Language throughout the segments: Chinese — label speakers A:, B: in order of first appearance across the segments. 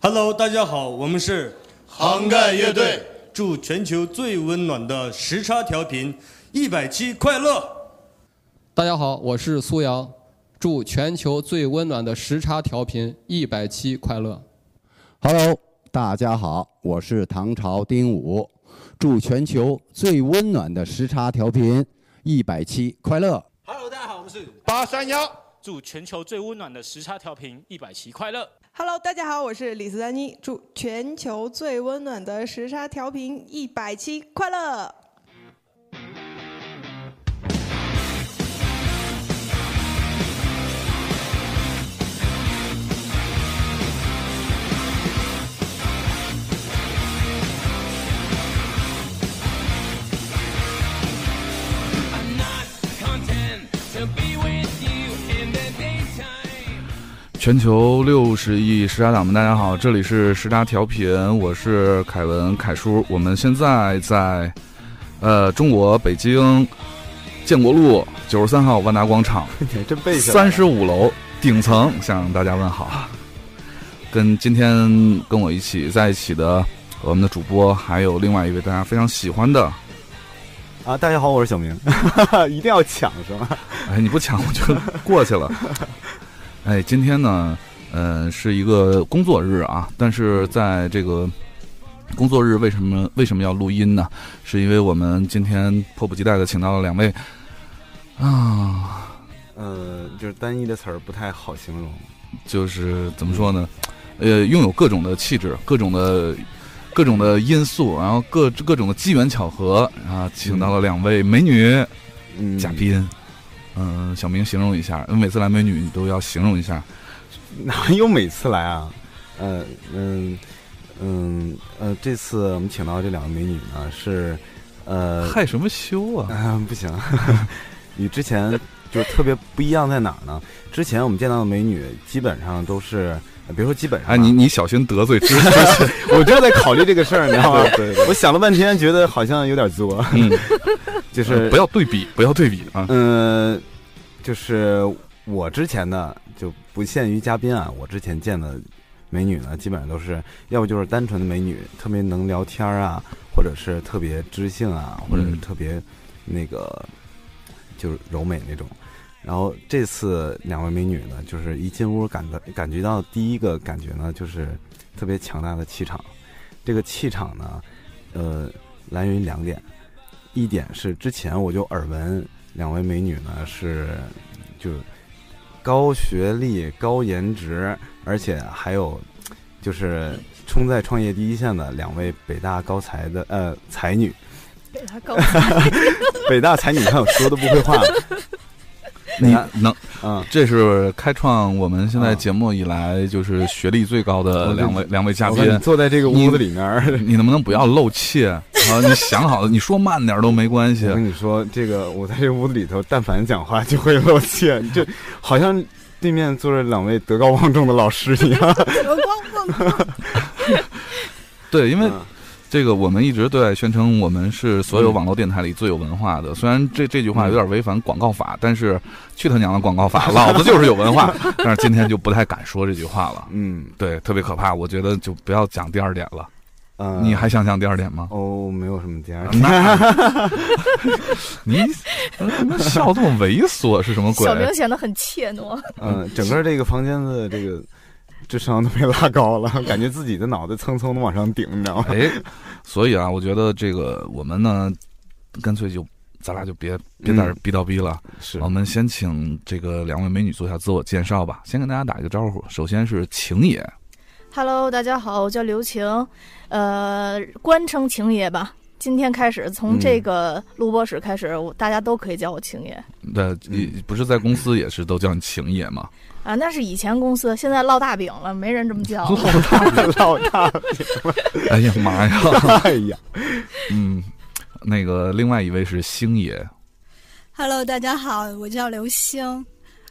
A: Hello，大家好，我们是
B: 杭盖乐队，
A: 祝全球最温暖的时差调频一百期快乐。
C: 大家好，我是苏阳，祝全球最温暖的时差调频一百期快乐。
D: Hello，大家好，我是唐朝丁武，祝全球最温暖的时差调频一百期快乐。
E: Hello，大家好，我们是
B: 八三幺，
E: 祝全球最温暖的时差调频一百期快乐。
F: Hello，大家好，我是李斯丹妮，祝全球最温暖的时差调频一百期快 乐！
G: 嗯全球六十亿时差党们，大家好，这里是时差调频，我是凯文凯叔，我们现在在呃中国北京建国路九十三号万达广场
B: 真背下
G: 三十五楼顶层向大家问好，跟今天跟我一起在一起的我们的主播，还有另外一位大家非常喜欢的，
B: 啊！大家好，我是小明，一定要抢是吗？
G: 哎，你不抢我就过 去了。哎，今天呢，呃，是一个工作日啊，但是在这个工作日为什么为什么要录音呢？是因为我们今天迫不及待的请到了两位啊，
B: 呃，就是单一的词儿不太好形容。
G: 就是怎么说呢？呃，拥有各种的气质，各种的。各种的因素，然后各各种的机缘巧合啊，请到了两位美女
B: 嗯
G: 嘉宾。嗯、小明形容一下，每次来美女你都要形容一下，
B: 哪有每次来啊？呃，嗯，嗯，呃，这次我们请到这两个美女呢是，呃，
G: 害什么羞啊？
B: 啊，不行， 与之前就是特别不一样在哪儿呢？之前我们见到的美女基本上都是，呃别说基本
H: 啊
B: 上吧，
G: 哎，你你小心得罪知识。
B: 我正在考虑这个事儿，你知道吗？
G: 对
B: 我想了半天，觉得好像有点作，
G: 嗯，
H: 呃
B: 就是
G: 不要 对比，不要对比啊。
B: 嗯，就是我之前的就不限于嘉宾啊，我之前见的美女呢，基本上都是要不就是单纯的美女，特别能聊天儿啊，或者是特别知性啊，或者是
G: 嗯
B: 特别那个就是柔美那种。然后这次两位美女呢，就是一进屋感到感觉到第一个感觉呢，就是特别强大的气场。这个气场呢，呃，来源于两点，一点是之前我就耳闻两位美女呢是就高学历、高颜值，而且还有就是冲在创业第一线的两位北大高才的呃才女，
H: 给他搞
B: 北大才女，看我说的不会话，
G: 你
B: 哎
G: 能，
B: 嗯，
G: 这是开创我们现在
B: 啊
G: 节目以来就是学历最高的
B: 我
G: 两位两位嘉
B: 我
G: 宾
B: 看你，坐在这个屋子里面儿。
G: 你能不能不要露怯？好，你想好了，你说慢点儿都没关系
B: 我。跟你说，这个我在这屋子里头，但凡讲话就会露怯，你就好像对面坐着两位德高望重的老师一样。
H: 得光棍吗？
G: 对，因为
B: 啊
G: 这个我们一直对外宣称我们是所有网络电台里最有文化的，虽然这这句
H: 嗯
G: 话有点违反广告法，但是去他娘的广告 法，老子就是有文化。但是今天就不太敢说这句话了，
B: 嗯，
G: 对，特别可怕。我觉得就不要讲第二点了。
H: 嗯
B: 呃
G: 你还想讲第二点吗？
B: 哦，没有什么第二点。
G: 那，你怎么笑这么猥琐是什么鬼
H: 小？明显得很怯懦，
B: 嗯，整个这个房间的这个智商都被拉高了，感觉自己的脑袋蹭蹭的往上顶，你知道吗？
G: 哎，所以啊，我觉得这个我们呢，干脆就咱俩就别别在
B: 嗯
G: 这儿哦逼叨逼了，
B: 是
G: 我们先请这个两位美女做一下自我介绍吧，先跟大家打一个招呼。首先是晴野，
H: Hello，大家好，我叫刘晴，呃，官称晴爷吧。今天开始，从这个
G: 嗯
H: 录播室开始，我大家都可以叫我晴爷
G: 呃，
B: 嗯
G: 你不是在公司也是都叫你晴野吗？
H: 啊。那是以前公司，现在烙大饼了，没人这么叫。
B: 老大，
G: 哎呀妈呀，
B: 哎呀，
G: 嗯，那个另外一位是星野，
I: Hello，大家好，我叫刘星，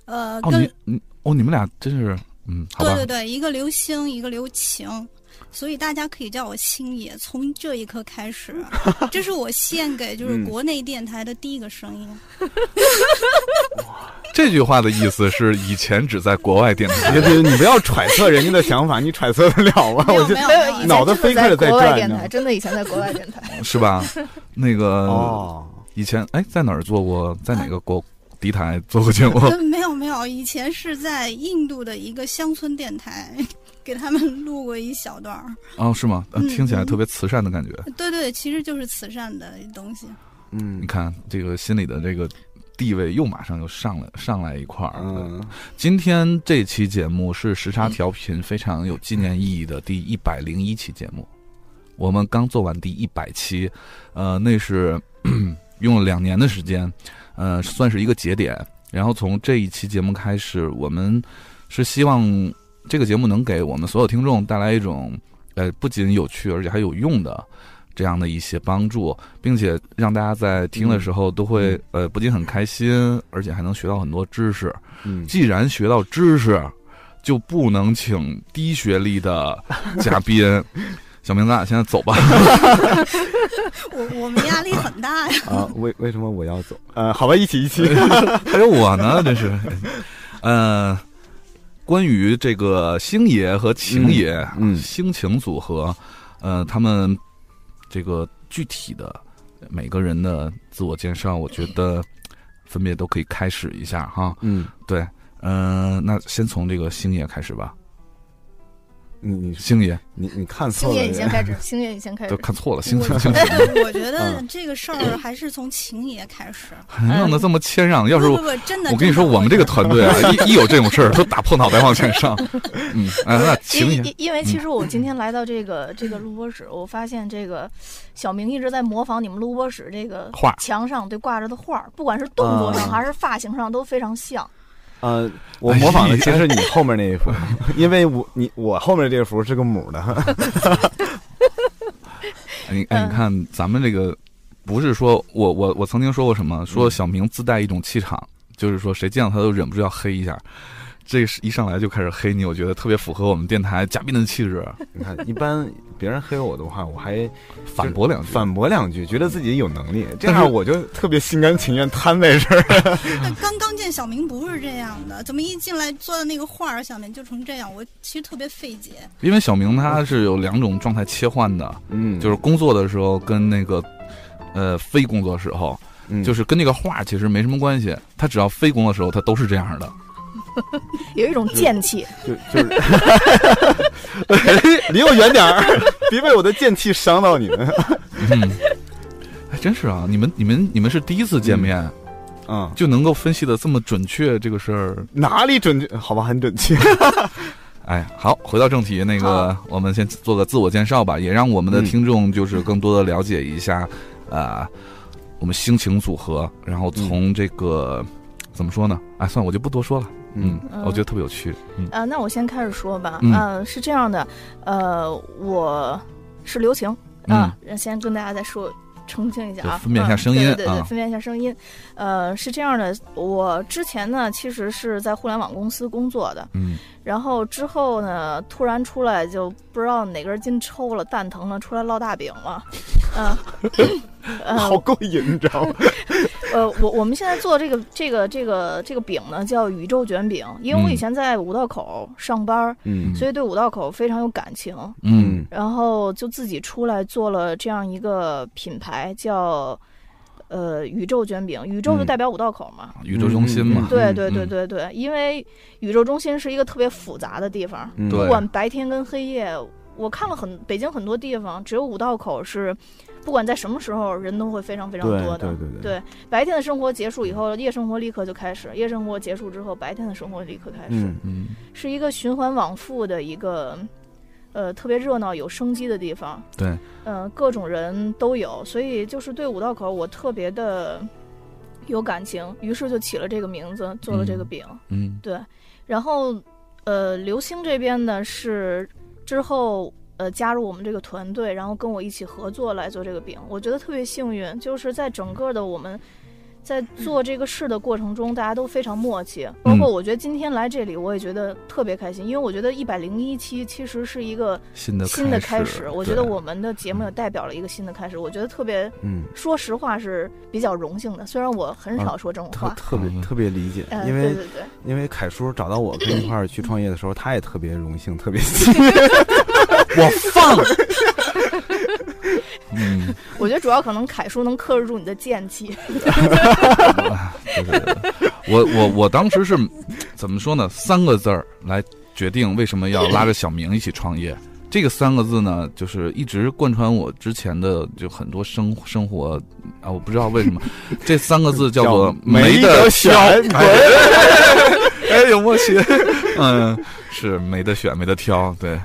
I: 呃，
G: 哦
I: 跟
G: 你你哦你们俩真是，嗯，好吧
I: 对对，对，一个刘星，一个刘晴，
F: 所以大家可以叫我星爷。从这一刻开 始，这是我献给就是
H: 嗯
F: 国内电台的第一个声 音。
H: 这句话的意思是以前只在国外电台
B: 别别，你不要揣测人家的想法，你揣测得了吗？
F: 没有
B: 我就
F: 没有
G: 没有，以 前
B: 脑袋飞快地
G: 在
B: 在
G: 国外
B: 转
G: 电
B: 呢
G: 台，真的以前在国外电台，
H: 是吧？那个、
B: 哦，
H: 以前哎，在哪儿做过？在哪个国敌台做过 节目？
F: 呃没有没有，以前是在印度的一个乡村电台， 给他们录过一小段儿。
H: 哦，是吗？呃
F: 嗯
H: 听起来特别慈善的感觉。
F: 对对，其实就是慈善的东西。
B: 嗯
H: 你看这个心里的这个地位又马上又上来上来一块儿。
B: 嗯，
H: 今天这期节目是时差调频非常有纪念意义的第一百零一期节目，我们刚做完第一百期，呃，那是 用了两年的时间，呃，算是一个节点。然后从这一期节目开始，我们是希望这个节目能给我们所有听众带来一种，呃，不仅有趣，而且还有用的。这样的一些帮助，并且让大家在听的时候都会、呃不仅很开心，而且还能学到很多知识。
B: 嗯
H: 既然学到知识，就不能请低学历的嘉宾。 小明，咱啊俩现在走吧。
F: 我我们压力很 大呀。
B: 啊，为为什么我要走？呃，好吧，一起一起。
H: 还有我呢，真是。 呃，关于这个星爷和晴爷，啊
B: 嗯嗯
H: 星晴组合，呃，他们这个具体的每个人的自我介绍，我觉得分别都可以开始一下哈。
B: 嗯，
H: 对，嗯、那先从这个星爷开始吧。
B: 你你
H: 星爷，
B: 你你看
G: 星
B: 错了
G: 爷以前
B: 人，
G: 开始，星爷以前开
H: 都
G: 始，
H: 看错了，嗯星晴
F: 我
H: 星晴。
F: 我觉得这个事儿还是从秦爷开始。
H: 还哎弄得这么谦让，要
F: 不
H: 是
F: 不
H: 我
F: 不，真的，
H: 我跟
F: 真的
H: 你说，我们这个团队啊，一一有这种事儿 都打破脑袋往前上。嗯，哎，那
G: 因
H: 晴
G: 因
H: 爷，
G: 因为其实我今天来到这个这个录播室，我发现这个小明一直在模仿你们录播室这个
H: 画儿嗯
G: 墙上对挂着的画儿，不管是动作上
B: 啊
G: 还是发型上都非常像。
B: 呃，我模仿的其实你后面那一幅， 因为我你我后面这个幅是个母的，
H: 哎你哎，你看咱们这个，不是说我我我曾经说过什么，说小明自带一种气场，就是说谁见到他都忍不住要黑一下。这是一上来就开始黑你，我觉得特别符合我们电台嘉宾的气质，
B: 你看一般别人黑我的话，我还
H: 反驳两句。
B: 反驳两句，觉得自己有能力，这
H: 但是
B: 样我就特别心甘情愿摊在这儿。
F: 但刚刚见小明不是这样的，怎么一进来坐在那个画儿上面就成这样？我其实特别费解。
H: 因为小明他是有两种状态切换的，
B: 嗯
H: 就是工作的时候跟那个，呃，非工作时候。就是是跟这个画其实没什么关系，他只要非攻的时候，他都是这样的。
G: 有一种剑气，
B: 就就是， 离我远点儿，别被我的剑气伤到你们。
H: 嗯，还真是啊，你们你们你们是第一次见面、
B: 嗯，
H: 就能够分析的这么准确这个事儿，
B: 哪里准确？好吧，很准确。
H: 哎，好，回到正题，那个我们先做个自我介绍吧，也让我们的
B: 嗯
H: 听众就是更多的了解一下，呃，我们心情组合，然后从这个、怎么说呢？哎，算了，我就不多说了。嗯，
G: 嗯
H: 我觉得特别有趣。嗯
G: 呃，那我先开始说吧。
H: 嗯
G: 呃，是这样的，呃，我是刘晴啊，先跟大家再说澄清一下
H: 嗯
G: 啊，
H: 就分辨一下
G: 嗯
H: 声音
G: 对对对，
H: 啊
G: 分辨一下声音。呃，是这样的，我之前呢其实是在互联网公司工作的，
H: 嗯
G: 然后之后呢突然出来就不知道哪根筋抽了，蛋疼了，出来烙大饼了。嗯、呃，
B: 好过瘾，你知道吗？
G: 呃，我我们现在做这个这个这个这个饼呢，叫宇宙卷饼，因为我以
H: 嗯
G: 前在五道口上班，
B: 嗯
G: 所以对五道口非常有感情。
H: 嗯
G: 然后就自己出来做了这样一个品牌，叫呃宇宙卷饼。宇宙就
B: 嗯
G: 代表五道口嘛。
H: 宇宙中心嘛，
G: 对对对
H: 嗯
G: 对对，因为宇宙中心是一个特别复杂的地方，
B: 嗯
G: 不
H: 对
G: 管白天跟黑夜，我看了很北京很多地方，只有五道口是，不管在什么时候人都会非常非常
B: 对
G: 多的。
B: 对对
G: 对白天的生活结束以后，夜生活立刻就开始；夜生活结束之后，白天的生活立刻开始，
B: 嗯
H: 嗯
G: 是一个循环往复的一个，呃，特别热闹、有生机的地方。
H: 对，
G: 嗯、各种人都有，所以就是对五道口我特别的有感情，于是就起了这个名字，做了这个
H: 嗯
G: 饼。
H: 嗯
G: 对，然后呃，刘星这边呢是之后呃加入我们这个团队，然后跟我一起合作来做这个饼。我觉得特别幸运，就是在整个的我们在做这个事的过程中，大家都非常默契。包括我觉得今天来这里，我也觉得特别开心，因为我觉得一百零一期其实是一个
H: 新的
G: 新的开
H: 嗯始，
G: 我觉得
H: 对
G: 我们的节目也代表了一个新的开始，我觉得特别，
B: 嗯，
G: 说实话是比较荣幸的。虽然我很少说这种
B: 特
G: 话，
B: 特别
H: 嗯
B: 特别理解，
G: 嗯，
B: 因
G: 对
B: 为
G: 对对，
B: 因为凯叔找到我跟一块儿去创业的时候，他也特别荣幸，特别激动
H: 我放 了。嗯，
G: 我觉得主要可能凯叔能克制住你的剑 气，
H: 啊对对对对我我我当时是怎么说呢？三个字儿来决定为什么要拉着小明一起创业。这个三个字呢，就是一直贯穿我之前的就很多生生活啊，我不知道为什么这三个字叫做没得
B: 选，
H: 哎，有默契。 嗯，是没得选，没得挑。对，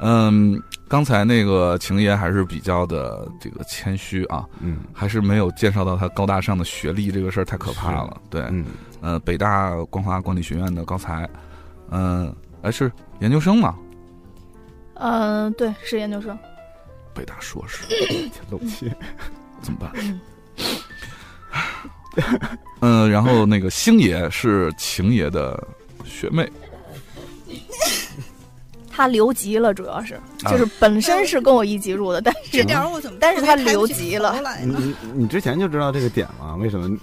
H: 嗯，刚才那个晴爷还是比较的这个谦虚啊，
B: 嗯
H: 还是没有介绍到他高大上的学历这个事儿太可怕了。对，
B: 嗯，
H: 呃，北大光华管理学院的高材，嗯、哎是研究生嘛，
G: 嗯，对，是研究生，
H: 北大硕 士
B: 漏气，
H: 怎么办？
G: 嗯，
H: 嗯、然后那个星爷是晴爷的学妹，
G: 他留级了，主要是
H: 啊
G: 就是本身是跟我一级入的，但
F: 这点儿我怎么
G: 但是他
F: 特别抬不
G: 留
F: 起
G: 级
F: 头
G: 了
F: 来
B: 你
F: 呢？
B: 你你之前就知道这个点吗？为什 么？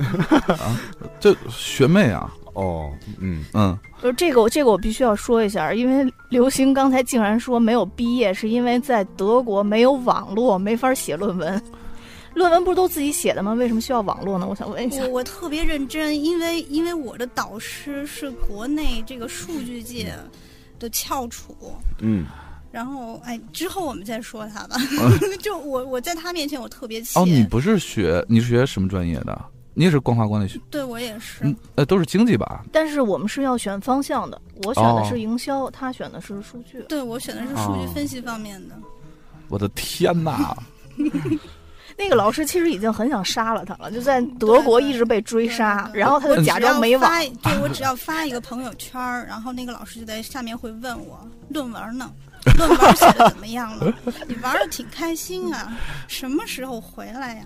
H: 这学妹啊，
B: 哦，嗯，
H: 嗯，
G: 就是这个我，这个我必须要说一下，因为刘星刚才竟然说没有毕业，是因为在德国没有网络，没法写论文。 论文不是都自己写的吗？为什么需要网络呢？我想问一
H: 嗯
G: 下
F: 我。我特别认真，因为因为我的导师是国内这个数据界的翘楚，
B: 嗯，
F: 然后哎，之后我们再说他吧。就我我在他面前我特别怯，
H: 哦，你不是学你是学什么专业的？你也是光华管理学，
F: 对我也是。
H: 嗯，呃，都是经济吧？
G: 但是我们是要选方向的，我选的
H: 哦
G: 是营销，他选的是数据。
F: 对，我选的
B: 啊
F: 是数据
H: 哦
F: 分析方面的。
H: 我的天哪！
G: 那个老师其实已经很想杀了他了，就在德国一直被追杀，
F: 对对
G: 然后他就假装没网。
F: 发，对我只要发一个朋友圈儿，然后那个老师就在下面会问我论文呢，论文写的怎么样了？你玩的挺开心啊，什么时候回来呀、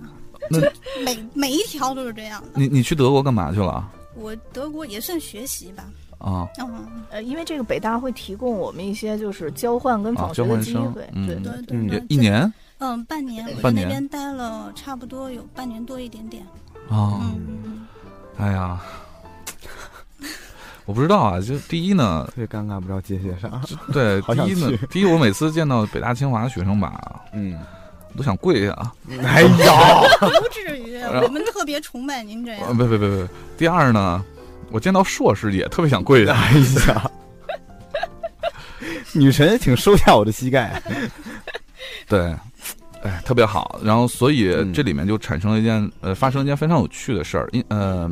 H: 那
F: 每每一条都是这样的。
H: 你你去德国干嘛去了啊？
F: 我德国也算学习吧，
H: 啊
F: 嗯，
G: 呃，因为这个北大会提供我们一些就是交换跟
H: 啊，
G: 访
H: 交
G: 学的
H: 换
G: 机
H: 生
G: 会，，对
H: 嗯
F: 对，对
B: 嗯
F: 对
H: 也，一年
F: 嗯，半年，我在
H: 半
F: 那
H: 年
F: 边待了差不多有半年多一点点。
H: 啊。
F: 嗯，
H: 哎呀， 我不知道啊，就第一呢，
B: 特别尴尬，不知道接些啥。
H: 对，
B: 好
H: 第
B: 想
H: 一呢
B: 去，
H: 第一我每次见到北大清华的学生吧，
B: 嗯，
H: 我都想跪下啊！
B: 哎呀，
F: 不至于，我们特别崇拜您这
H: 啊，
F: 样。
H: 别别别别！第二呢，我见到硕士也特别想跪下。
B: 哎 呀，女神，请收下我的膝盖。 啊
H: 对，哎，特别好。然后，所以
B: 嗯
H: 这里面就产生了一件呃，发生了一件非常有趣的事儿。因呃，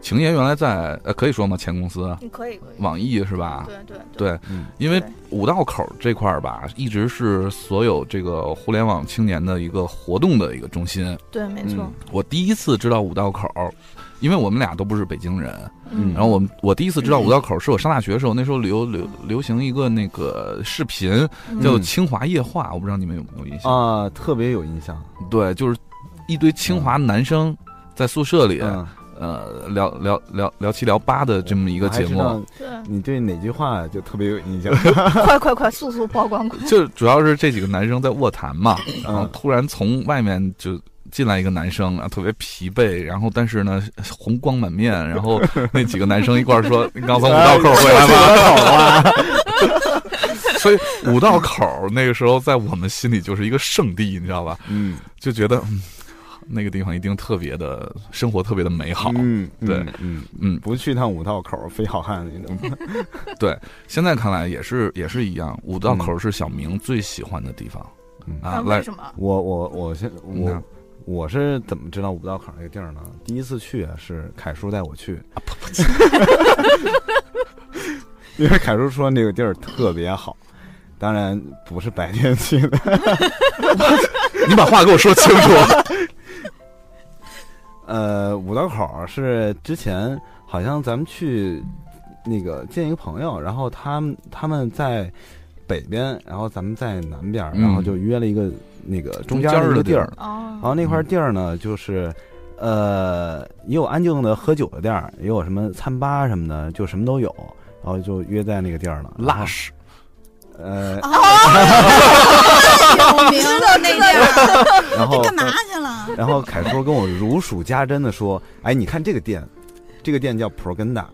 H: 晴爷原来在呃，可以说吗？前公司
G: 你可以可以。
H: 网易是吧？
G: 对对
H: 对
B: 嗯
H: 因为
G: 对
H: 五道口这块儿吧，一直是所有这个互联网青年的一个活动的一个中心。
G: 对，没错。
H: 我第一次知道五道口，因为我们俩都不是北京人，
B: 嗯
H: 然后我们我第一次知道五道口是我上大学的时候，那时候流流流行一个那个视频
G: 嗯
H: 叫做《清华夜话》，我不知道你们有没有印象？
B: 啊，特别有印象。
H: 对，就是一堆清华男生在宿舍里，
B: 嗯，
H: 呃，聊聊聊聊七聊八的这么一个
B: 我哎还
H: 节
B: 知
H: 目。
B: 道
G: 对，
F: 嗯
B: 你对哪句话就特别有印 象？
G: 快快快，速速曝光！快！
H: 就主要是这几个男生在卧谈嘛，然后
B: 嗯
H: 突然从外面就进来一个男生，然啊后特别疲惫，然后但是呢红光满面，然后那几个男生一块儿 说：“你刚从五道
B: 哎
H: 口回来吗？”
B: 啊
H: 所以 五道口那个时候在我们心里就是一个圣地，你知道吧？
B: 嗯，
H: 就觉得、嗯、那个地方一定特别的生活特别的美好。
B: 嗯，嗯
H: 对，
B: 嗯，
H: 嗯，
B: 不去趟五道口非好汉那种。
H: 现在看来也是也是一样，五道
B: 嗯
H: 口是小明最喜欢的地方、
B: 嗯
H: 啊。来
G: 为，什么？
B: 我我我先我、
H: 嗯
B: 我是怎么知道五道口那个地儿呢？第一次去啊，是凯叔带我去，
H: 啊
B: 因为凯叔说那个地儿特别好，当然不是白天去的，
H: 你把话给我说清楚。
B: 呃，五道口是之前好像咱们去那个见一个朋友，然后他们他们在北边，然后咱们在南边，
H: 嗯
B: 然后就约了一个那个中间
H: 中间
B: 的
H: 儿嗯
B: 一
H: 的
B: 个
H: 地
B: 地
H: 儿
B: 儿，
G: 哦
B: 然后那块地儿呢，就是呃，也有安静的喝酒的地儿，也有什么餐吧什么的，就什么都有。然后就约在那个地儿了。
H: 拉屎，
B: 呃，
F: 哦
G: 嗯
F: 我啊哎明道那地儿，
B: 然后
F: 干嘛去了？
B: 然后凯叔跟我如数家珍的说：“哎，你看这个店，这个店叫 Progenda。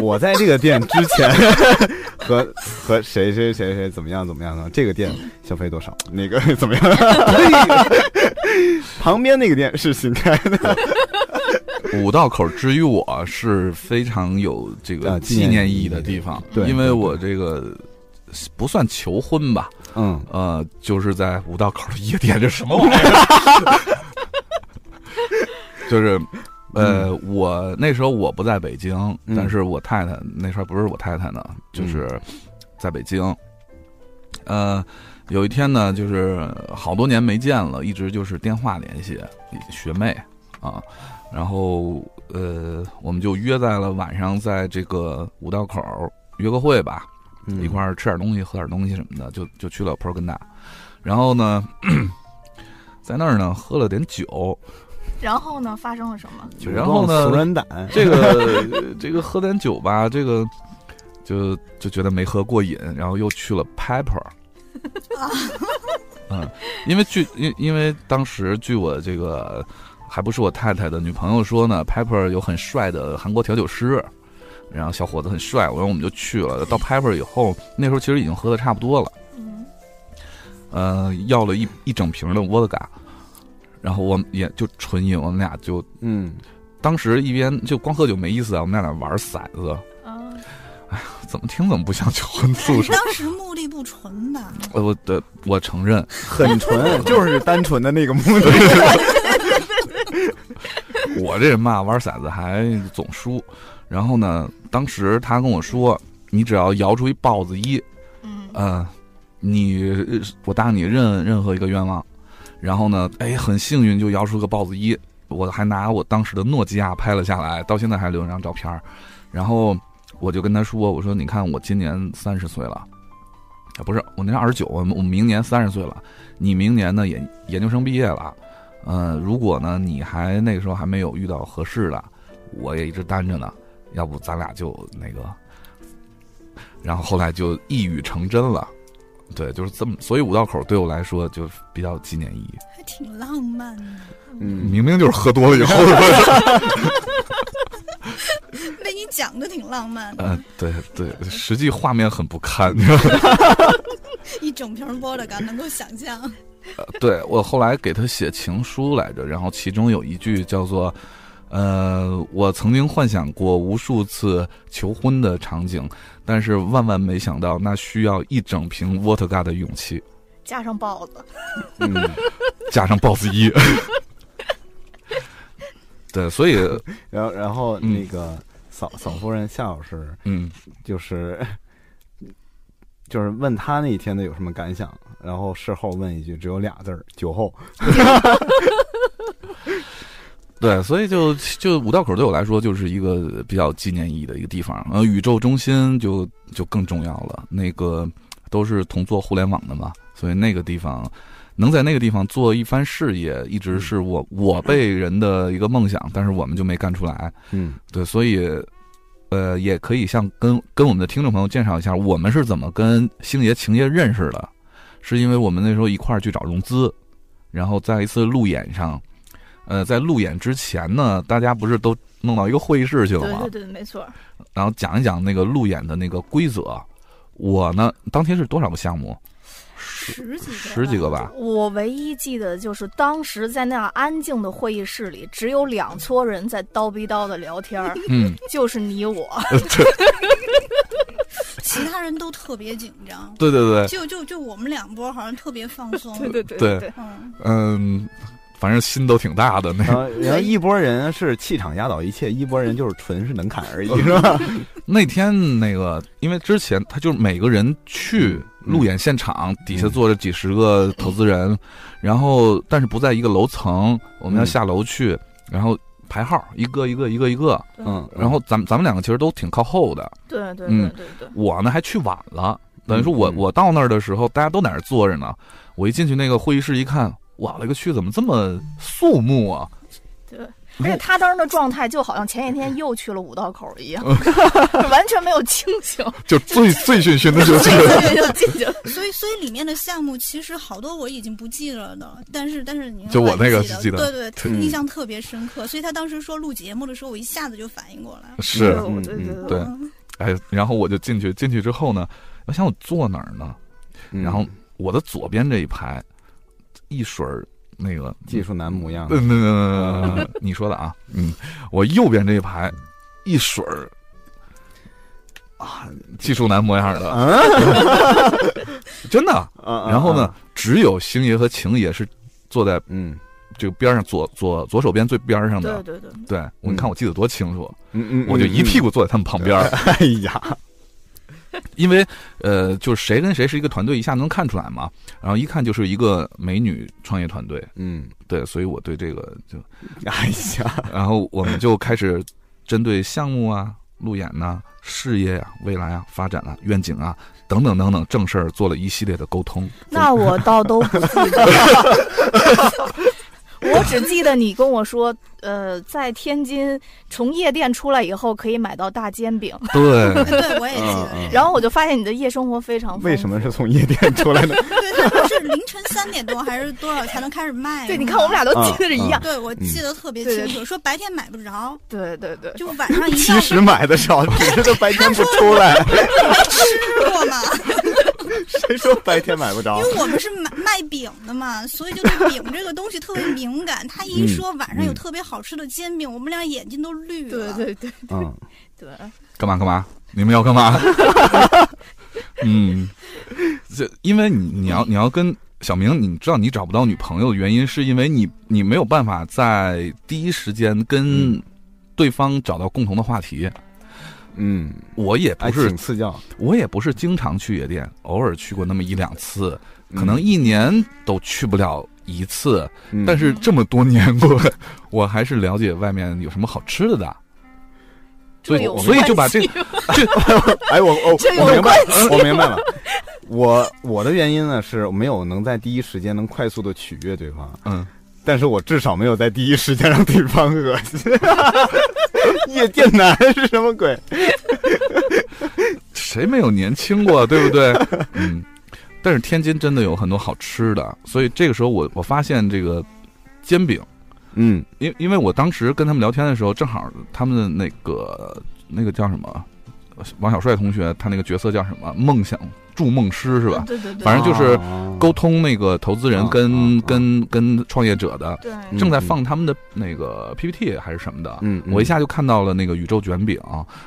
B: 我在这个店之前 和和谁谁谁谁怎么样怎么样呢？这个店消费多少？那个怎么样？ 旁边那个店是新开的，
H: 五道口之于我是非常有这个
B: 啊纪
H: 纪念
B: 念
H: 意
B: 意
H: 义
B: 义
H: 的
B: 的
H: 地
B: 地
H: 方
B: 方，对
H: 因为
B: 对
H: 我这个不算求婚吧，
B: 嗯，
H: 呃，就是在五道口的夜店，这什么玩意儿？就是，呃，我那时候我不在北京，
B: 嗯
H: 但是我太太那时候不是我太太呢，就是在北京。呃，有一天呢，就是好多年没见了，一直就是电话联系学妹啊，然后呃，我们就约在了晚上，在这个五道口约个会吧。嗯
D: 嗯
H: 一块
B: 儿
H: 儿吃点东西、喝点东西什么的，就就去了 p r o g a n d a 然后呢， 在那儿呢喝了点酒，
G: 然后呢，发生了什么？
H: 然后呢
B: 怂人胆，
H: 这个这个喝点酒吧，这个就就觉得没喝过瘾，然后又去了 Pepper。嗯，因为据因因为当时据我这个还不是我太太的女朋友说呢，Pepper 有很帅的韩国调酒师，然后小伙子很帅，然后我们就去了。到 Pepper 以后，那时候其实已经喝的差不多了。
G: 嗯，
H: 呃，要了一一整瓶的沃德嘎，然后我们也就纯饮，我们俩就
B: 嗯，
H: 当时一边就光喝酒没意思啊，我们俩在玩骰子，
G: 啊，
H: 怎么听怎么不像求婚
F: 你
H: 促成。
F: 当时目的不纯吧？
H: 呃，我的我承认，
B: 很 纯，就是单纯的那个目的。
H: 我这人嘛玩骰子还总输。然后呢，当时他跟我说，你只要摇出一豹子一，
G: 嗯，
H: 嗯，你我答应你任任何一个愿望，然后呢，哎，很幸运就摇出个豹子一，我还拿我当时的诺基亚拍了下来，到现在还留着张照片儿。然后我就跟他说：“我说你看，我今年三十岁了，啊，不是，我那二十九，我我明年三十岁了，你明年呢也研究生毕业了，嗯、如果呢你还那个时候还没有遇到合适的，我也一直单着呢，要不咱俩就那个。”然后后来就一语成真了，对，就是这么，所以五道口对我来说就比较有纪念意义。
F: 还挺浪漫的，
B: 嗯，
H: 明明就是喝多了以后，
F: 被你讲的挺浪漫的，
H: 呃，对对，实际画面很不堪。
F: 一整瓶波的感能够想象。
H: 对我后来给他写情书来着，然后其中有一句叫做。呃，我曾经幻想过无数次求婚的场景，但是万万没想到，那需要一整瓶沃特嘎的勇气，
G: 加上豹子，
B: 嗯
H: 加上 BOSS 一。 对，所以，
B: 然后然后
H: 嗯
B: 那个嫂嫂夫人夏老师。
H: 嗯，
B: 就是 就是问他那一天的有什么感想，然后事后问一句，只有俩字儿：酒后。
H: 对，所以就就五道口对我来说就是一个比较纪念意义的一个地方。呃，宇宙中心就就更重要了，那个都是同做互联网的嘛，所以那个地方能在那个地方做一番事业，一直是我我辈人的一个梦想，但是我们就没干出来。
B: 嗯
H: 对，所以呃，也可以向跟跟我们的听众朋友介绍一下，我们是怎么跟星爷情爷认识的，是因为我们那时候一块儿去找融资，然后在一次路演上，呃，在路演之前呢，大家不是都弄到一个会议室去了
G: 对
H: 吗？
G: 对对，没错，
H: 然后讲一讲那个路演的那个规则。我呢，当天是多少个项目？
F: 十几个，
H: 十几个吧。
G: 我唯一记得就是当时在那样安静的会议室里，只有两撮人在叨逼叨的聊天儿，
H: 嗯，
G: 就是你我。
F: 其他人都特别紧张，
H: 对对对，
F: 就就就我们两波好像特别放松。
G: 对对
H: 对
G: 对，
F: 嗯，
H: 嗯，反正心都挺大的那
B: 然后然后一波人是气场压倒一切，一波人就是纯是能砍 而已，是吧？
H: 那天那个，因为之前他就是每个人去路演现场，底下坐着几十个投资人，然后但是不在一个楼层，我们要
B: 嗯
H: 下楼去，然后排号，一个一个一个一个，
B: 嗯，
H: 然后咱们咱们两个其实都挺靠后的，
G: 对对
H: 嗯
G: 对对对，
H: 我呢还去晚了，等于说
B: 嗯
H: 我
B: 嗯
H: 我到那儿的时候，大家都在那儿坐着呢，我一进去那个会议室一看，我勒个去，怎么这么肃穆啊？
G: 对，而且他当时的状态就好像前几天又去了五道口一样， 完全没有清醒，
H: 就醉醉醺醺的就去了。
G: 对，就进去了。
F: 所以，所以里面的项目其实好多我已经不记了的，但是但是你
H: 就我那个
F: 还
H: 记得
F: 对
B: 嗯
F: 对，印象特别深刻。所以他当时说录节目的时候，我一下子就反应过来了。
H: 是，
G: 我就
B: 嗯
G: 觉
B: 嗯
G: 得
H: 对，哎，然后我就进去，进去之后呢，我想我坐哪儿呢？
B: 嗯
H: 然后我的左边这一排，一水儿那个
B: 技术男模样，
H: 嗯，那那那那你说的啊，嗯，我右边这一排一水儿啊， 技术男模样
B: 嗯啊
H: 的，真的。嗯然后呢，只有星爷和晴爷是坐在
B: 啊嗯，
H: 这个边上左左左手边最边上
G: 对
H: 的。
G: 对对，
H: 对，我你看我记得多清楚，
B: 嗯嗯嗯，
H: 我就一屁
B: 股，
H: 股坐在他们旁边儿，
B: 哎呀，
H: 因为呃，就是谁跟谁是一个团队，一下能看出来嘛。然后一看就是一个美女创业团队，
B: 嗯，
H: 对，所以我对这个就
B: 哎呀，
H: 然后我们就开始针对项目啊、路演呐、事业呀、未来啊、发展啊、愿景啊等等等等正事儿做了一系列的沟通。
G: 那我倒都不记得了， 我只记得你跟我说，呃，在天津从夜店出来以后可以买到大煎饼，
H: 嗯
F: 哎
H: 对，
F: 对，我也记
B: 嗯
F: 得。
B: 嗯，
G: 然后我就发现你的夜生活非常丰富
B: 为什？么是从夜店出来的？
F: 对，他们是凌晨三点多还是多少才能开始卖？
G: 对，你看我们俩都记得是一样。
F: 对，我记得特别清楚，说白天买不着，
G: 对对对，
F: 就晚上一
B: 其
F: 定要
B: 实买的 少，只是他白天不出来。
F: 吃过嘛，
B: 谁说白天买不着
F: 因？为我们是买卖饼的嘛，所以就对饼这个东西特别敏感。他
B: 嗯
F: 一
H: 嗯
F: 说晚上有特别好吃的煎饼，我们俩眼睛都绿
G: 对
F: 了。
G: 对对
B: 嗯，
G: 对，
H: 干嘛干嘛？你们要干嘛？嗯，这因为你你要你要跟小明，你知道你找不到女朋友的原因，是因为你你没有办法在第一时间跟对方找到共同的话题。
B: 嗯，
H: 我也
B: 哎，
H: 不是
B: 请赐教。
H: 我也不是经常去夜店，偶尔去过那么一两次，可能一年都去不了一次。
B: 嗯，
H: 但是这么多年过来，我还是了解外面有什么好吃的的。所以
G: 有，
H: 所以就把这
G: 关系
B: 哎，我我
G: 这有
B: 我明白，了，我明白了。 我我的原因呢是没有能在第一时间能快速的取悦对方，
H: 嗯，
B: 但是我至少没有在第一时间让对方恶心。 夜店男是什么鬼？
H: 谁没有年轻过，对不对？嗯，但是天津真的有很多好吃的，所以这个时候我我发现这个煎饼，
B: 嗯
H: 因因为我当时跟他们聊天的时候，正好他们的那个那个叫什么，王小帅同学，他那个角色叫什么？梦想筑梦师是吧？
G: 对对对，
H: 反正就是
B: 哦
H: 沟通那个投资人
B: 啊
H: 跟、
B: 啊啊
H: 跟跟创业者的，
G: 对
B: 嗯
H: 正在放他们的那个 PPT 还是什么的。
B: 嗯，嗯
H: 我一下就看到了那个宇宙卷饼，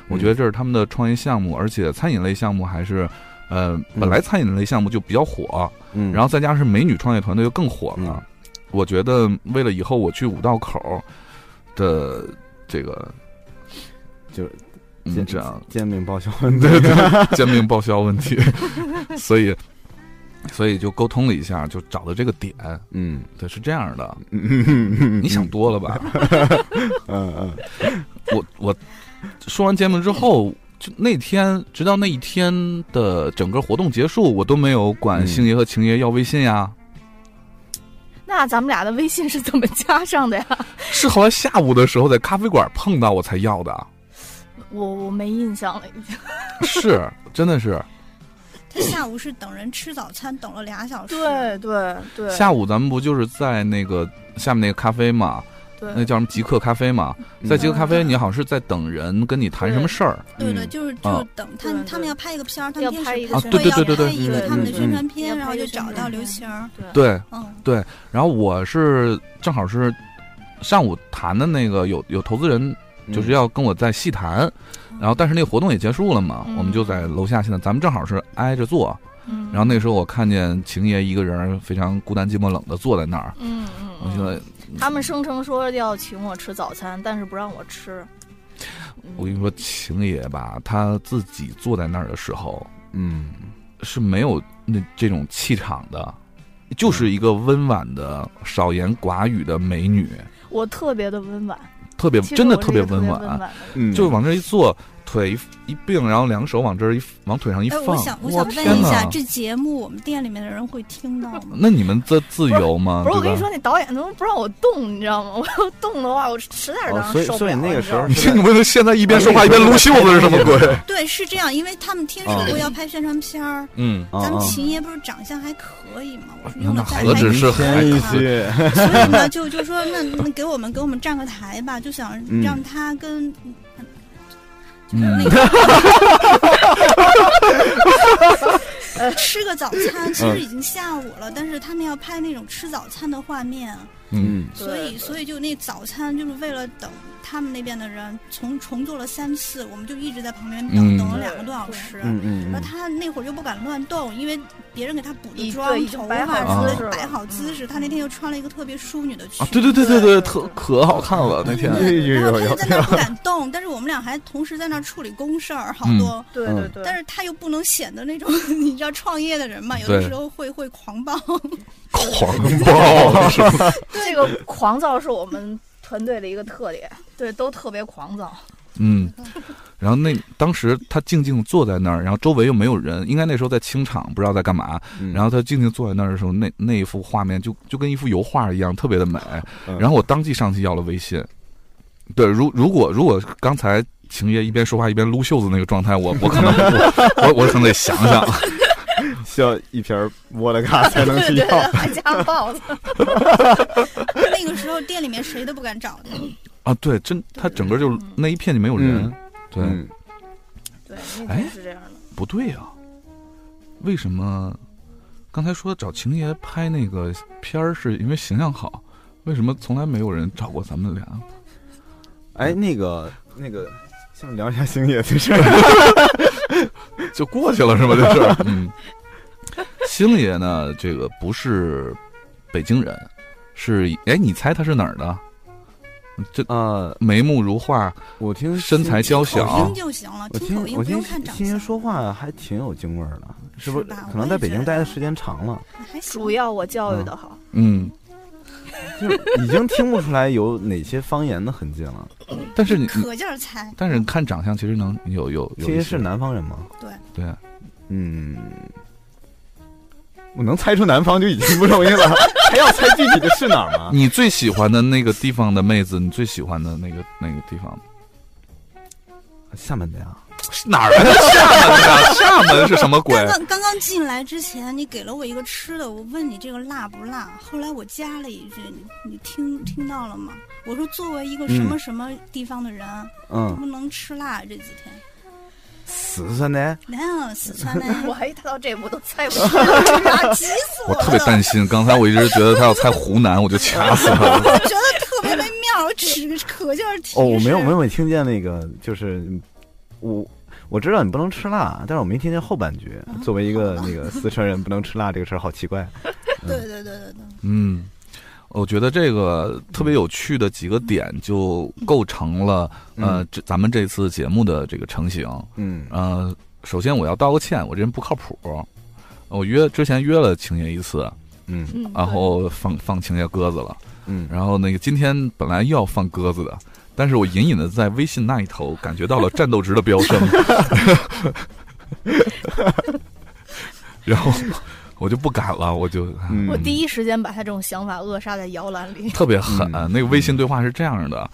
H: 我觉得这是他们的创业项目，而且餐饮类项目还是，呃，本来餐饮类项目就比较火，
B: 嗯，
H: 然后再加上是美女创业团队就更火
B: 嗯
H: 了。我觉得为了以后我去五道口的这个，
B: 就是
H: 你知道
B: 煎饼 报销，
H: 对对，煎饼报销问 题，所以所以就沟通了一下，就找到这个点，
B: 嗯
H: 对，是这样的，
B: 嗯嗯嗯嗯，
H: 你想多了吧？
B: 嗯嗯
H: 我我说完节目之后，就那天直到那一天的整个活动结束，我都没有管
B: 嗯
H: 星爷和晴爷要微信呀。
G: 那咱们俩的微信是怎么加上的呀？
H: 是后来下午的时候在咖啡馆碰到我才要的， 啊
G: 我我没印象了，已经。
H: 是真的是
F: 他下午是等人吃早餐，等了俩小时。
G: 对对对，
H: 下午咱们不就是在那个下面那个咖啡嘛，
G: 对
H: 那叫什么极客咖啡嘛，
B: 嗯
H: 在极客咖啡你好像是在等人跟你谈什么事儿，
F: 对对，
B: 嗯
F: 就是
H: 啊
F: 就是等他
G: 对对
F: 他们要拍一个片儿，他们
G: 要
F: 电视
G: 拍一
F: 台
G: 个
H: 啊对对对
F: 要
H: 对
F: 拍一个
G: 对
F: 他们的
B: 嗯
F: 宣传
G: 要
F: 片，
G: 拍
F: 然后
G: 一
F: 就
G: 个
F: 找
G: 宣
F: 到
G: 传
F: 刘
G: 片
F: 星儿。
G: 对
H: 对。
F: 嗯，
H: 然后我是正好是上午谈的那个有有投资人
B: 嗯
H: 就是要跟我在细谈，然后但是那个活动也结束了嘛，
G: 嗯
H: 我们就在楼下。现在咱们正好是挨着坐，
G: 嗯，
H: 然后那时候我看见晴爷一个人儿非常孤单寂寞冷的坐在那儿，
G: 嗯嗯，
H: 我觉得
G: 他们声称说要请我吃早餐，但是不让我吃。嗯
H: 我跟你说，晴爷吧，他自己坐在那儿的时候
B: 嗯
H: 是没有那这种气场的，就是一个温婉的少言寡语的美女，
G: 我特别的温婉，
H: 特别
G: 其实
H: 真的
G: 我是一
H: 别
G: 个特别
H: 温啊
G: 婉的人。
B: 嗯，
H: 就是往这一坐，腿一一并，然后两个手往这儿一往腿上一
F: 哎，我
H: 放，
F: 想我
H: 哇
F: 想
H: 天
F: 问一下，
H: 哪
F: 这节目我们店里面的人会听到吗？
H: 那你们自自由吗？
G: 不是我跟
H: 对
G: 你
H: 吧
G: 说，那导演怎么不让我动，你知道吗？我要动的话，我实在是
B: 哦
G: 当，
B: 所
G: 时
B: 以
G: 受不
B: 所以
G: 了了。
B: 那个
G: 你
B: 时
G: 知道
B: 候
G: 吗，
B: 是在，
H: 你们现在一边说话一边撸袖子是什么鬼？
F: 对，是这样，因为他们听
B: 哦
F: 说我要拍宣传片儿，
H: 嗯，
B: 啊
F: 咱
B: 啊
F: 们秦爷不是长相还可以吗？我是
H: 那
F: 用
H: 那
F: 了在
H: 嗯何止是还
F: 一
H: 可以
F: 些，所以呢，就就说那那给我们给我们站个台吧，就想
B: 嗯
F: 让他跟
H: 嗯
F: 那个吃个早餐，其实已经下午了，但是他们要拍那种吃早餐的画面，
B: 嗯，
H: 嗯，
F: 所以所以就那早餐就是为了等他们那边的人重重做了三次，我们就一直在旁边等、
H: 嗯
F: 等了两个多小时。
B: 嗯嗯
F: 然后
B: 嗯，
F: 他那会儿又不敢乱动，因为别人给他补的
G: 已
F: 妆
G: 嗯对、已经
F: 头
G: 摆
F: 发
H: 好姿
F: 什
H: 势
F: 么
G: 了
F: 的，摆好姿势。他那天又穿了一个特别淑女的裙子，
H: 啊，对对对对对，特可好看了那天。
F: 然后他就在那儿不敢动，但是我们俩还同时在那儿处理公事儿，好多。
G: 对
B: 嗯
G: 对对，
F: 但是他又不能显得那种 你知道创业的人嘛，有的
H: 对
F: 时候会会狂暴。
H: 狂暴是吧？
G: 这个狂躁是我们团队的一个 特点，对，都特别狂躁。
H: 嗯，然后那当时他静静坐在那儿，然后周围又没有人，应该那时候在清场，不知道在干嘛。
B: 嗯
H: 然后他静静坐在那儿的时候，那那一幅画面就就跟一幅油画一样，特别的美。
B: 嗯
H: 然后我当即上去要了微信。对，如如果如果刚才晴爷一边说话一边撸袖子那个状态，我我可能我我我可能得想想。
F: 嗯
J: 需要一瓶沃德
B: 啊
J: 嘎才能
G: 对
J: 去
G: 对对
J: 要。，
G: 还加豹 子，
F: 那个时候店里面谁都不敢找他，
H: 啊，对，真他整个就那一片就没有人，
B: 嗯
H: 对，
B: 嗯
G: 对，那
H: 哎
G: 天是这样的。
H: 不对呀、为什么刚才说找晴爷拍那个片儿是因为形象好，为什么从来没有人找过咱们俩？
B: 哎，那个那个，先聊一下星爷 的事
H: 就过去了是吗？这事儿，嗯，星爷呢，这个不是北京人，是哎，你猜他是哪儿的？这
B: 呃，
H: 眉目如画，
B: 我听
H: 身材娇
F: 口
H: 小
F: 音，就行了，
B: 我
F: 听
B: 听
F: 口音
B: 我
F: 不
B: 听
F: 用看长
B: 新
F: 相
B: 人。说话还挺有京味儿的，是不是
F: 是吧？
B: 可能
F: 我
B: 在
F: 也
B: 北
F: 觉
B: 京待的
F: 得
B: 时间长了，
F: 还行
G: 主要我教育的好，
H: 嗯，
B: 就是已经听不出来有哪些方言的痕迹了。
H: 但是你，
F: 可劲儿猜，
H: 但是看长相其实能有有有
B: 星
H: 一
B: 爷
H: 些
B: 是南方人吗？
H: 对，
B: 嗯，
J: 我能猜出南方就已经不容易了，还要猜具体的是哪儿吗？
H: 你最喜欢的那个地方的妹子，你最喜欢的那个那个地方
B: 厦门的呀。
H: 哪儿啊？ 厦门啊？厦门是什么鬼
F: 刚刚刚刚进来之前，你给了我一个吃的，我问你这个辣不辣，后来我加了一句，你你听听到了吗？我说作为一个什么什么地方的人，
B: 嗯，
F: 不能吃辣这几天。
B: 四川的，
F: 那四川的，
G: 我还一到这步都猜不出来。
F: 我 急死
H: 我
F: 我
H: 特别担心，刚才我一直觉得他要猜湖南，我就掐死他了。
F: 我觉得特别没面儿，我只可劲儿提示。
B: 哦，我没有没有听见那个，就是我我知道你不能吃辣，但是我没听见后半句。
J: 啊
B: 作为一个那个四川人，不能吃辣这个事儿好奇怪。
F: 对对对对对，
H: 嗯，我觉得这个特别有趣的几个点就构成了呃，这咱们这次节目的这个成型。
B: 嗯
H: 呃，首先我要道个歉，我这人不靠谱。我约之前约了晴爷一次，
B: 嗯
G: 嗯，
H: 然后放放晴爷鸽子了。
B: 嗯，
H: 然后那个今天本来又要放鸽子的，但是我隐隐的在微信那一头感觉到了战斗值的飙升， 然后我就不敢了，我就
B: 嗯
G: 对我第一时间把他这种想法扼杀在摇篮里。
H: 特别狠。
B: 嗯
H: 那个微信对话是这样的，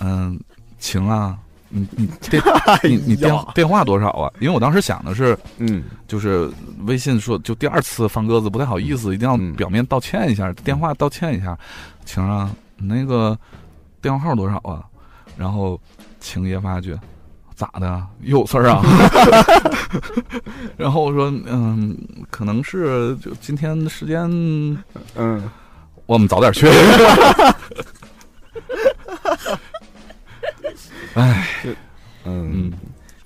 H: 嗯，晴啊，你你 电
B: 哎
J: 哎
H: 你你电电话多少啊？因为我当时想的是，
B: 嗯
H: 就是微信说就第二次放鸽子不太好意思，一定要
B: 嗯
H: 表面道歉一下，电话道歉一下。晴儿啊，你那个电话号多少啊？然后晴爷发一句，咋的？又有事儿啊？ 然后我说，嗯，可能是就今天时间，
B: 嗯，
H: 我们早点去。
B: 嗯，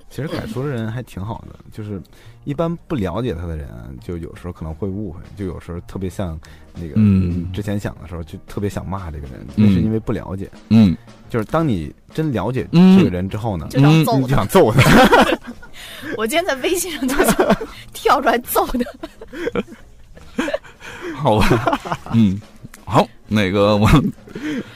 B: 其实改说的人还挺好的，就是一般不了解他的人，就有时候可能会误会，就有时候特别像那个，
H: 嗯
B: 之前想的时候就特别想骂这个人，那
H: 嗯
B: 是因为不了解。
H: 嗯，
B: 就是当你真了解
H: 嗯
B: 这个人之后呢，
G: 就想揍
B: 你就
G: 他，
B: 想揍他。
G: 我今天在微信上就想跳出来揍他。
H: 好吧，嗯，好，那个我，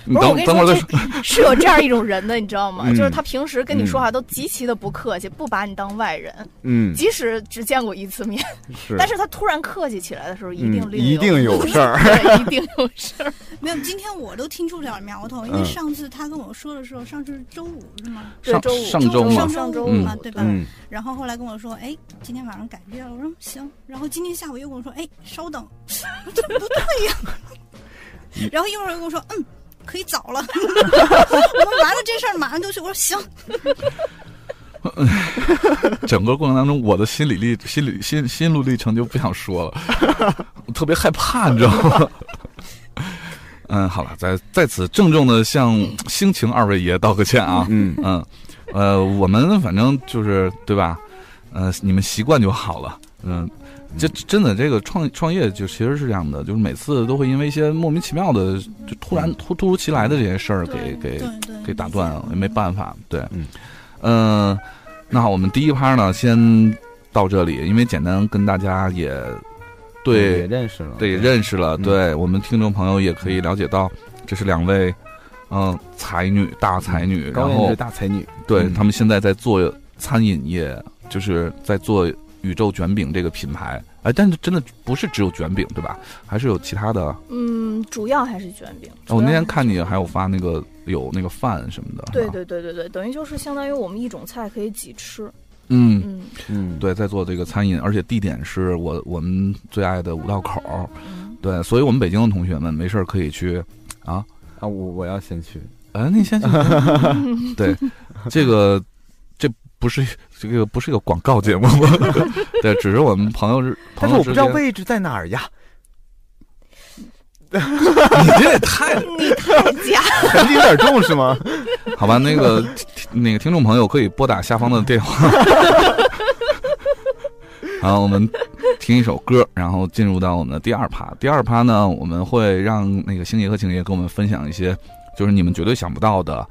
H: 你
G: 不是
H: 等
G: 我跟你
H: 等会儿
G: 说
H: 再说，
G: 是有这样一种人的，你知道吗？
K: 嗯
G: 就是他平时跟你
H: 嗯
G: 说话都极其的不客气，不把你当外人。
K: 嗯
G: 即使只见过一次面，
K: 是
G: 但是他突然客气起来的时候，一定
K: 嗯
G: 另
K: 一定有事儿
G: 对一定有事 儿。
F: 没有，今天我都听出点苗头，因为
K: 嗯
F: 上次他跟我说的时候，上次是周五是吗？
G: 对上周
H: 周
G: 五上
H: 嘛
F: 上上周五嘛，
H: 嗯
F: 对吧？
H: 嗯
F: 然后后来跟我说，哎，今天晚上改变了，我说行。然后今天下午又跟我说，哎，稍等，这不对呀。 然后一会儿又跟我说，嗯，可以早了。 我们完了这事儿马上就去。我说行，
H: 整个过程当中，我的心理历、心理心心路历程就不想说了，我特别害怕，你知道吗？ 嗯，好了，在在此郑重的向星晴二位爷道个歉啊。
K: 嗯
H: 嗯，呃，我们反正就是对吧？呃，你们习惯就好了。嗯，这真的这个创创业就其实是这样的，就是每次都会因为一些莫名其妙的，就突然突突如其来的这些事儿给给给打断，也没办法。对，嗯，呃，那好，我们第一趴呢先到这里，因为简单跟大家也对
D: 也认识了
H: 对也认识了，对我们听众朋友也可以了解到，这是两位嗯、才女大才
B: 嗯
H: 女，然
D: 高颜
H: 后
D: 值大才女
H: 对
D: 嗯
H: 他们现在在做餐饮业，就是在做宇宙卷饼这个品牌。哎，但是真的不是只有卷饼对吧？还是有其他的。
G: 嗯，主要还是卷饼。
H: 哦我那
G: 主要
H: 天看你还有发那个有那个饭什么的。
G: 对对对对对，等于就是相当于我们一种菜可以几吃。
H: 嗯
G: 嗯，
D: 嗯，
H: 对，在做这个餐饮，而且地点是我我们最爱的五道口儿。对，所以我们北京的同学们没事儿可以去啊
D: 啊，我我要先去。
H: 啊，那先对，这个这不是这个不是一个广告节目， 对，只是我们朋友之
K: 但
H: 朋
K: 是
H: 友
K: 我
H: 之
K: 不知道
H: 间。
K: 位置在哪儿 呀。
H: 你这也太
G: 你太假，
K: 痕迹有点重是吗？
H: 好吧，那个 听那个听众朋友可以拨打下方的电话。 好，我们听一首歌，然后进入到我们的第二趴。第二趴呢，我们会让那个星爷和晴爷跟我们分享一些，就是你们绝对想不到的，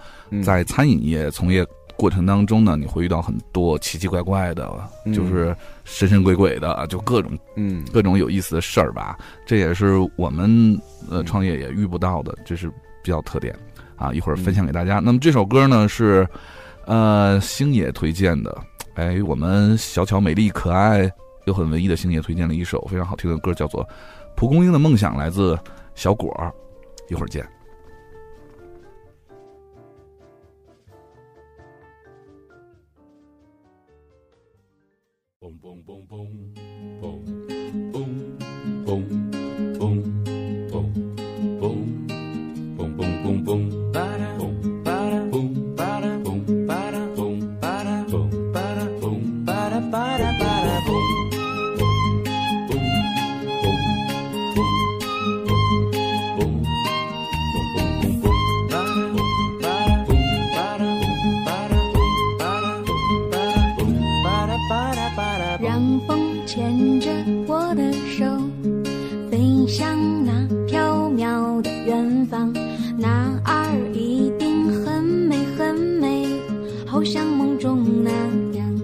H: 在餐饮业从业过程当中呢，你会遇到很多奇奇怪怪的，
D: 嗯
H: 就是神神鬼鬼的，就各种
D: 嗯
H: 各种有意思的事儿吧。这也是我们呃创业也遇不到的，这是比较特点啊。一会儿分享给大家。那么这首歌呢是呃星野推荐的，哎，我们小巧美丽可爱又很文艺的星野推荐了一首非常好听的歌，叫做《蒲公英的梦想》，来自小果儿。一会儿见。
L: 嘣嘣嘣嘣嘣嘣嘣嘣嘣嘣嘣嘣嘣嘣嘣嘣嘣嘣嘣嘣
B: 让风牵着我的手，飞向那缥缈的远方。那儿一定很美很美，好像梦中那样。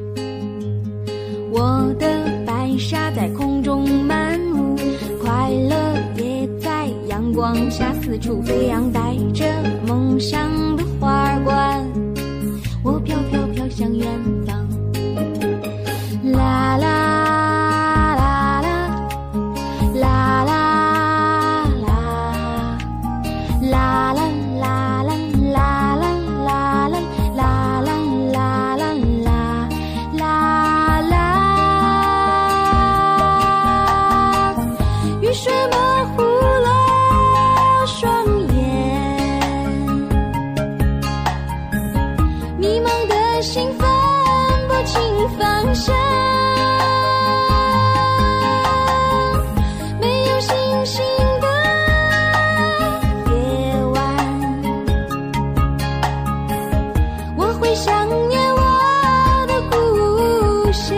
B: 我的白纱在空中漫舞，快乐也在阳光下四处飞扬，带着梦想的花冠，我飘飘飘向远方。啦啦啦啦啦啦啦啦啦啦啦啦啦啦啦啦啦啦啦啦啦啦，雨水模糊了双眼。迷茫的心分不清方向，没有星星的夜晚，我会想念我的故乡。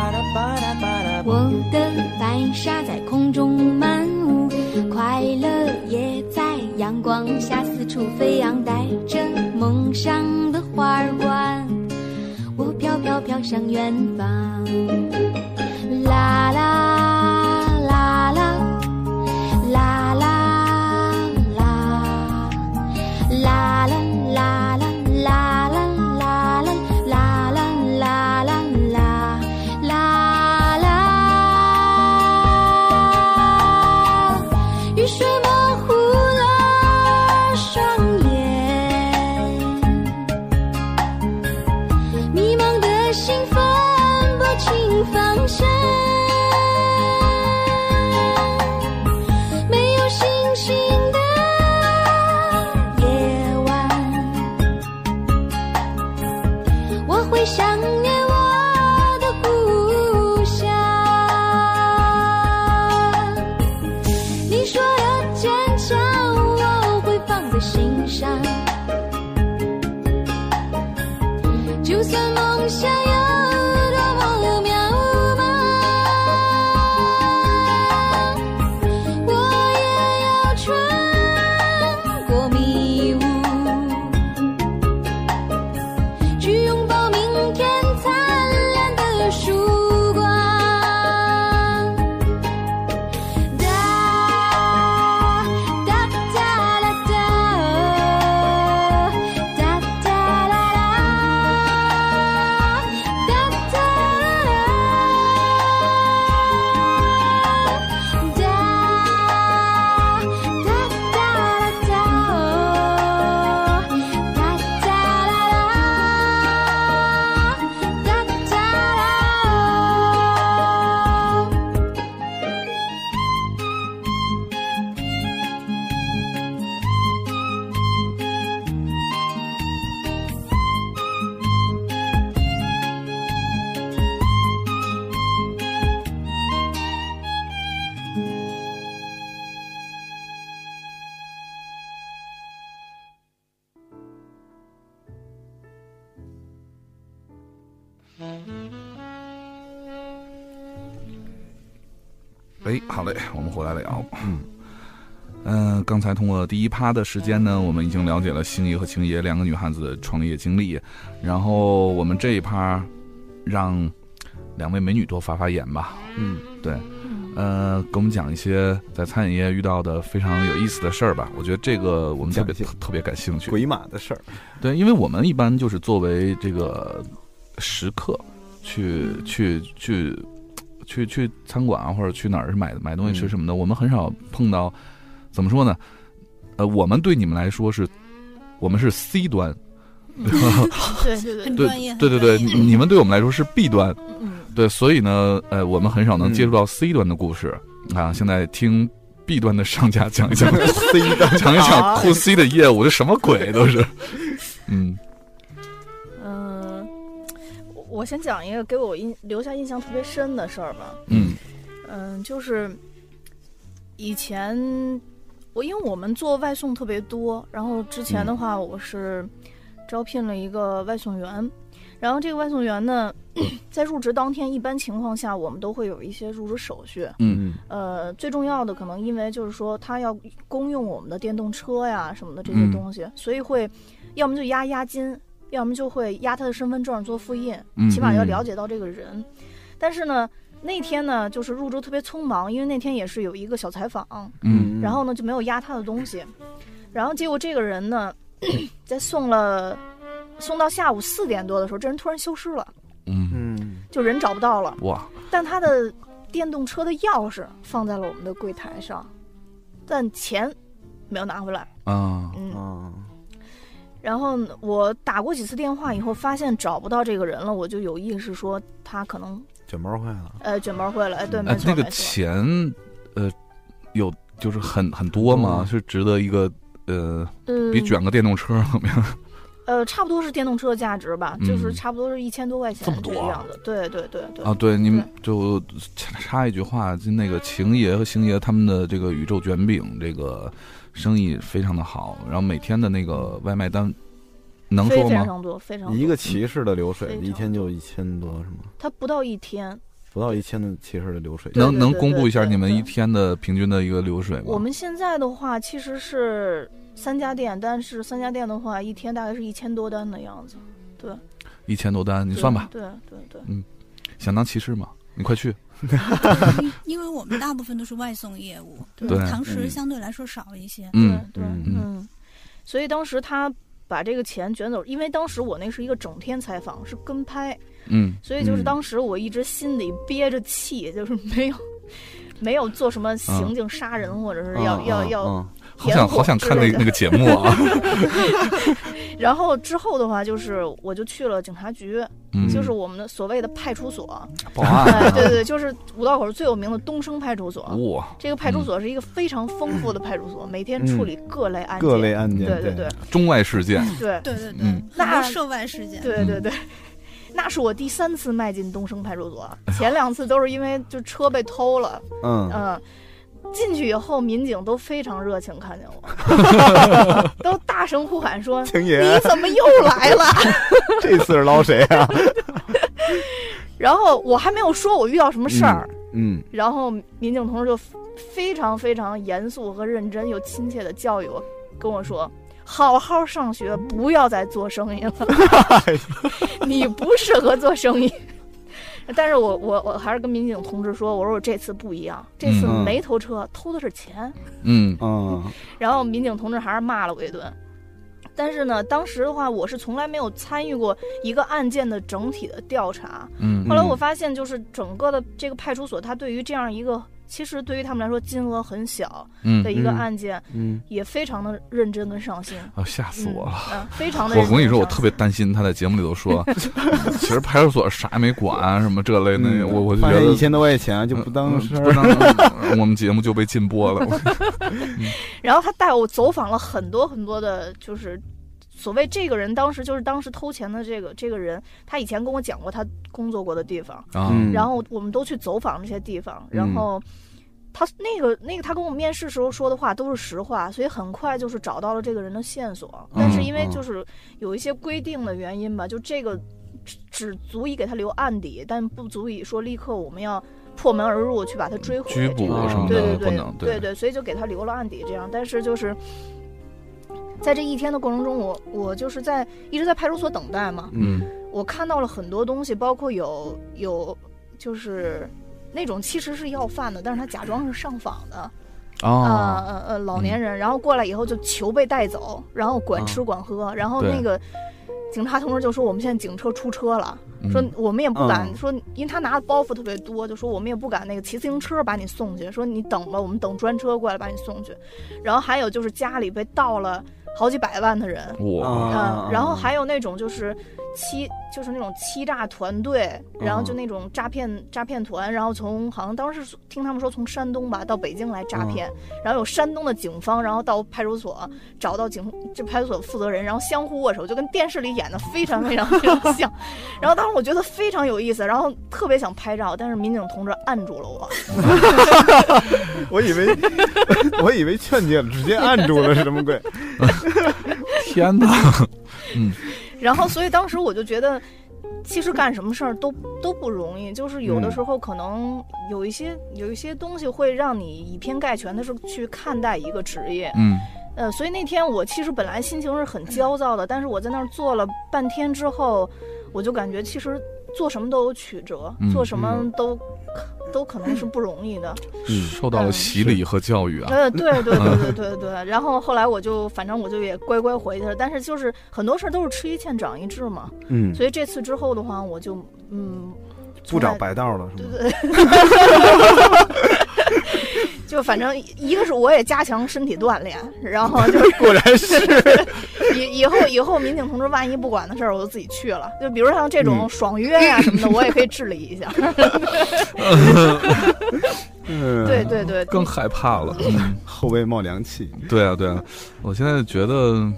B: 我的白纱在空中漫舞，快乐也在阳光下四处处飞扬，带着梦想的花儿冠，我飘飘飘向远方。啦啦啦啦，啦啦啦，啦啦啦啦啦啦啦啦啦啦啦啦啦啦啦，雨水模糊了双眼，迷茫的心分不清方向，没有星星的夜晚。我会想念我的故乡。你说的坚强，我会放在心上。就算梦想有多么渺茫，我也要穿过迷雾。去拥抱明天灿烂的曙光。哒哒哒啦哒，哒哒啦啦，哒哒啦啦，哒哒哒啦哒，哒哒啦啦，哒哒啦。
H: 哎，好嘞，我们回来聊。嗯，呃，刚才通过第一趴的时间呢，我们已经了解了星爷和晴爷两个女汉子的创业经历，然后我们这一趴让两位美女多发发言吧。嗯，对，呃，给我们讲一些在餐饮业遇到的非常有意思的事儿吧。我觉得这个我们特别特特别感兴趣。
M: 鬼马的事儿，
H: 对，因为我们一般就是作为这个食客去去去去去餐馆啊，或者去哪儿买买东西
M: 嗯
H: 吃什么的，我们很少碰到。怎么说呢？呃，我们对你们来说是，我们是 C 端，
G: 对对对，
F: 很专业
H: 对，对对对，你你们对我们来说是 B 端，
G: 嗯
H: 对，所以呢，呃，我们很少能接
M: 嗯
H: 触到 C 端的故事、啊。现在听 B 端的商家讲一讲
M: C 端
H: 讲一讲
G: 好
H: to C 的业务，这什么鬼都是，嗯。
G: 嗯，我我先讲一个给我印留下印象特别深的事儿吧。
H: 嗯
G: 嗯，就是以前我因为我们做外送特别多，然后之前的话我是招聘了一个外送员，然后这个外送员呢，在入职当天，一般情况下我们都会有一些入职手续。
H: 嗯
G: 呃，最重要的可能因为就是说他要公用我们的电动车呀什么的这些
D: 嗯
G: 东西，所以会要么就压押金，要么就会压他的身份证做复印，
D: 嗯
G: 起码要
D: 嗯
G: 了解到这个人。但是呢，那天呢就是入职特别匆忙，因为那天也是有一个小采访，
D: 嗯
G: 然后呢就没有压他的东西，然后结果这个人呢， 在送了送到下午四点多的时候，这人突然消失了，
H: 嗯
M: 嗯，
G: 就人找不到了。
H: 哇，
G: 但他的电动车的钥匙放在了我们的柜台上，但钱没有拿回来。嗯
H: 啊
M: 啊，
B: 嗯
G: 然后我打过几次电话以后，发现找不到这个人了，我就有意识说他可能
M: 卷毛坏了。
G: 呃卷包会了。哎，对，没
H: 哎，
G: 错
H: 那个
G: 没错。
H: 钱，呃，有就是很很多吗？是值得一个呃，比
G: 嗯
H: 卷个电动车怎么样？
G: 呃，差不多是电动车价值吧，就是
H: 嗯
G: 差不多是一千多块钱
H: 这么多
G: 这个
H: 啊
G: 样子。对对对对。
H: 啊，对，你们就插插一句话，就那个晴爷和星爷他们的这个宇宙卷饼这个生意非常的好，然后每天的那个外卖单能说
G: 非
H: 吗？
G: 常多，非常多。
M: 一个骑士的流水
G: 非常
M: 一天就一千多是吗？
G: 他不到一
H: 啊
G: 天，
M: 不到一千的骑士的流水，
H: 能能公布一下你们一天的平均的一个流水吗？
G: 我们现在的话其实是三家店，但是三家店的话，一天大概是一千多单的样子。对，
H: 一千多单，你
G: 对
H: 算吧。
G: 对对对
H: 嗯，想当骑士吗？你快去。
F: 因为我们大部分都是外送业务，
H: 对
F: 堂食
H: 嗯
F: 相对来说少一些。
H: 嗯
G: 对
H: 嗯
G: 嗯，所以当时他把这个钱卷走，因为当时我那是一个整天采访，是跟拍，
H: 嗯
G: 所以就是
H: 嗯
G: 当时我一直心里憋着气，就是没有。 没有做什么刑警杀人，或者是要、
H: 嗯
G: 要、
H: 嗯
G: 要
H: 嗯好
G: 点
H: 想
G: 火
H: 好想
G: 之
H: 看
G: 类
H: 那
G: 的
H: 那个节目啊。
G: 然后之后的话，就是我就去了警察局，
H: 嗯
G: 就是我们的所谓的派出所。
H: 保安啊
G: 哎对对对，就是五道口最有名的东升派出所。
H: 哇
G: 这个派出所是一个非常丰富的派出所，每天处理各类案
H: 嗯
G: 件。
H: 各类案件
G: 对对对。
H: 中外事件，
G: 对
F: 对对
H: 嗯，
G: 那
F: 涉外事件
G: 对对 对，那是我第三次迈进东升派出所，前两次都是因为就车被偷了，
B: 嗯
G: 进去以后，民警都非常热情，看见我，都大声呼 喊说：“
J: 青爷
B: 啊
G: 你怎么又来了？”
J: 这次是捞谁啊？
G: 然后我还没有说我遇到什么事儿，
B: 嗯，
G: 然后民警同志就非常非常严肃和认真又亲切的教育我，跟我说：“好好上学，不要再做生意了，你不适合做生意。”但是我我我还是跟民警同志说，我说我这次不一样，这次
B: 嗯
G: 没偷车，偷的是钱。
H: 嗯
B: 嗯
G: 然后民警同志还是骂了我一顿。但是呢，当时的话，我是从来没有参与过一个案件的整体的调查。
H: 嗯
G: 后来我发现，就是整个的这个派出所，它对于这样一个其实对于他们来说金额很小
H: 嗯
G: 的一个
H: 嗯
G: 案件，
H: 嗯
G: 也非常的认真跟上心。
H: 啊，吓死我了！
G: 嗯，非常的。
H: 我跟你说，我特别担心他在节目里头说，其实派出所啥也没管，啊什么这类那，
B: 嗯
H: 我我就觉
J: 发现
H: 得嗯
J: 一千多块钱就不当事儿
H: 不当，我们节目就被禁播了。我
G: 然后他带我走访了很多很多的，就是所谓这个人当时就是当时偷钱的这个这个人，他以前跟我讲过他工作过的地方，
H: 啊嗯
G: 然后我们都去走访这些地方，然后。他那个那个，他跟我面试时候说的话都是实话，所以很快就是找到了这个人的线索。但是因为
N: 嗯
G: 就是有一些规定的原因吧，就这个只只足以给他留案底，但不足以说立刻我们要破门而入去把他追回。
H: 拘捕
G: 这个
H: 什么的
G: 啊对对对
H: 不能
G: 对
H: 对
G: 对，所以就给他留了案底这样。但是就是在这一天的过程中，我我就是在一直在派出所等待嘛，
H: 嗯，
G: 我看到了很多东西，包括有有就是那种其实是要饭的，但是他假装是上访的。
N: 哦
G: 啊呃呃
N: 嗯
G: 老年人，然后过来以后就求被带走，然后管
N: 啊
G: 吃管喝，然后
N: 对
G: 那个警察同志就说我们现在警车出车了，
N: 嗯
G: 说我们也不敢、
N: 嗯
G: 说，因为他拿的包袱特别多，就说我们也不敢那个骑自行车把你送去，说你等吧，我们等专车过来把你送去。然后还有就是家里被盗了好几百万的人，
N: 哇
G: 嗯，然后还有那种就是欺，就是那种欺诈团队，然后就那种诈骗、诈骗团，然后从好像当时听他们说从山东吧到北京来诈骗，然后有山东的警方，然后到派出所找到警这派出所负责人，然后相互握手，就跟电视里演的非常非常非常像。 然后当时我觉得非常有意思，然后特别想拍照，但是民警同志按住了我。
J: 我以 为我以为劝解了，直接按住了是什么鬼？
H: 天哪！嗯，
G: 然后，所以当时我就觉得，其实干什么事儿都都不容易，就是有
H: 嗯
G: 的时候可能有一些、有一些东西会让你以偏概全的是去看待一个职业。
H: 嗯
G: 呃，所以那天我其实本来心情是很焦躁的，但是我在那儿坐了半天之后，我就感觉其实做什么都有曲折，
H: 嗯
G: 做什么都、都可能是不容易的。
H: 嗯受到了洗礼和教育啊。
G: 呃，对对对对
H: 嗯
G: 对对。然后后来我就，反正我就也乖乖回去了。但是就是很多事儿都是吃一堑长一智嘛。
B: 嗯
G: 所以这次之后的话，我就嗯，
B: 不
G: 从
B: 找
G: 来
B: 白道了是
G: 对
B: 吗？
G: 对。就反正一个是我也加强身体锻炼，然后就是
J: 果然是
G: 以以后以后民警同志万一不管的事儿，我就自己去了。就比如像这种
J: 嗯
G: 爽约呀、什么的，我也可以治理一下。
B: 嗯
G: 对对对
H: 更害怕了，嗯
J: 后背冒凉气。
H: 对啊，对啊，我现在觉得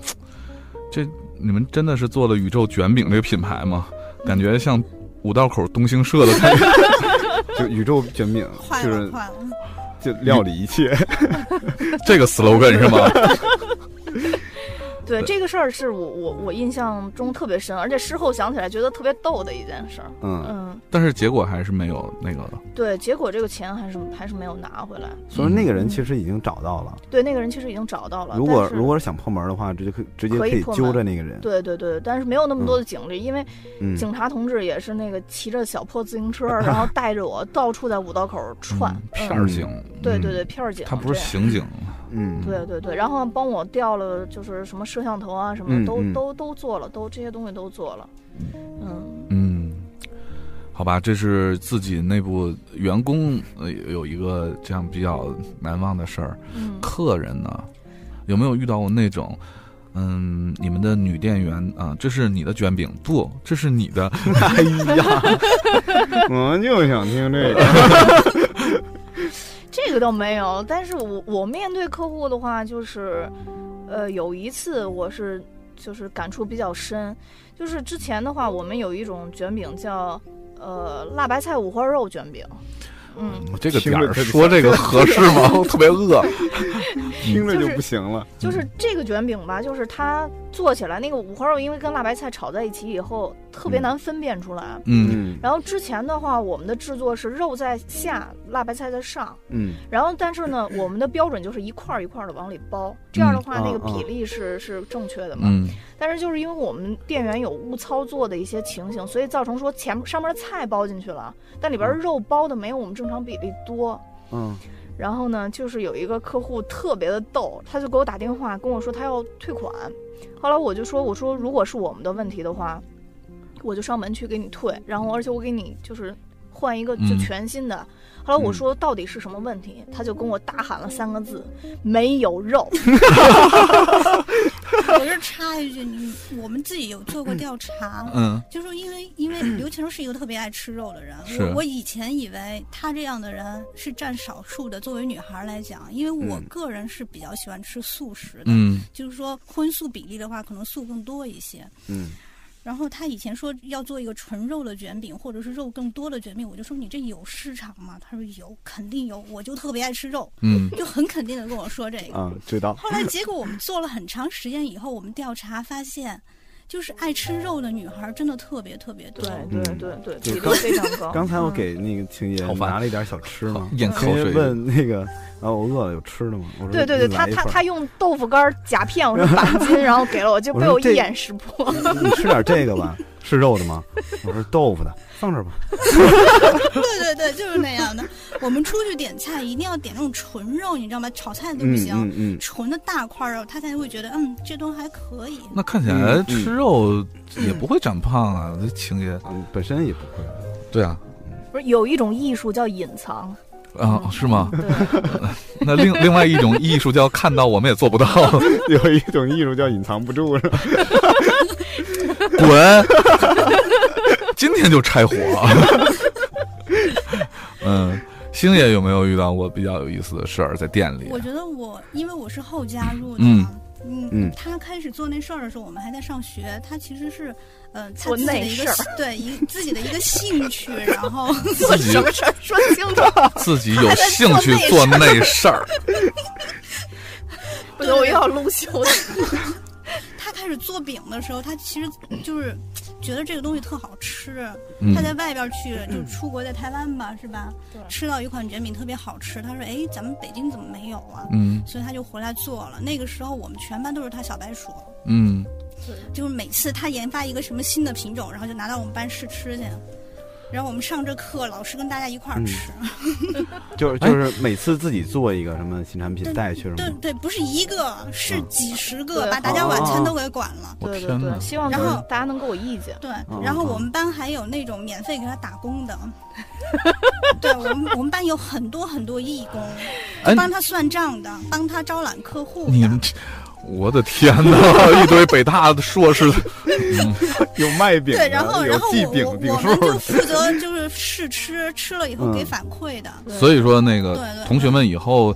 H: 这你们真的是做了宇宙卷饼这个品牌吗？感觉像五道口东兴社的感觉，
J: 就宇宙卷饼，
F: 坏
J: 就
F: 了
J: 是
F: 坏了，
J: 就料理一切。
H: 这个 slogan 是吗？
G: 对这个事儿是我我我印象中特别深，而且事后想起来觉得特别逗的一件事儿。
H: 嗯， 但是结果还是没有那个。嗯
G: 对，结果这个钱还是还是没有拿回来。
B: 所以那个人其实已经找到了。
G: 对，那个人其实已经找到了。
B: 如果
G: 但是
B: 如果是想破门的话，直接可以直接
G: 可以破门
B: 揪着那个人。
G: 对对对，但是没有那么多的警力，因为
B: 嗯
G: 警察同志也是那个骑着小破自行车，然后带着我到处在五道口 串。
H: 片
G: 嗯
H: 儿警，
G: 对
H: 嗯
G: 对对，片儿警。
H: 他不是
G: 对
H: 刑警，
B: 嗯
G: 对对对，然后帮我调了，就是什么摄像头啊，什么
H: 嗯
G: 都、
H: 嗯
G: 都都做了，都这些东西都做了。嗯，
H: 嗯，好吧，这是自己内部员工呃有一个这样比较难忘的事儿。
G: 嗯
H: 客人呢，有没有遇到过那种？嗯，你们的女店员啊，这是你的卷饼，不，这是你的。哎呀，
J: 我就想听这个。
G: 这个倒没有，但是我我面对客户的话，就是，呃，有一次我是就是感触比较深，就是之前的话，我们有一种卷饼叫呃辣白菜五花肉卷饼，嗯，
H: 这个
J: 听
H: 点
J: 着
H: 儿
J: 就
H: 说这个合适 吗？我特别饿，
J: 听着
G: 就
J: 就是不行了。
G: 就是这个卷饼吧，就是它做起来那个五花肉，因为跟辣白菜炒在一起以后，特别难分辨出来。
H: 嗯
G: 然后之前的话，我们的制作是肉在下，辣白菜在上。
B: 嗯
G: 然后，但是呢，我们的标准就是一块儿一块儿的往里包，这样的话，
B: 嗯
G: 那个
B: 啊啊
G: 比例是、是正确的嘛？
H: 嗯
G: 但是就是因为我们店员有误操作的一些情形，所以造成说前上面的菜包进去了，但里边肉包的没有我们正常比例多。
B: 嗯
G: 然后呢，就是有一个客户特别的逗，他就给我打电话跟我说他要退款，后来我就说我说如果是我们的问题的话，我就上门去给你退，然后而且我给你就是换一个就
C: 嗯
G: 全新的。后来我
F: 嗯
G: 说到底是什么问题，他就跟我大喊了三个字：没有肉。
F: 我这插一句，你我们自己有做过调查，
H: 嗯
F: 啊就是因为因为刘晴是一个特别爱吃肉的人，
H: 是
F: 我我以前以为她这样的人嗯是占少数的，作为女孩来讲，因为我
H: 嗯
F: 个人是比较喜欢吃素食的，
H: 嗯
F: 就是说荤素比例的话，可能素更多一些。
B: 嗯
F: 然后他以前说要做一个纯肉的卷饼，或者是肉更多的卷饼，我就说你这有市场吗？他说有，肯定有，我就特别爱吃肉，
J: 嗯
F: 就很肯定的跟我说这个。
J: 啊，知道。
F: 后来结果我们做了很长时间以后，我们调查发现，就是爱吃肉的女孩真的特别特别多。
G: 对
B: 嗯
G: 对对
B: 就
G: 比例
B: 刚
G: 非常高
B: 刚才我给那个青爷拿了一点小吃 嘛，
H: 咽口水
B: 青爷问那个啊，我饿了有吃的吗？我说
G: 对对对，
B: 你
G: 他
B: 来一
G: 他
B: 份儿
G: 他用豆腐干儿夹片，我说 板筋，然后给了我，就
B: 我
G: 被
B: 说
G: 我
B: 这
G: 一眼识 破。
B: 你吃点这个吧，是肉的吗？我说豆腐的，放这儿吧。
F: 对对对，就是那样的。 我们出去点菜一定要点那种纯肉，你知道吗？炒菜都不行，
H: 嗯嗯嗯
F: 纯的大块肉，他才会觉得嗯，这东西还可以。
H: 那看起来吃肉也不会长胖啊，这情节
B: 嗯本身也不
H: 会。对啊，
G: 不是有一种艺术叫隐藏，
H: 啊，是吗？
F: 嗯
H: 那另另外一种艺术叫看到，我们也做不到。
J: 有一种艺术叫隐藏不住，是吧？
H: 滚！今天就拆伙。 嗯，星爷有没有遇到过比较有意思的事儿在店里？啊
F: 我觉得我因为我是后加入的
H: 嗯
F: 嘛，嗯
H: 嗯
F: 他开始做那事儿的时候，我们还在上学。他其实是，呃，他
G: 做
F: 自己
G: 那
F: 的一
G: 事
F: 个
G: 儿
F: 对一自己的一个兴趣，然 后
H: 做自己什么事
G: 儿说清 楚。
H: 自己有兴趣做那事儿，
G: 不行，我又要撸袖子。
F: 他开始做饼的时候，他其实就是觉得这个东西特好吃。
H: 嗯
F: 他在外边去，就出国，在台湾吧，是吧？吃到一款卷饼特别好吃，他说：“哎，咱们北京怎么没有啊？”
H: 嗯
F: 所以他就回来做了。那个时候我们全班都是他小白鼠，
H: 嗯，
F: 就是每次他研发一个什么新的品种，然后就拿到我们班试吃去。然后我们上这课，老师跟大家一块儿吃。
B: 嗯就是就是每次自己做一个什么新产品带去是
F: 对
B: 吗？
F: 对，不是一个，是几十个，
G: 对
F: 把大家晚餐
B: 哦
F: 都给管了。
B: 我
G: 对对
B: 天哪
G: 对，希望
F: 然
G: 就是
F: 后
G: 大家能给我意见。
F: 对
B: 嗯，
F: 然后
B: 嗯
F: 我们班还有那种免费给他打工的，对我们我们班有很多很多义工，
H: 哎
F: 就帮他算账的，帮他招揽客户的。
H: 你们这，我的天哪！一 堆北大的硕士，
J: 有卖饼啊
F: 对，然后
J: 有
F: 然后
J: 寄
F: 我
J: 饼
F: 我
J: 饼
F: 我
J: 数
F: 们 就
J: 的。
F: 负责就是试吃，吃了以后
H: 嗯
F: 给反馈的。
H: 所以说那个
F: 对对
H: 同学们以后，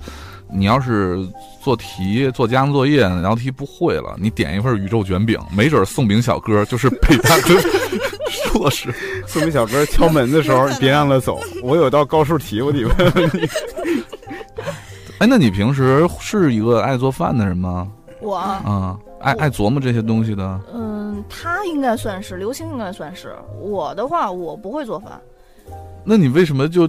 H: 你要是做题做家庭作业，然后题不会了，你点一份宇宙卷饼，没准送饼小哥就是北大的 硕士。
J: 送给小哥敲门的时候，你别让他走。我有道高数题，我得问问你。
H: 哎，那你平时是一个爱做饭的人吗？
G: 我
H: 啊，爱爱琢磨这些东西的，
G: 嗯，他应该算是，刘星应该算是。我的话，我不会做饭，
H: 那你为什么就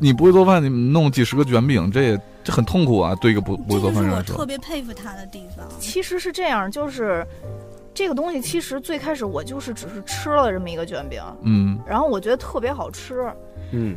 H: 你不会做饭，你弄几十个卷饼，这也这很痛苦啊？对一个不不会做饭
C: 是
H: 人
C: 我
H: 来说
C: 特，别佩服他的地方。
G: 其实是这样，就是这个东西，其实最开始我就是只是吃了这么一个卷饼，
H: 嗯
G: 然后我觉得特别好吃，
O: 嗯，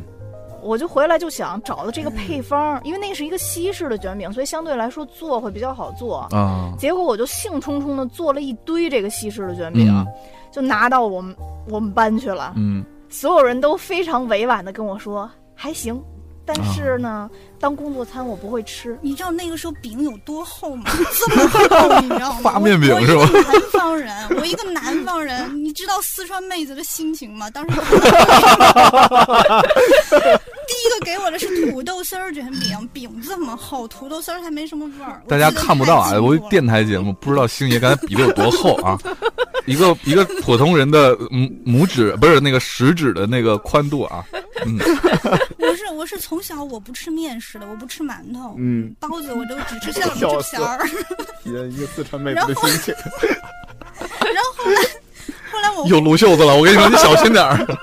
G: 我就回来就想找到这个配方，因为那是一个西式的卷饼，所以相对来说做会比较好做。
H: 啊
G: 结果我就兴冲冲的做了一堆这个西式的卷饼，
F: 啊
G: 就拿到我们我们班去了。
H: 嗯
G: 所有人都非常委婉的跟我说还行，但
B: 啊
G: 是呢，当工作餐我不会吃。
C: 你知道那个时候饼有多厚吗？这么厚，你 知道吗？
H: 发面饼是吧
C: 我一个南方人，我一个南方人，你知道四川妹子的心情吗？当时看到那个饼， 第一个给我的是土豆丝儿卷饼，饼这么厚，土豆丝儿还没什么味儿。
H: 大家看不到
C: 我记
H: 啊，
C: 得
H: 我电台节目不知道星爷刚才比的有多厚啊， 一个一个普通人的拇拇指不是那个食指的那个宽度啊， 嗯，
C: 我是我是从小我不吃面食的，我不吃馒头，
H: 嗯
C: 包子我都只吃馅儿不吃馅儿。
B: 体验一个四川妹子的心 情。
C: 然后后来后来我
H: 有撸袖子了，我跟你说，你小心点儿。 嗯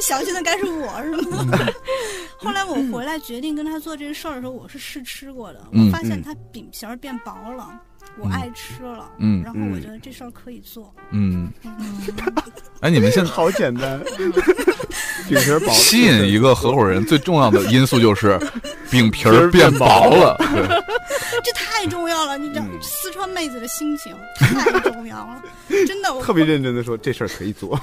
C: 小心的该是我是吗？ 后来我回来决定跟他做这个事儿的时候，我是试吃过的，
H: 嗯
C: 我发现他饼皮儿变薄了，我爱吃了，
H: 嗯
C: 然后我觉得这事儿可以做，
H: 嗯， 哎，你们现在
B: 好简单， 饼皮儿薄
H: 吸引一个合伙人最重要的因素就是饼皮儿变薄 了。对，
C: 这太重要了，你知道、
H: 嗯
C: 四川妹子的心情太重要了，真的，我
B: 特别认真的说这事儿可以 做，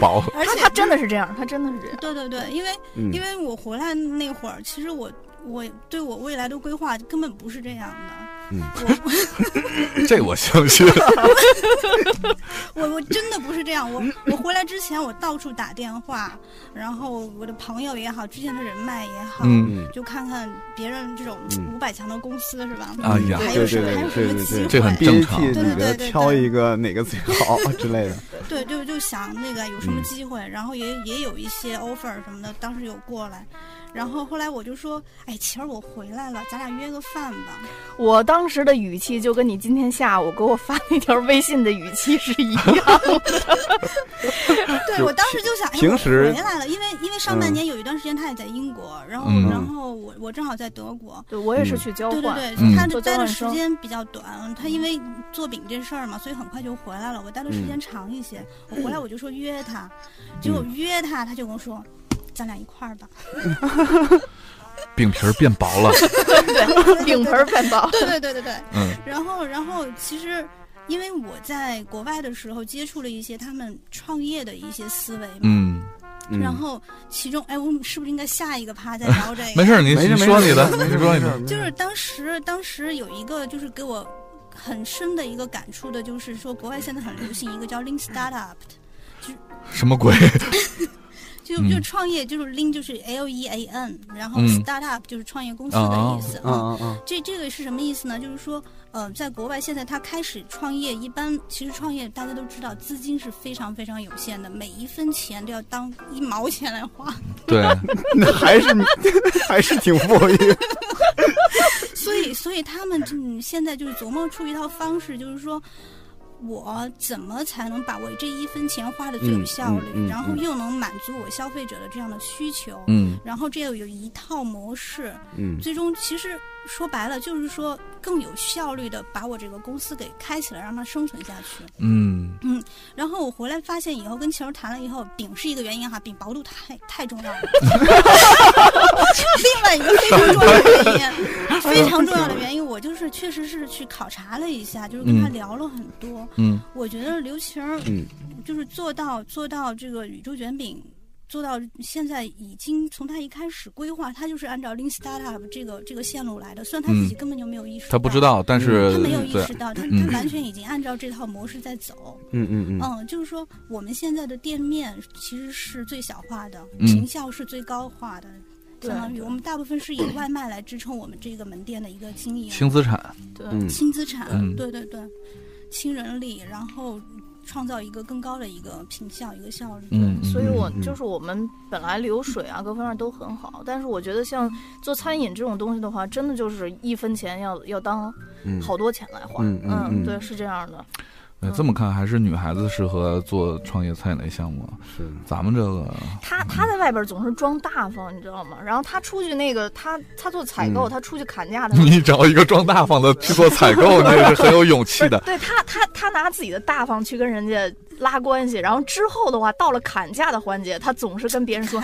B: 薄。
C: 而且
G: 他真的是这样，他真的是这样。
C: 对对对，因为、
B: 嗯
C: 因为我回来那会儿，其实我我对我未来的规划根本不是这样的。
H: 嗯
C: 我
H: 这我相信
C: 我我真的不是这样，我我回来之前我到处打电话，然后我的朋友也好，之前的人脉也好，
H: 嗯
C: 就看看别人这种
B: 嗯
C: 五百强的公司是吧？
B: 哎
C: 嗯还有
B: 对
C: 什
B: 对
C: 么还有
B: 对
C: 什
B: 对
C: 么机
B: 对
C: 会？，
B: 第一
C: 对
B: 季
C: 对
B: 里
C: 对
B: 边
C: 对对
B: 挑一个哪个最好之类的。
C: 对，就就想那个有什么
B: 嗯
C: 机会，然后也也有一些 offer 什么的，当时有过来，然后后来我就说，哎，其实我回来了，咱俩约个饭吧。
G: 我当时的语气就跟你今天下午给我发那条微信的语气是一样的。
C: 对，我当时就想，哎，
B: 平
C: 我
B: 时
C: 回来了，因为因为上半
B: 嗯
C: 年有一段时间他也在英国，然后
B: 嗯
C: 然后我我正好在德国，
G: 对我也是去交
C: 对
G: 换
C: 对
G: 嗯
C: 对，他就
G: 做
C: 待
G: 交
C: 的
G: 换
C: 时
G: 生
C: 间比较短，他因为做饼这事儿嘛，所以很快就回来了。我待的时间
G: 嗯
C: 长一些，我回来我就说约他，结果约他，他就跟我说，咱俩一块儿吧。
H: 饼皮儿变薄 了。
C: 对，
G: 饼皮儿变薄
C: 对对对对对。
H: 嗯
C: 然后，然后其实。因为我在国外的时候接触了一些他们创业的一些思维嘛，
H: 嗯，
C: 然后其中哎，我们是不是应该下一个趴再聊这个？
H: 没事儿你
B: 没事
H: 你说
B: 没事
H: 你的
B: 没事
H: 你说
B: 没
H: 你
B: 事
H: 的
B: 没事
C: 就是当时当时有一个就是给我很深的一个感触的，就是说国外现在很流行一个叫 Lean Startup 的。
H: 什么鬼？
C: 就
H: 嗯
C: 就创业就是 lean 就是 L E A N，然后
H: 嗯
C: startup 就是创业公司的意思
B: 啊啊啊啊啊
C: 这这个是什么意思呢？就是说，呃，在国外现在他开始创业，一般其实创业大家都知道，资金是非常非常有限的，每一分钱都要当一毛钱来花。
H: 对，
B: 那还是 还是挺富裕。
C: 所以，所以他们嗯，现在就是琢磨出一套方式，就是说我怎么才能把我这一分钱花的最有
G: 嗯
C: 效率，
G: 嗯嗯
C: 然后
G: 嗯
C: 又能满足我消费者的这样的需求，
G: 嗯
C: 然后这又有一套模式，
G: 嗯
C: 最终其实说白了就是说更有效率的把我这个公司给开起来，让它生存下去。
H: 嗯
C: 嗯，然后我回来发现以后，跟球儿谈了以后，饼是一个原因哈，饼薄度太太重要了。 另外一个非常重要的原因，非常重要的原因，我就是确实是去考察了一下， 就是跟他
H: 嗯
C: 聊了很多。
H: 嗯
C: 我觉得刘琴儿
H: 嗯
C: 就是做到做到这个宇宙卷饼。做到现在已经从他一开始规划，他就是按照 Lean Startup 这个这个线路来的。虽然他自己
H: 嗯
C: 根本就没有意识到，
H: 他不知道但是
C: 他没有意
H: 对
C: 识到，他
H: 嗯
C: 他完全已经按照这套模式在走。
H: 嗯嗯嗯
C: 嗯，就是说我们现在的店面其实是最小化的，
H: 嗯
C: 坪效是最高化的，
G: 对
C: 相当于我们大部分是以外卖来支撑我们这个门店的一个经营。
H: 嗯轻资产
C: 对，
H: 嗯
C: 啊轻资产，
H: 嗯
C: 对对对，轻人力，然后
F: 创造一个更高的一个品效、一个效率。
H: 嗯嗯
G: 所以我
H: 嗯嗯
G: 就是我们本来流水啊各方面都很好，但是我觉得像做餐饮这种东西的话，真的就是一分钱要要当
H: 嗯
G: 好多钱来花。
H: 嗯嗯嗯
G: 对，是这样的。
H: 哎，这么看还是女孩子适合做创业餐饮类项目啊。
B: 是，
H: 咱们 这个
G: 他他在外边总是装大方，你知道吗？然后他出去那个，他他做采购，
H: 嗯
G: 他出去砍价的。
H: 你找一个装大方的去做采 购，那是很有勇气的。
G: 对他，他他拿自己的大方去跟人家拉关系，然后之后的话，到了砍价的环节，他总是跟别人说：“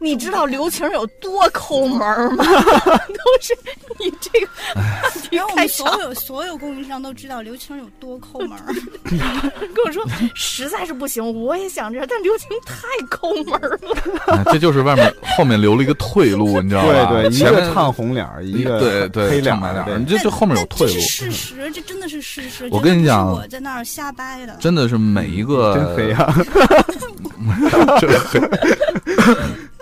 G: 你知道刘晴有多抠门儿吗？” 都是你这个话题
F: 然后我
G: 开
F: 们
G: 场
F: 所有所有供应商都知道刘青有多抠门 儿，
G: 跟我说， 实在是不行，我也想这样，但刘晴太抠门儿 了。
H: 哎这就是外面后面留了一个退路，你知道吧？
B: 对对一个
H: 前面
B: 唱红脸儿一个
H: 对对
B: 黑脸儿
H: 唱白脸
B: 对
H: 儿，你这这后面有退
F: 这是。
H: 路
F: 事实，这真的是事实。
H: 我跟你
F: 真的不是
H: 讲
F: 我在那儿瞎掰的。
H: 真的是每一个
B: 真黑啊
H: 真黑，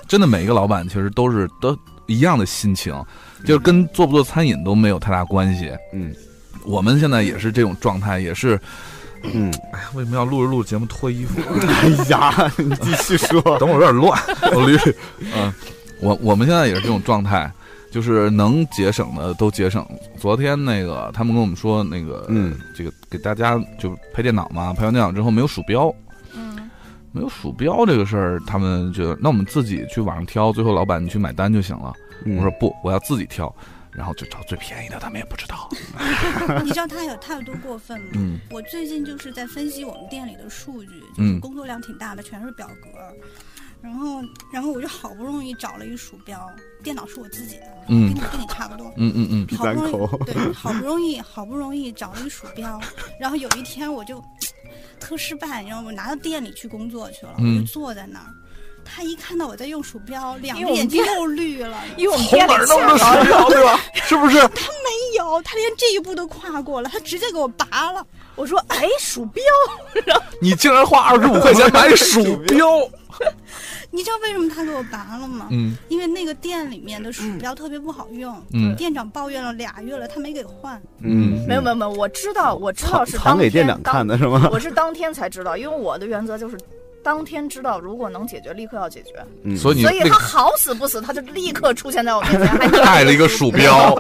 H: 真的每一个老板其实都是都一样的心情，就是跟做不做餐饮都没有太大关系。
B: 嗯，
H: 我们现在也是这种状态，也是。
B: 嗯，
H: 哎呀，为什么要录着录着节目脱衣服？
B: 哎呀，你继续说，
H: 等我有点乱，我捋捋。嗯，我我们现在也是这种状态，就是能节省的都节省。昨天那个他们跟我们说，那个嗯，这个给大家就配电脑嘛，配完电脑之后没有鼠标，
G: 嗯，
H: 没有鼠标这个事儿，他们觉得那我们自己去网上挑，最后老板你去买单就行了。
B: 嗯
H: 我说不，我要自己挑，然后就找最便宜的，他们也不知道。
F: 你知道他有他有多过分吗？
H: 嗯
F: 我最近就是在分析我们店里的数据，就是
H: 嗯
F: 工作量挺大的，全是表格。然后，然后我就好不容易找了一鼠标，电脑是我自己的，
H: 嗯
F: 跟你跟你差不多。
H: 嗯嗯嗯
F: 好不容
H: 比咱
F: 易
H: 抠
F: 对，好不容易好不容易找了一鼠标，然后有一天我就嗯特失败，你知道吗？我拿到店里去工作去了，我
H: 嗯
F: 就坐在那儿。他一看到我在用鼠标，两
G: 因
F: 个
G: 为我们
F: 眼睛
G: 店
F: 又绿了，
G: 因为我们店里
F: 从
G: 欠着
H: 对吧？是不是？
F: 他没有，他连这一步都跨过了，他直接给我拔了。
G: 我说：“哎，鼠标，
H: 你竟然花二十五块钱买鼠标？
F: 你知道为什么他给我拔了吗？
H: 嗯，
F: 因为那个店里面的鼠标特别不好用，
H: 嗯
F: 店长抱怨了俩月了，他没给换。
B: 嗯，
G: 没有没有没有，我知道我知道是
B: 藏
G: 当
B: 藏给店
G: 天
B: 长看的是吗
G: 当我是当天才知道，因为我的原则就是。”当天知道，如果能解决，立刻要解决。
H: 嗯所以你那个
G: 他好死不死，他就立刻出现在我面前，还
H: 带 了一个鼠标，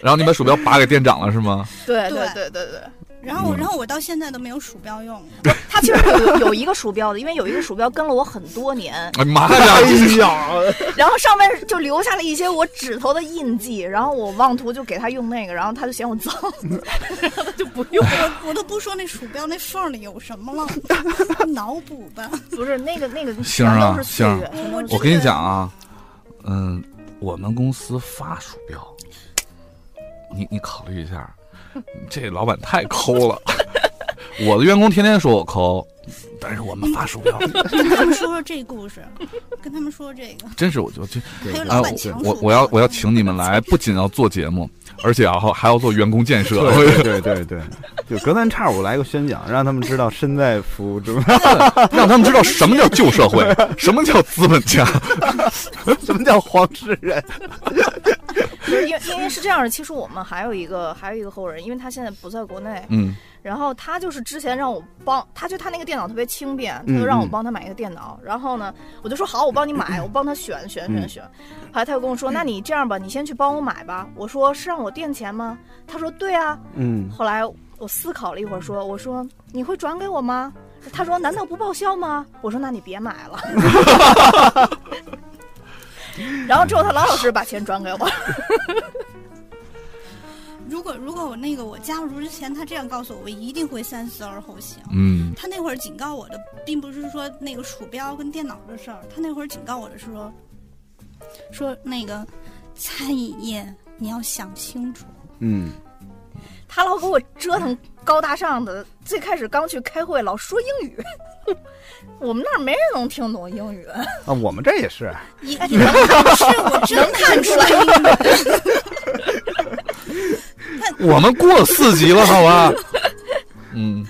H: 然后你把鼠标拔给店长了是吗？
G: 对
F: 对
G: 对对对对。
F: 然后，然后我到现在都没有鼠标用。
G: 他其实有有一个鼠标的，因为有一个鼠标跟了我很多年，
H: 哎妈呀！
G: 然后上面就留下了一些我指头的印记，然后我妄图就给他用那个，然后他就嫌我 脏，
F: 我我都不说那鼠标那缝里有什么了， 脑补吧。
G: 不是那个那个
H: 星儿啊，星儿，我跟你
F: 讲。
H: 讲啊，嗯，我们公司发鼠标，你你考虑一下，这老板太抠了。 我的员工天天说我抠，但是我们发鼠标，
F: 跟他们说说这故事，跟他们说这个。
H: 真是我就就
F: 还有
H: 哎
F: 老板强
H: 我我
F: 鼠
H: 我要我要请你们来，不仅要做节目，而且要还要做员工建设。
B: 对对对对，就隔三差五来个宣讲，让他们知道身在福中，
H: 让他们知道什么叫旧社会，什么叫资本家，
B: 什么叫黄世仁。
G: 不是因为因为是这样的，其实我们还有一个还有一个后人，因为他现在不在国内，
H: 嗯，
G: 然后他就是之前让我帮，他就他那个电脑特别轻便，他
H: 嗯
G: 就让我
H: 嗯
G: 帮他买一个电脑，然后呢，我就说好，我帮你买，我帮他选选选
H: 嗯
G: 选，后来他就跟我说，那你这样吧，你先去帮我买吧，我说是让我垫钱吗？他说对啊，
B: 嗯
G: 后来我思考了一会儿说，我说你会转给我吗？他说难道不报销吗？我说那你别买了。然后之后他老老实实把钱转给我。
F: 如果如果我那个我加入之前他这样告诉我，我一定会三思而后行。
H: 嗯
F: 他那会儿警告我的，并不是说那个鼠标跟电脑的事儿，他那会儿警告我的是说，说那个餐饮业你要想清楚。
B: 嗯，
G: 他老给我折腾高大上的，最开始刚去开会老说英语，我们那儿没人能听懂英语，
B: 啊，我们这也是，
F: 你你是我真
G: 能看出来。
H: 我们过四级了，好吧？嗯，嗯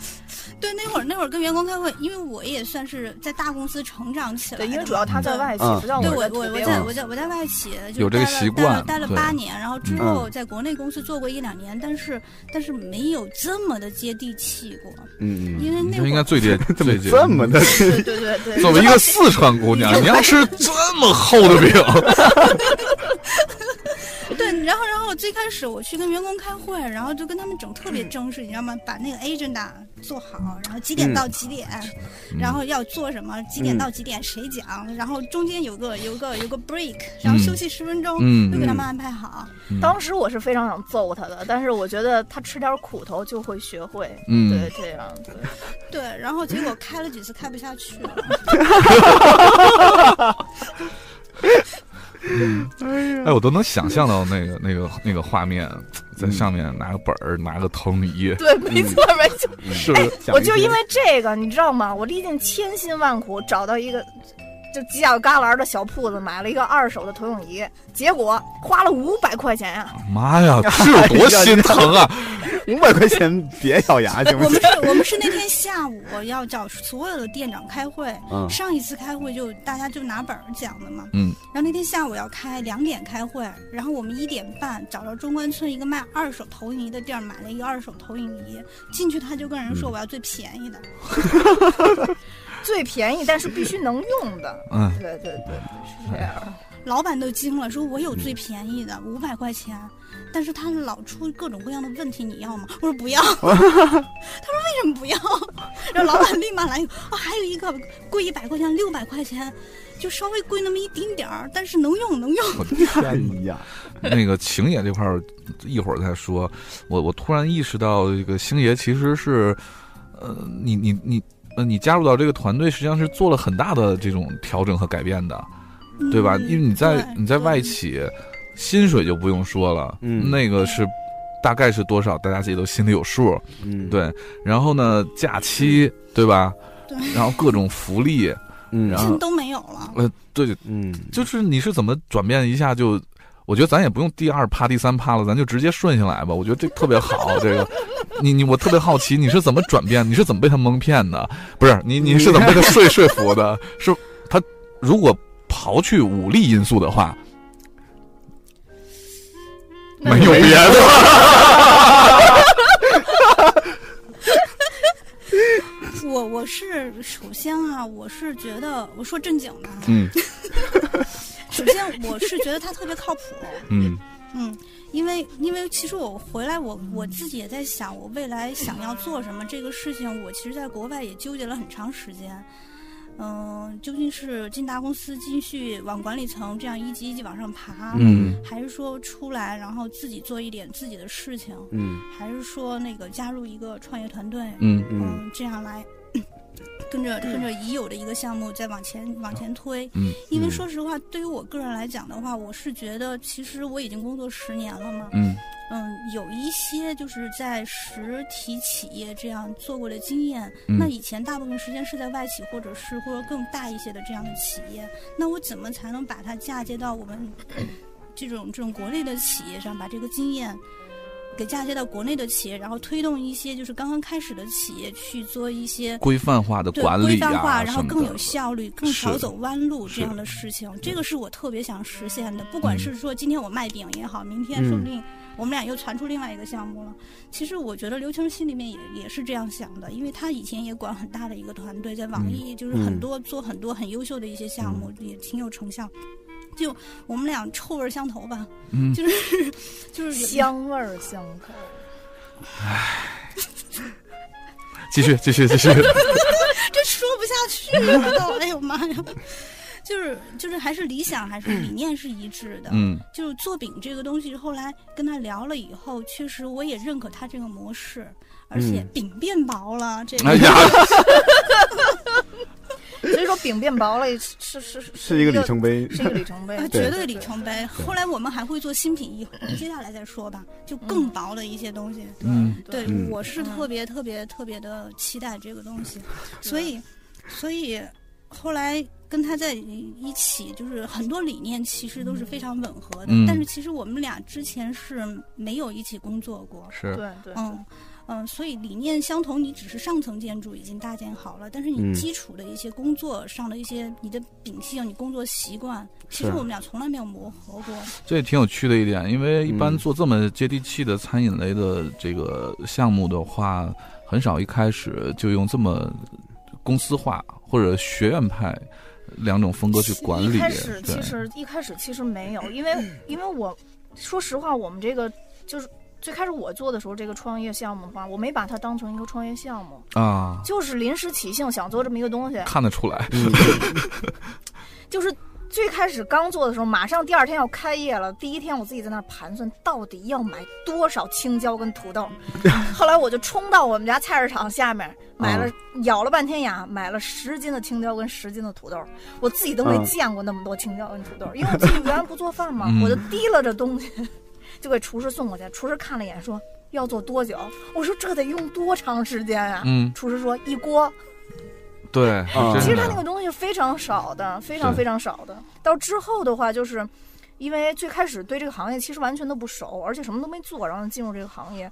F: 对，那会儿那会儿跟员员工开会，因为我也算是在大公司成长起来的嘛。对，因为
G: 主要他在外企嗯不像我
F: 对
G: 在
F: 我
G: 土
F: 我我
G: 鳖
F: 在
G: 嘛
F: 我在我在外企就是
H: 有这个
F: 待了
H: 习惯
F: 待了待了
H: 对
F: 八年，然后之后
H: 嗯
F: 在国内公司做过一两年，但是但是没有这么的接地气过。
H: 嗯
F: 因为那
H: 他
F: 会
H: 应
F: 儿
H: 该最 接 最接
J: 这么的
F: 对对对对
H: 作为一个四川姑娘，你要吃这么厚的饼，
F: 对，然后然后最开始我去跟员工开会，然后就跟他们整特
H: 嗯
F: 别正式，你知道吗？把那个 agenda 做好，然后几点
C: 嗯
F: 到几点，然后要做什么，几点
H: 嗯
F: 到几点谁讲，然后中间有个有个有个 break，然后
H: 嗯
F: 休息十分钟，
G: 嗯
F: 又给他们
G: 嗯
F: 安排好。
G: 当时我是非常想揍他的，但是我觉得他吃点苦头就会学会。
H: 嗯
G: 对，这样对。
F: 对，然后结果开了几次开不下去了。
H: 哎，我都能想象到那个那个那个画面，在上面拿个本儿，拿个藤椅，
G: 对，没错，没错。
H: 是
G: 哎，我就因为这个，你知道吗？我历尽千辛万苦找到一个就犄角旮旯的小铺子，买了一个二手的投影仪，结果花了五百块钱啊 呀、
H: 妈 呀，是
G: 哎
H: 有多 心疼啊！
J: 五百块钱别咬牙行
F: 我
J: 不
F: 们
J: 行？
F: 是，我们是那天下午要找所有的店长开会。
H: 啊
J: 嗯
F: 上一次开会就大家就拿本儿讲的嘛。
H: 嗯。
F: 然后那天下午要开两点开会，然后我们一点半找到中关村一个卖二手投影仪的店儿，买了一个二手投影仪，进去他就跟人说我要最便宜的。
G: 最便宜，但是必须能用的。
H: 嗯
G: 对对对，是这 样。
F: 老板都惊了，说我
H: 嗯
F: 有最便宜的，五百块钱，但是他老出各种各样的问题，你要吗？我说不 要。他说为什么不要？然后老板立马来一个，哦，还有一个贵一百块钱，六百块钱，就稍微贵那么一丁点儿，但是能用能用。
H: 我的
B: 哎
J: 天呀！
H: 那个晴爷这块儿一会儿再说，我我突然意识到，这个星爷其实是，呃，你你你呃，你加入到这个团队，实际上是做了很大的这种调整和改变的，
F: 嗯
H: 对吧？因为你在你在外企，薪水就不用说了，嗯，那个是大概是多少，大家自己都心里有数，
J: 嗯
H: 对。然后呢，假期对吧？
F: 对
H: 然后各种福利，嗯然
F: 现
H: 后
F: 在都没有了。
H: 呃，对，
J: 嗯，
H: 就是你是怎么转变一下就？我觉得咱也不用第二趴、第三趴了，咱就直接顺下来吧。我觉得这特别好，这个，你你我特别好奇，你是怎么转变？你是怎么被他蒙骗的？不是你你是怎么被他说说服的？ 是他如果刨去武力因素的话，没有别的。
F: 我我是首先啊，我是觉得我说正经的，啊
H: 嗯，
F: 首先我是觉得他特别靠谱，
H: 嗯
F: 嗯，因为因为其实我回来我我自己也在想，我未来想要做什么这个事情，我其实在国外也纠结了很长时间。嗯、究竟是进大公司继续往管理层这样一级一级往上爬，
C: 嗯
F: 还是说出来然后自己做一点自己的事情，
C: 嗯
F: 还是说那个加入一个创业团队，
C: 嗯
F: 嗯
C: 嗯，
F: 这样来。跟着跟着已有的一个项目再往前往前推，
C: 嗯
F: 因为
C: 嗯
F: 说实话，对于我个人来讲的话，我是觉得其实我已经工作十年了嘛，
C: 嗯
F: 嗯，有一些就是在实体企业这样做过的经验。
C: 嗯
F: 那以前大部分时间是在外企或者是或者更大一些的这样的企业，那我怎么才能把它嫁接到我们这种这种国内的企业上，把这个经验给嫁接到国内的企业，然后推动一些就是刚刚开始的企业去做一些
H: 规范化的
F: 对
H: 管理
F: 规范
H: 呀
F: 化，然后
H: 啊什么
F: 更
H: 的
F: 有效率、更
H: 是
F: 少走弯路
H: 是
F: 这
H: 嗯
F: 样的事情。这个是我特别想实现的，不管是说今天我卖饼也好，明天说
C: 嗯
F: 不定我们俩又传出另外一个项目了。其实我觉得刘青心里面也也是这样想的，因为他以前也管很大的一个团队，在网
C: 嗯
F: 易就是很
C: 嗯
F: 多做很多很优秀的一些项目，
H: 嗯
F: 也挺有成效。就我们俩臭味儿相投吧，
H: 嗯
F: 就是 就是有
G: 香味儿相投。
H: 继续继续继续，
F: 这说不下去了
H: 啊
F: 都， 哎呦妈呀！就是就是还是理想还是理念是一致的，
C: 嗯
F: 就是做饼这个东西，后来跟他聊了以后，确实我也认可他这个模式，而且
C: 嗯
F: 饼变薄了，这个，
C: 哎呀
G: 所以说饼变薄了，是是是
J: 是一个里程碑
G: 是一个里程碑
F: 呃，
J: 对
F: 绝对里程碑。
J: 对
F: 后来我们还会做新品，一会儿接下来再说吧，就更薄的一些东西。
C: 嗯
F: 对
C: 嗯
F: 我是特别特别特别的期待这个东西，所以所以后来跟他在一起，就是很多理念其实都是非常吻合的。
H: 嗯
F: 但是其实我们俩之前是没有一起工作过，
H: 是对
G: 对
F: 嗯。嗯，所以理念相同，你只是上层建筑已经搭建好了，但是
H: 嗯
F: 你基础的一些工作上的一些你的秉性、你工作习惯，其实
H: 是
F: 我们俩从来没有磨合过。
H: 这也挺有趣的一点，因为一般做这么接地气的餐饮类的这个项目的话，很少一开始就用这么公司化或者学院派两种风格去管理。
G: 一开始
H: 对
G: 其，实一开始其实没有，因为因为我说实话，我们这个就是最开始我做的时候，这个创业项目的话，我没把它当成一个创业项目
H: 啊
G: 就是临时起兴想做这么一个东西，
H: 看得出来，
G: 就是。最开始刚做的时候，马上第二天要开业了。第一天我自己在那儿盘算，到底要买多少青椒跟 土豆。后来我就冲到我们家菜市场下面买了，
C: 嗯
G: 咬了半天牙，买了十斤的青椒跟十斤的土豆。我自己都没
C: 嗯
G: 见过那么多青椒跟土豆，因为我自己原来不做饭嘛，
C: 嗯
G: 我就提了这东西，就给厨师送过去。厨师看了一眼说要做多久？我说这得用多长时间呀、
H: 嗯
G: 厨师说一锅。
H: 对，真
G: 其实
H: 的
G: 它那个东西非常少
C: 嗯
G: 的，非常
H: 对
G: 非常少的。到之后的话，就是因为最开始对这个行业其实完全都不熟，而且什么都没做，然后进入这个行业。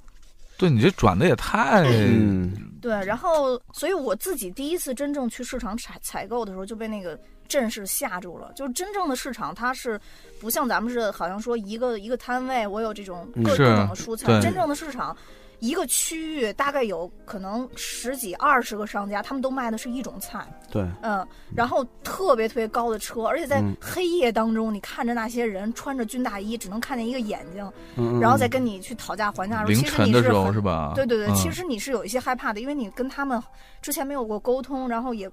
H: 对你这转的也太，
B: 嗯
C: 嗯
G: 对，然后所以我自己第一次真正去市场采采购的时候，就被那个阵势吓住了。就是真正的市场，它是不像咱们是好像说一个一个摊位，我有这种
C: 嗯
G: 各
C: 是
G: 各种的蔬菜。
C: 对
G: 真正的市场，一个区域大概有可能十几二十个商家，他们都卖的是一种菜。
B: 对，
G: 嗯，然后特别特别高的车，而且在
B: 嗯
G: 黑夜当中，你看着那些人穿着军大衣，只能看见一个眼睛，
H: 嗯嗯
G: 然后再跟你去讨价还价的时候，
H: 凌
G: 其实
H: 晨
G: 你
H: 的
G: 是
H: 时候
G: 很
H: 是吧
G: 对对对，
H: 嗯
G: 其实你是有一些害怕的，因为你跟他们之前没有过沟通，然后也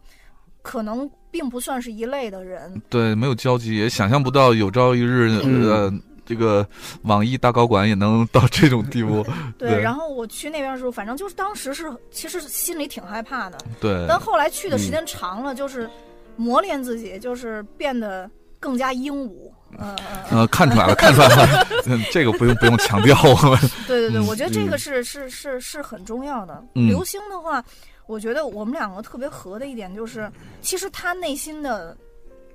G: 可能并不算是一类的人，
H: 对，没有交集，也想象不到有朝一日，呃，
G: 嗯
H: 这个网易大高管也能到这种地 步。
G: 对，然后我去那边的时候，反正就是当时是其实心里挺害怕的。
H: 对
G: 但后来去的
H: 嗯
G: 时间长了，就是磨练自己，就是变得更加英武。嗯、
H: 呃，看 出来了，看出来了，嗯，这个不用不用强调， 我们
G: 对对对，
H: 嗯
G: 我觉得这个
H: 嗯
G: 是是是是很重要的。
H: 嗯
G: 刘星的话，我觉得我们两个特别合的一点就是，其实他内心的，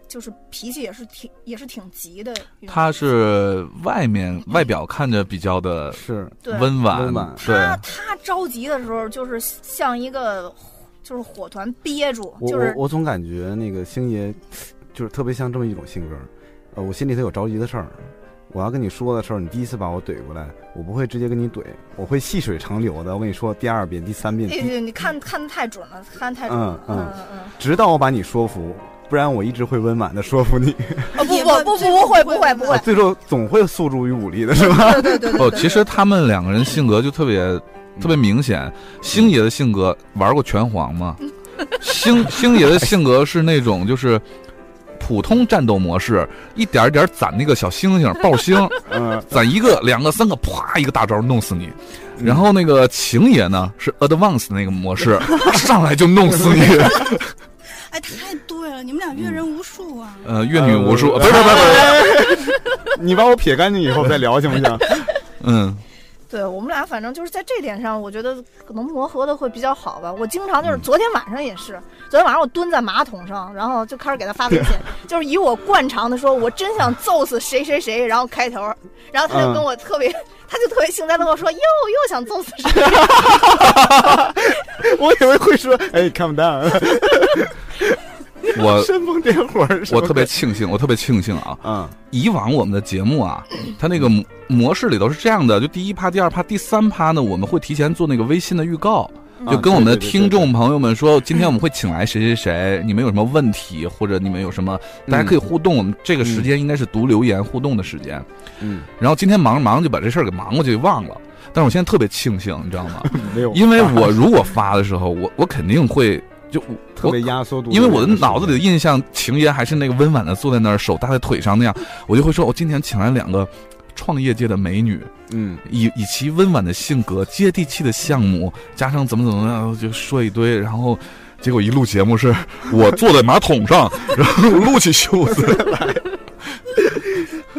G: 就是脾气也是挺也是挺急的一种。
H: 他是外面外表看着比较的
B: 是
G: 对
H: 温婉，
B: 温婉
H: 对，
G: 他他着急的时候，就是像一个火就是火团憋住，
B: 我
G: 就是
B: 我我总感觉那个星爷，就是特别像这么一种性格儿。呃，我心里头有着急的事儿，我要跟你说的时候，你第一次把我怼过来，我不会直接跟你怼，我会细水长流的。我跟你说第二遍、第三遍，
G: 对
B: 第
F: 嗯
G: 对，哎你看看的太准了，看的太准
B: 嗯
G: 了。
B: 嗯
G: 嗯，
B: 直到我把你说服，不然我一直会温婉的说服你。
G: 啊不不不不不会不会不
B: 啊
G: 会，
B: 最后总会诉诸于武力的是吧？
G: 对对对嗯
H: 哦，其实他们两个人性格就特别特别明显。星爷的性格玩过拳皇吗？ 星星爷的性格是那种就是普通战斗模式，一点儿一点儿攒那个小星星爆 星，
J: 嗯
H: 攒一个两个三个，啪一个大招弄死你。
G: 嗯
H: 然后那个晴爷呢是 advanced 那个模 式，上来就弄死你。
F: 哎，太对了，你们俩阅人无数啊！
H: 呃，阅女无数，
J: 呃
H: 不是
B: 哎
H: 不是不是不是，
J: 你把我撇干净以后再聊行不 行？
H: 嗯，
G: 对我们俩，反正就是在这点上，我觉得可能磨合的会比较好吧。我经常就是昨天晚上也是，昨天晚上我蹲在马桶上，然后就开始给他发微信， 就是以我惯常的说，我真想揍死谁谁谁，然后开头，然后他就跟我特别， 他就特别幸灾乐祸说，又又想揍死谁，
J: 我以为会说，哎，calm down，
H: 我
J: 煽风点火是吧，
H: 呃
J: 嗯
H: 我特别庆幸，我特别庆幸啊！以往我们的节目啊，它那个模模式里头是这样的，就第一趴、第二趴、第三趴呢，我们会提前做那个微信的预告。
B: 啊
J: 嗯
H: 就跟我们的听众朋友们说，今天我们会请来谁谁谁，你们有什么问题或者你们有什么，大家可以互动。我们这个时间应该是读留言互动的时间。
B: 嗯，
H: 然后今天忙着忙着就把这事儿给忙过去忘了。但是我现在特别庆幸，你知道吗？
J: 没有
H: 因为我如果发的时候，我我肯定会就我
J: 特别压缩度
H: 因为我的脑子里的印象，晴爷还是那个温婉的坐在那儿，手搭在腿上那样，我就会说，我哦今天请来两个创业界的美女，
B: 嗯，
H: 以以其温婉的性格、接地气的项目，加上怎么怎么样，就说一堆，然后。结果一录节目是我坐在马桶上， 然后撸起袖子 来，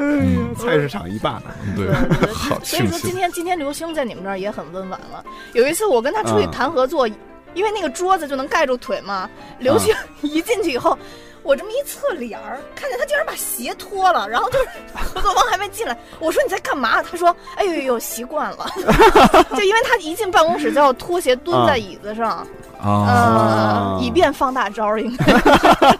H: 哎
J: 菜市场一霸，
H: 嗯对，好
G: 所以
H: 庆
G: 说今
H: 幸。
G: 天今天刘星在你们这儿也很温婉了。有一次我跟他出去
H: 啊嗯
G: 谈合作，因为那个桌子就能盖住腿嘛，刘星一进去以后，我这么一侧脸儿，看见他竟然把鞋脱了，然后就是 合作方还没进来，我说你在干嘛？他说：“哎呦呦呦，习惯了。” 就因为他一进办公室就要脱鞋蹲
H: 嗯
G: 在椅子
H: 哦
G: 上，
J: 啊
G: 呃，以便放大招，应该。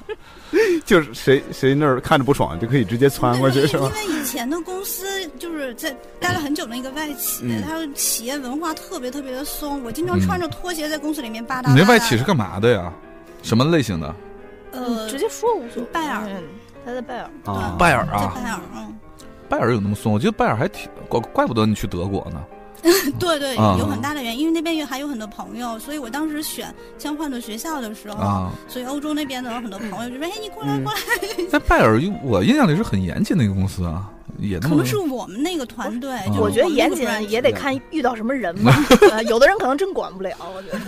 J: 就是谁谁那儿看着不爽就可以直接窜过去是 吧？
F: 因为以前的公司就是在待了很久的一个外企
J: 嗯，
F: 它企业文化特别特别的松。我经常穿着拖鞋在公司里面吧嗒吧
H: 嗯你
F: 嗒。
H: 那外企是干嘛的呀？什么类型的？
F: 呃，
G: 嗯直接说无所谓。嗯
F: 拜耳，
G: 他在拜耳，
H: 啊，拜耳
F: 在
H: 啊，
F: 拜耳，嗯，
H: 拜耳有那么松？我觉得拜耳还挺怪，怪不得你去德国呢。
F: 对对，
H: 啊
F: 有很大的原因，因为那边也还有很多朋友，所以我当时选相换的学校的时候，
H: 啊
F: 所以欧洲那边的有很多朋友就说：“哎，你过来过来。
H: 在拜耳，我印象里是很严谨的一个公司啊，也那
F: 可
H: 么
F: 能是我们那个团队，
H: 嗯
F: 就是
G: 我觉得
F: 们
G: 严
F: 哦那个
G: 谨
F: branch
G: 也得看遇到什么人 吧，呃有的人可能真管不了。我觉得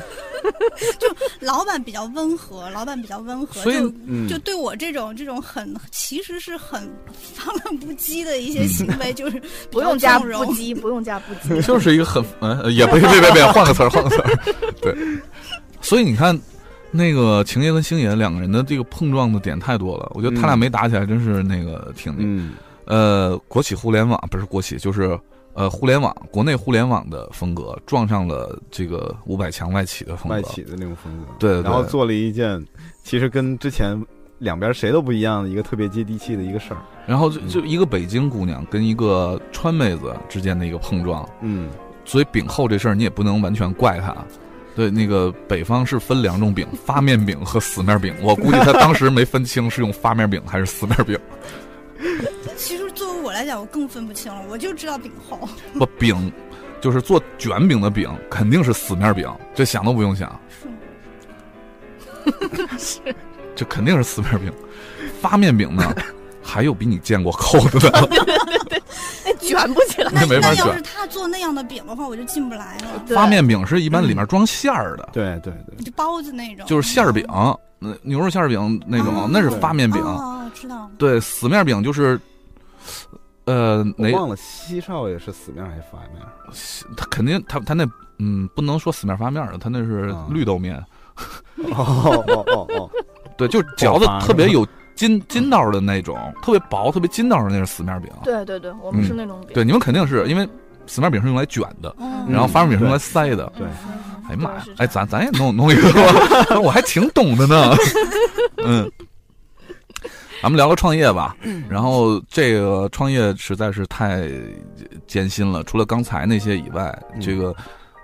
F: 老板比较温和，老板比较温和，
H: 所以
F: 就、
H: 嗯
F: 就对我这种这种很其实是很 放浪不羁的一
H: 嗯
F: 些行为，就是
G: 不用加不
F: 比较纵容
G: 羁，不用加不羁。
H: 就是一个很呃，也别别别别，换个词儿， 换个词儿。对，所以你看，那个晴爷跟星爷两个人的这个碰撞的点太多了，我觉得他俩
J: 嗯
H: 没打起来，真是那个挺那个。呃，国企互联网不是国企，就是呃互联网，国内互联网的风格撞上了这个五百强外企的风格，
J: 外企的那种风格，
H: 对对
J: 然后
H: 对
J: 做了一件其实跟之前两边谁都不一样的一个特别接地气的一个事儿，
H: 然后就
J: 嗯
H: 就一个北京姑娘跟一个川妹子之间的一个碰撞，
J: 嗯，
H: 所以饼厚这事儿你也不能完全怪她。对，那个北方是分两种饼，发面饼和死面饼。我估计她当时没分清是用发面饼还是死面饼。
F: 其实作为我来讲，我更分不清了，我就知道饼 厚。
H: 不，饼就是做卷饼的饼，肯定是死面饼，这想都不用想， 这肯定是死面饼。发面饼呢，还有比你见过厚的 呢。
G: 那哎卷不起来，
H: 那没法
F: 哦那要
H: 卷
F: 是他做那样的饼的话，我就进不来了。
H: 发面饼是一般里
F: 嗯
H: 面装馅儿的，
J: 对对对，
F: 就包子那种，
H: 就是馅儿饼，呃牛肉馅儿饼那种，那是发面饼。
F: 哦，知道了。
H: 对，死面饼就是，呃，哪
J: 我忘了西少爷是死面还是反面？
H: 他肯定他他那嗯，不能说死面发面的，他那是
J: 嗯
H: 绿豆面。
J: 哦哦哦哦，
H: 对，就是
J: 爆
H: 嚼的
J: 发
H: 特别
J: 是吧
H: 有筋筋道的那种，特别薄、特别筋道的那是死面饼。
G: 对对对，我们是那种
H: 嗯。
G: 饼。嗯
H: 对，你们肯定是因为死面饼是用来卷的，然后发面饼是用来塞的。
J: 对，
H: 哎呀妈呀，哎，咱咱也弄弄一个吧，我还挺懂的呢。嗯，咱们聊聊创业吧。然后这个创业实在是太艰辛了，除了刚才那些以外，这个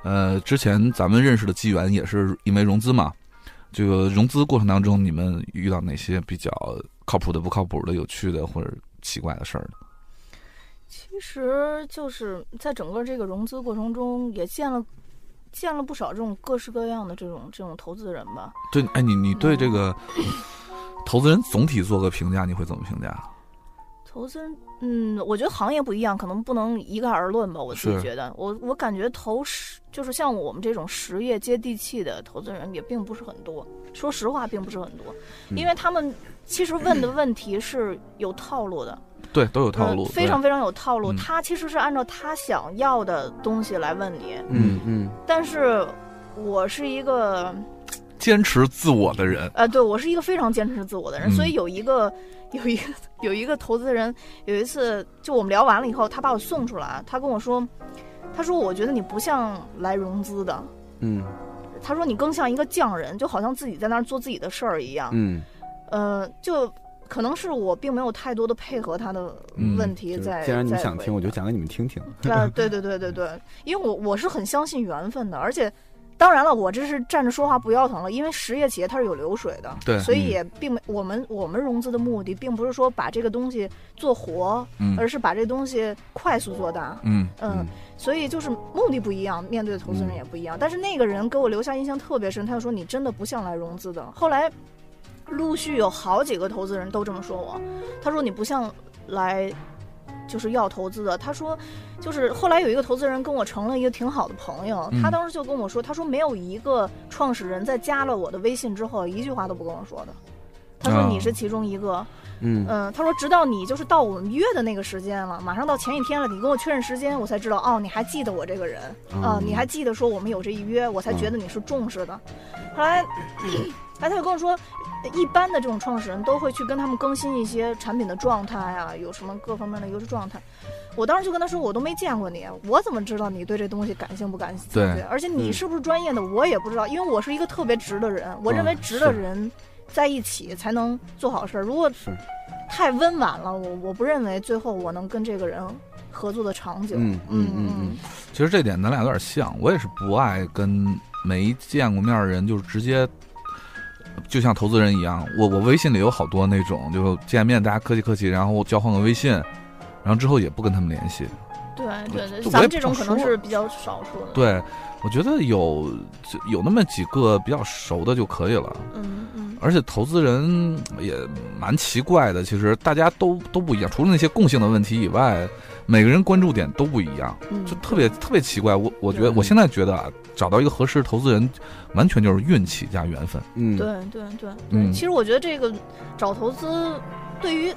H: 呃，之前咱们认识的机缘也是因为融资嘛。这个融资过程当中，你们遇到哪些比较靠谱的、不靠谱的、有趣的或者奇怪的事儿呢？
G: 其实就是在整个这个融资过程中，也见了见了不少这种各式各样的这种这种投资人吧。
H: 对，哎，你你对这个投资人总体做个评价，你会怎么评价？
G: 投资人，嗯，我觉得行业不一样，可能不能一概而论吧。我自
H: 是
G: 己觉得，我我感觉投实就是像我们这种实业接地气的投资人也并不是很多，说实话并不是很多，
H: 嗯
G: 因为他们其实问的问题是有套路的，
H: 对，都有套
G: 嗯
H: 路，
G: 非常非常有套路。
H: 嗯
G: 他其实是按照他想要的东西来问你，
H: 嗯嗯，
G: 但是我是一个
H: 坚持自我的人，
G: 呃，对我是一个非常坚持自我的人，
H: 嗯
G: 所以有一个有一个有一个投资人，有一次就我们聊完了以后，他把我送出来，他跟我说，他说我觉得你不像来融资的，
B: 嗯
G: 他说你更像一个匠人，就好像自己在那儿做自己的事儿一样，
B: 嗯，
G: 呃，就可能是我并没有太多的配合他的问题
J: 嗯就是
G: 在、
J: 既然你们
G: 在
J: 想
G: 回
J: 听，我就讲给你们听 听。
G: 啊，对对对对对，因为我我是很相信缘分的，而且当然了，我这是站着说话不腰疼了，因为实业企业它是有流水的，
C: 对
G: 所以
C: 嗯
G: 也并没我们我们融资的目的并不是说把这个东西做活，
C: 嗯
G: 而是把这东西快速做大，
C: 嗯嗯
G: 所以就是目的不一样，面对的投资人也不一样。但是那个人给我留下印象特别深，他就说你真的不像来融资的。后来陆续有好几个投资人都这么说我，他说你不像来就是要投资的。他说就是后来有一个投资人跟我成了一个挺好的朋友，
C: 嗯
G: 他当时就跟我说，他说没有一个创始人在加了我的微信之后一句话都不跟我说的。他说
C: 啊
G: 你是其中一个，
C: 嗯
G: 嗯，他说直到你就是到我们约的那个时间了，马上到前一天了，你跟我确认时间，我才知道哦，你还记得我这个人啊、
C: 嗯
G: 你还记得说我们有这一约，我才觉得你是重视的。后来哎，他就跟我说，一般的这种创始人都会去跟他们更新一些产品的状态啊，有什么各方面的优势状态。我当时就跟他说，我都没见过你，我怎么知道你对这东西感兴不感兴趣？
H: 对
G: 而且你是不是专业的，我也不知道，因为我是一个特别直的人，我认为直的
H: 是
G: 人在一起才能做好事儿。如果太温婉了，我我不认为最后我能跟这个人合作的长久。
H: 嗯嗯嗯嗯，其实这点咱俩有点像，我也是不爱跟没见过面的人，就是直接，就像投资人一样，我我微信里有好多那种，就见面大家客气客气，然后交换个微信，然后之后也不跟他们联系。
G: 对对对，
H: 就
G: 咱
H: 我也不
G: 们这种
H: 想
G: 可能
H: 说啊
G: 是比较少数的。
H: 对，我觉得有就有那么几个比较熟的就可以了。
G: 嗯嗯，
H: 而且投资人也蛮奇怪的，其实大家都都不一样，除了那些共性的问题以外，每个人关注点都不一样，
G: 嗯
H: 就特别特别奇怪。我我觉得我现在觉得啊，找到一个合适的投资人，完全就是运气加缘分。
B: 嗯
G: 对对对对、
H: 嗯
G: 其实我觉得这个找投资，对于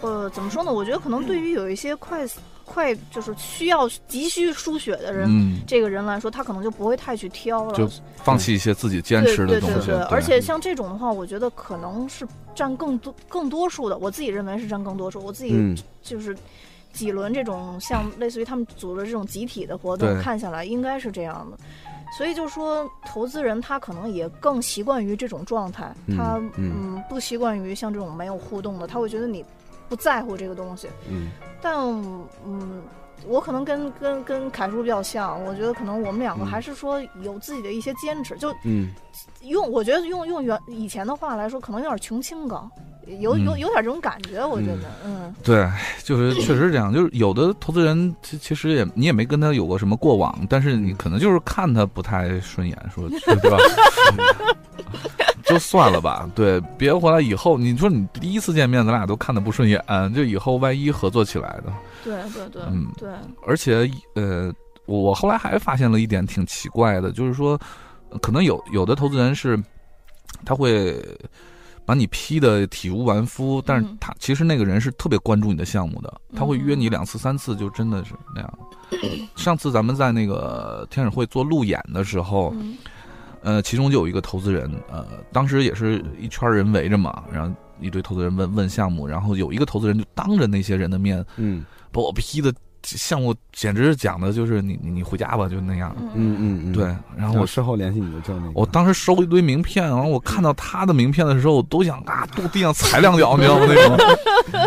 G: 呃怎么说呢？我觉得可能对于有一些快快就是需要急需输血的人、
H: 嗯
G: 这个人来说，他可能就不会太去挑了。
H: 就放弃一些自己坚持的东
G: 对对
H: 西。
G: 对对，而且像这种的话，我觉得可能是占更多更多数的，我自己认为是占更多数。我自己
H: 嗯
G: 就是几轮这种像类似于他们组织这种集体的活动，
H: 对
G: 看下来应该是这样的。所以就说，投资人他可能也更习惯于这种状态，
H: 嗯
G: 他
H: 嗯
G: 嗯不习惯于像这种没有互动的，他会觉得你不在乎这个东西。
B: 嗯
G: 但嗯，我可能跟跟跟凯叔比较像，我觉得可能我们两个
B: 嗯
G: 还是说有自己的一些坚持，就
B: 嗯
G: 用我觉得用用原以前的话来说，可能有点穷清高，有有
H: 嗯
G: 有点这种感觉，我觉得，嗯，
H: 对，就是确实是这样。就是有的投资人其其实也你也没跟他有过什么过往，但是你可能就是看他不太顺眼，说 对吧？就算了吧，对，别回来以后，你说你第一次见面，咱俩都看的不顺眼，就以后万一合作起来呢？
G: 对对对
H: 嗯
G: 对，
H: 而且呃，我我后来还发现了一点挺奇怪的，就是说，呃可能有有的投资人是他会把你批的体无完肤，但是他、其实那个人是特别关注你的项目的，他会约你两次三次，就真的是那样。上次咱们在那个天使会做路演的时
B: 嗯
F: 嗯
G: 嗯
H: 候。呃，其中就有一个投资人，呃，当时也是一圈人围着嘛，然后一堆投资人问问项目，然后有一个投资人就当着那些人的面，
B: 嗯，
H: 把我批的项目简直是讲的就是你你你回家吧，就那样，
B: 嗯嗯嗯，
H: 对，然后我
B: 事后联系你就叫那个，
H: 我当时收一堆名片，然后我看到他的名片的时候，我都想啊，跺地上踩两脚，你知道吗？那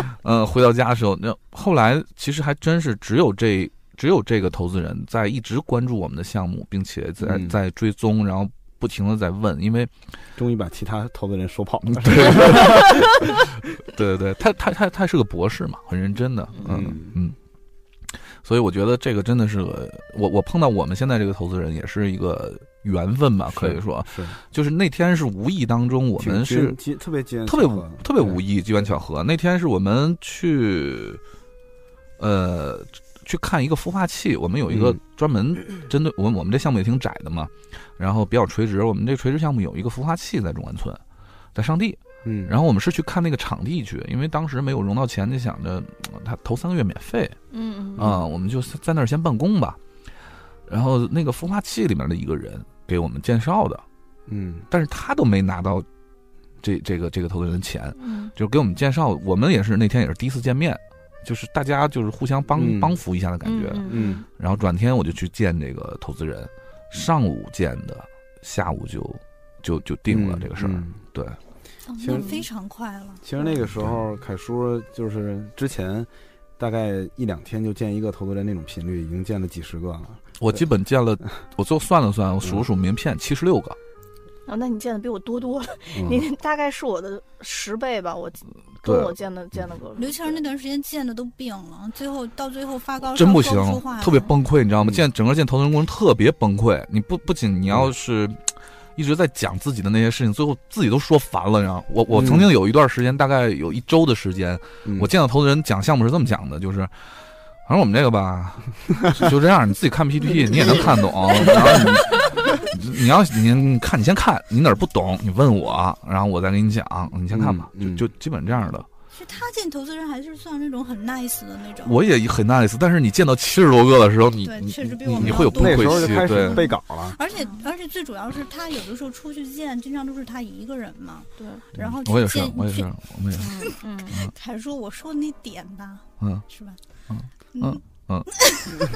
H: 种。嗯，回到家的时候，那后来其实还真是只有这只有这个投资人在一直关注我们的项目，并且在、
B: 嗯
H: 在追踪，然后不停的在问，因为
B: 终于把其他投资人说 跑
H: 嗯
B: 了。
H: 对对对，他他他他是个博士嘛，很认真的，嗯嗯。所以我觉得这个真的是个我我碰到我们现在这个投资人也是一个缘分吧，啊可以说
B: 是
H: 就是那天是无意当中我
B: 挺
H: 们
B: 机
H: 是
B: 机特别机缘
H: 特别
B: 巧合
H: 无特别无意机缘巧合，那天是我们去呃去看一个孵化器，我们有一个
B: 嗯
H: 专门针对我们我们这项目也挺窄的嘛，然后比较垂直，我们这垂直项目有一个孵化器在中关村，在上地。
B: 嗯
H: 然后我们是去看那个场地去，因为当时没有融到钱，就想着呃他头三个月免费，
G: 嗯嗯
H: 啊、我们就在那儿先办公吧。然后那个孵化器里面的一个人给我们介绍的，
B: 嗯，
H: 但是他都没拿到这这个这个投资人的钱，
B: 嗯
H: 就给我们介绍，我们也是那天也是第一次见面，就是大家就是互相帮、
B: 嗯
H: 帮扶一下的感觉，
B: 嗯嗯
H: 然后转天我就去见这个投资人，上午见的，下午就就就定
B: 嗯
H: 了这个事儿，对。
F: 哦
B: 其
F: 那
B: 实
F: 非常快了。
B: 其实那个时
H: 嗯
B: 候，凯叔就是之前大概一两天就见一个投资人，那种频率已经见了几十个了。
H: 我基本见了，我最后算了算，我数了数名片，七十六个，
G: 啊，那你见的比我多多了，
H: 嗯
G: 你大概是我的十倍吧，我
H: 对
G: 跟我见的见的哥，
F: 刘谦儿那段时间见的都病了，最后到最后发高烧，
H: 真不
F: 说
H: 行
F: 出话，来
H: 特别崩溃，你知道吗？见整个见投资人过程特别崩溃。你不不仅你要是一直在讲自己的那些事情，最后自己都说烦了。然后我我
B: 嗯
H: 曾经有一段时间，大概有一周的时间，我见到投资人讲项目是这么讲的，就是。反正我们这个吧，就就这样，你自己看 PPT 你也能看懂。然后你你要你你看
D: 嗯
H: 你先看，你哪儿不懂你问我，然后我再给你讲，你先看吧，就就基本这样的。
F: 是他见投资人还是算那种很 nice 的那种。
H: 我也很 nice，但是你见到七十多个的时候，你
F: 对
H: 你
F: 确实比
H: 你
F: 我们
H: 你
F: 要
H: 会有
F: 多嗯
H: 崩
F: 那时
H: 溃
F: 候
H: 期
F: 就开，始
H: 对，
F: 背
J: 稿了
F: 而且
G: 嗯
F: 而且最主要是他有的时候出去见，经常都是他一个人嘛。对，然后
H: 我也是啊
F: 去见
H: 我也是
F: 去
H: 我们也是
F: 嗯， 嗯还说我说那点吧，
H: 嗯
F: 是吧？
H: 嗯嗯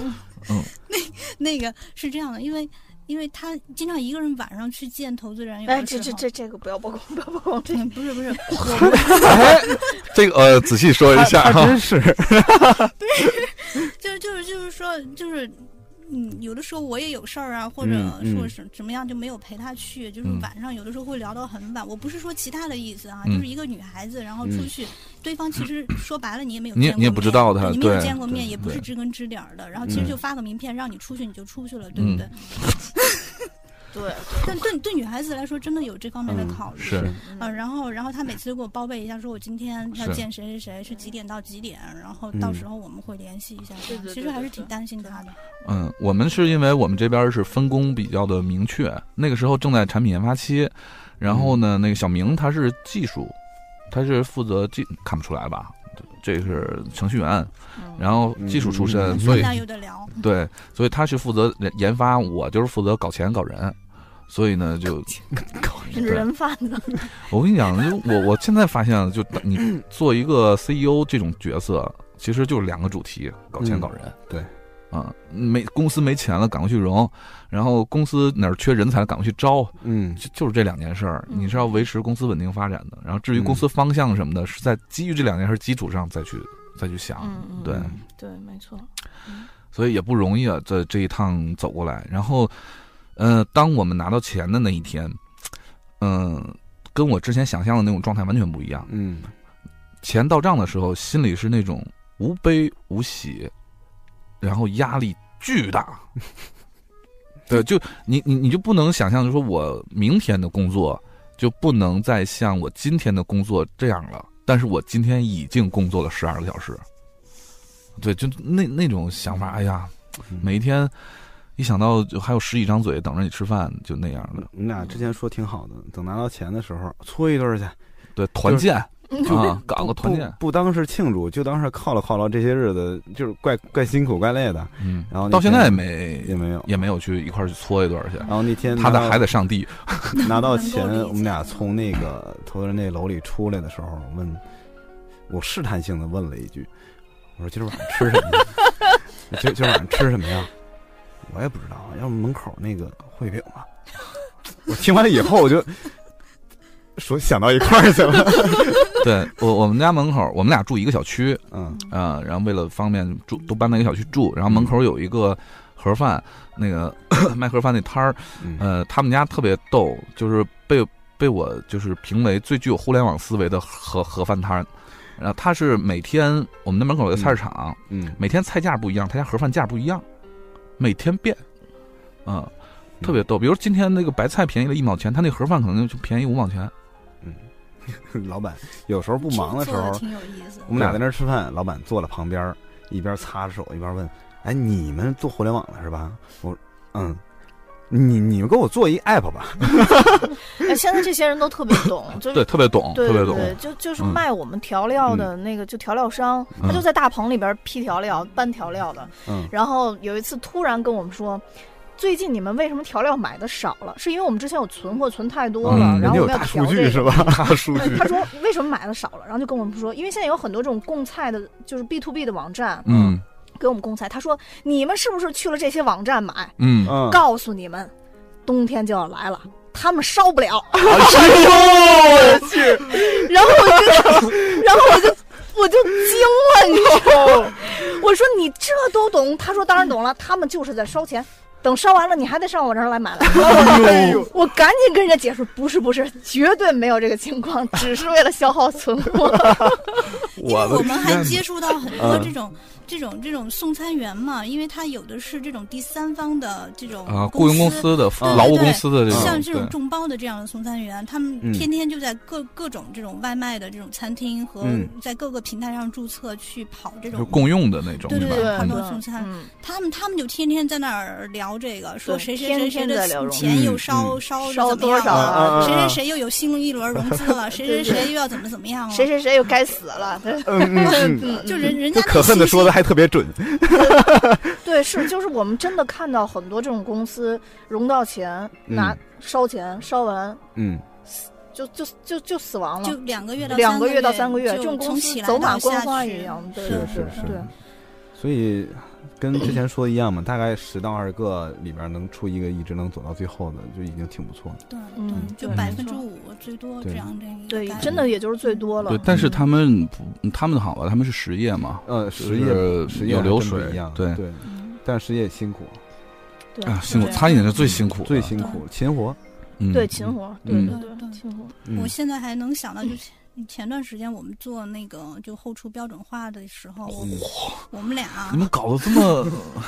H: 嗯，
F: 那那个是这样的，因为因为他经常一个人晚上去见投资人，有
G: 哎
F: 的
G: 这
F: 时
G: 这
F: 候嗯
G: 这这个不要曝光，不要曝光，这个
F: 不是不是，
H: 这个呃，仔细说一下
J: 他他
H: 哈，
J: 真是
F: 就是就是就是说就是。嗯，有的时候我也有事儿啊，或者
J: 嗯嗯
F: 说是怎么样，就没有陪他去。就是
J: 嗯
F: 晚上有的时候会聊到很晚。我不是说其他的意思啊，
H: 嗯
F: 就是一个女孩子，然后出去，对方其 实说白了你也没有
H: 你也
F: 见过面，
H: 你也不知道她
F: 你没有
H: 对
F: 见过面，
H: 对
F: 也不是
H: 对
F: 知根知底儿的。然后其实
H: 嗯
F: 就发个名片，让你出去你就出去了，对 不
H: 嗯
F: 对？
G: 对，
F: 但对对女孩子来说，真的有这方面的
H: 嗯
F: 考虑。
H: 是
F: 嗯、然后然后她每次都给我报备一下，说我今天要
H: 是
F: 见谁谁谁，是几点到几点，然后到
H: 嗯
F: 时候我们会联系一下这样。
G: 对
F: 其
G: 对
F: 实还
G: 对
F: 是挺担心她的。
H: 嗯，我们是因为我们这边是分工比较的明确，那个时候正在产品研发期，然后
F: 嗯
H: 呢，那个小明他是技术，他是负责技，看不出来吧？这是程序员，然后技术出身，
F: 嗯
H: 所以
F: 那有得聊
H: 对，所以他是负责研研发，我就是负责搞钱搞人，所以呢就对
G: 人贩 子。
H: 我跟你讲，就我我现在发现啊了，就 你做一个 CEO 这种角色，其实就是两个主题：搞钱、
B: 嗯
H: 搞人。
B: 对，
H: 啊，没公司没钱了，赶快去融；然后公司哪儿缺人才，赶快去招。
B: 嗯，
H: 就就是这两件事儿，你是要维持公司稳定发展的。然后至于公
B: 嗯
H: 司方向什么的，是在基于这两件事基础上再去再去想。
G: 嗯嗯，
H: 对，
G: 对，没错。
H: 所以也不容易啊，这这一趟走过来。然后，呃，当我们拿到钱的那一天，嗯、跟我之前想象的那种状态完全不一样。
B: 嗯，
H: 钱到账的时候，心里是那种无悲无喜，然后压力巨大。 对，就你你你就不能想象，就说我明天的工作就不能再像我今天的工作这样了。但是我今天已经工作了十二个小时，对，就那那种想法，哎呀，
B: 嗯
H: 每一天一想到就还有十几张嘴等着你吃饭，就那样的。
B: 你俩之前说挺好的，等拿到钱的时候搓一顿去，
H: 对，团建
B: 就是就
H: 啊
B: 不
H: 搞个团建
B: 不不当是庆祝，就当是犒劳犒劳这些日子，就是怪怪辛苦怪累的。
H: 嗯，
B: 然后那
H: 到现
B: 天
H: 在也没
B: 也没有
H: 也没有去一块儿去搓一顿儿去。然
B: 后那天
H: 他
B: 拿
H: 得
B: 到
H: 还得上地，
B: 拿到
H: 能够
B: 钱
H: 理，
B: 我们俩从那个投资人那楼里出来的时候，问我试探性的问了一句：“我说今儿晚上吃什么呀？ 今儿今儿晚上吃什么呀？”我也不知道，要不门口那个烩饼吧。
J: 我听完了以后，我就说想到一块儿去了。
H: 对我我们家门口，我们俩住一个小区，嗯啊、然后为了方便住，都搬到一个小区住，然后门口有一个盒饭，那个 卖盒饭那摊儿，呃，他们家特别逗，就是被被我就是评为最具有互联网思维的盒盒饭摊儿。然后他是每天我们那门口有个菜市场，
B: 嗯嗯
H: 每天菜价不一样，他家盒饭价不一样，每天变，嗯，特别逗。比如今天那个白菜便宜了一毛钱，他那盒饭可能就便宜五毛钱。
B: 老板有时候不忙的时候
F: 嗯做得挺有意思的，
B: 我们俩在那儿吃饭，老板坐了旁边儿，一边擦着手一边问：“哎，你们做互联网的是吧？”我说：“嗯，你你们给我做一 app 吧。
G: 哎，现在这些人都特别懂， 就是
B: 对特别懂
G: 对
B: 特别
G: 对对
B: 懂
G: 就就是
B: 嗯
G: 卖我们调料的那个，就调料商，他
B: 嗯
G: 就在大棚里边批调料、搬调料的。
B: 嗯
G: 然后有一次突然跟我们说。最近你们为什么调料买的少了？是因为我们之前有存货存太多了，
J: 嗯
G: 然后我
J: 人
G: 们
J: 家有
G: 要
J: 大
G: 调
J: 数
G: 这
J: 据
G: 个。
J: 是吧大数据
G: 他说为什么买的少了，然后就跟我们说，因为现在有很多这种供菜的，就是 B to B 的网站，
H: 嗯
G: 给我们供菜。他说你们是不是去了这些网站买？
F: 哦
H: 嗯
G: 告诉你们，冬天就要来了，他们烧不了。哎
J: 呦我去！
G: 然后我就，然后我就，我就惊了，你知道吗？我说你这都懂？他说当然懂了，他们就是在烧钱。等烧完了，你还得上我这儿来买来。
J: 哎呦
G: 我赶紧跟人家解释，不是不是，绝对没有这个情况，只是为了消耗存货。
H: 我
F: 我们还接触到很多
H: 嗯
F: 这种这种这种送餐员嘛，因为他有的是这种第三方的这种
H: 啊雇佣公司的
F: 对对
H: 劳务
F: 对
H: 公司的这种
F: 像这种
H: 对
F: 众包的这样的送餐员，他
H: 嗯
F: 们天天就在各各种这种外卖的这种餐厅和
H: 嗯
F: 在各个平台上注册去跑这
H: 就
F: 种
H: 共用的那种
F: 对对
H: 是
F: 对，
H: 吧
F: 跑这
H: 嗯
F: 种送餐，他们他们就天天在那儿聊这个，说
G: 对
F: 谁谁
G: 天
F: 谁谁
G: 天
F: 的
G: 在聊融
F: 钱又
G: 嗯
F: 烧
G: 嗯
F: 烧
G: 烧
F: 得怎么
G: 多
F: 样
G: 少啊
F: 了，谁
G: 啊啊
F: 谁谁又有新一轮融资 了，谁谁
G: 对对
F: 谁又要怎么怎么样了，啊
G: 谁谁谁又该死了，对，
J: 嗯嗯，
F: 就人人
J: 这
F: 家
J: 可恨的说的还特别准，
G: 对，是就是我们真的看到很多这种公司融到钱，拿
J: 嗯
G: 烧钱，烧完
B: 嗯，
G: 就就就就死亡了，
F: 就两个月到
G: 嗯两
F: 三
G: 个
F: 个
G: 月到
F: 月
G: 三个月，
F: 就
G: 这种公
F: 从
G: 司
F: 起来
G: 走马
F: 到
G: 观
F: 下
G: 花
F: 去
G: 一样，对
B: 是
G: 对
B: 是是
G: 对，
B: 所以跟之前说的一样嘛，大概十到二十个里边能出一个一直能走到最后的，就已经挺不错了。
F: 对，
G: 嗯，
F: 就
G: 对
F: 百分之五最多
B: 对
F: 这样这一
G: 对
F: 概，嗯
G: 真的也就是最多了
H: 对，，但是他们不，他们的好吧，他们是实业嘛，
B: 呃，
H: 就
B: 实业
H: 是
B: 实业
H: 有
B: 还
H: 流
B: 真不
H: 水
B: 一样，，
H: 对
B: 对，但实业辛苦
G: 嗯对
H: 啊，辛苦，餐饮是嗯最辛苦，啊
B: 最辛苦，勤活，
H: 嗯
G: 对勤活，对
B: 嗯
G: 对对勤活，
F: 我现在还能想到，就是前段时间我们做那个就后厨标准化的时候，我们俩，
H: 你们搞得这么，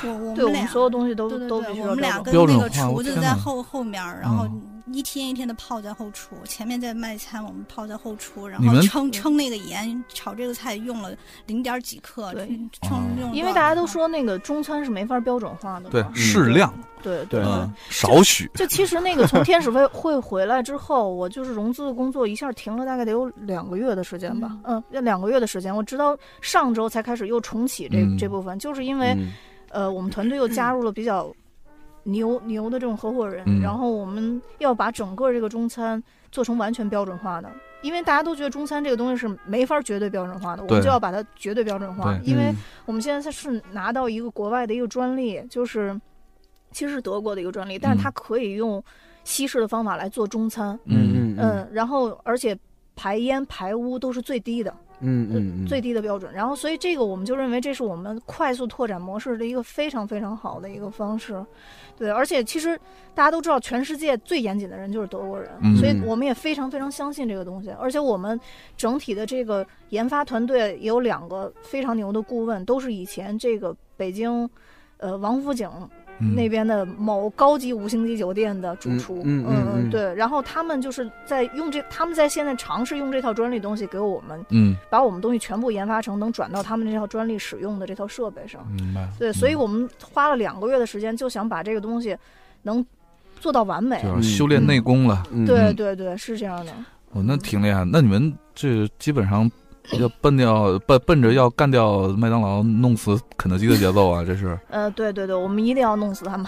F: 我我
G: 对
F: 们
G: 我们
F: 俩
G: 所有东西都
F: 对对
G: 都
F: 对
G: 必须
F: 我
G: 要
F: 们俩
G: 标
F: 跟
H: 标
F: 那
H: 准
F: 个
H: 化
F: 厨
H: 我
F: 子在
H: 天哪嗯
F: 后后面儿，然后一天一天的泡在后厨，前面在卖餐，我们泡在后厨，然
H: 你
F: 后
H: 们
F: 称称那个盐，炒这个菜用了零点几克，称
H: 哦
F: 称用了
G: 因
F: 多
G: 为
F: 少
G: 大家都说那个中餐是没法标准化的嘛，
H: 对适量，
G: 对对
H: 嗯，少许，
G: 就其实那个从天使会 会回来之后，我就是融资的工作一下停了大概得有两个月的时间吧，嗯，要两个月的时间，我直到上周才开始又重启这、
C: 嗯
G: 这部分，就是因为、
C: 嗯
G: 呃我们团队又加入了比较牛 牛的这种合伙人，
C: 嗯
G: 然后我们要把整个这个中餐做成完全标准化的。因为大家都觉得中餐这个东西是没法绝对标准化的，我们
C: 对
G: 就要把它绝对标准化。
C: 对
G: 因为
C: 嗯
G: 我们现在是拿到一个国外的一个专利，就是其实是德国的一个专利，但是它可以用西式的方法来做中餐。
B: 嗯嗯
G: 嗯，然后而且排烟排污都是最低的，
B: 嗯嗯嗯，
G: 最低的标准。然后所以这个我们就认为这是我们快速拓展模式的一个非常非常好的一个方式。对，而且其实大家都知道，全世界最严谨的人就是德国人，
C: 嗯
G: 所以我们也非常非常相信这个东西。而且我们整体的这个研发团队也有两个非常牛的顾问，都是以前这个北京，呃，王府井。
C: 嗯
G: 那边的某高级五星级酒店的主
C: 嗯
G: 厨，
C: 嗯嗯嗯
G: 对，然后他们就是在用这，他们在现在尝试用这套专利东西给我们，
C: 嗯
G: 把我们东西全部研发成能转到他们这套专利使用的这套设备
H: 嗯
G: 上。
C: 明白
G: 对，所以我们花了两个月的时间，就想把这个东西能做到完美。
H: 就是修炼内功了，
B: 嗯
G: 对对对，是这样的。
H: 哦，那挺厉害。那你们这基本上要奔掉奔奔着要干掉麦当劳、弄死肯德基的节奏啊！这是
G: 呃，对对对，我们一定要弄死他们。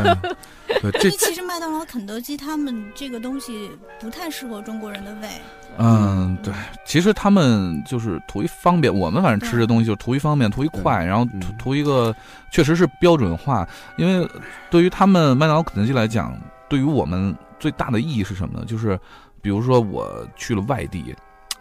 H: 对
F: 因
H: 这
F: 为其实麦当劳、肯德基他们这个东西不太适合中国人的胃，
H: 嗯，对，其实他们就是图一方便，我们反正吃这东西就是图一方便，图一快，然后图图一个确实是标准化。因为对于他们麦当劳、肯德基来讲，对于我们最大的意义是什么呢？就是比如说我去了外地。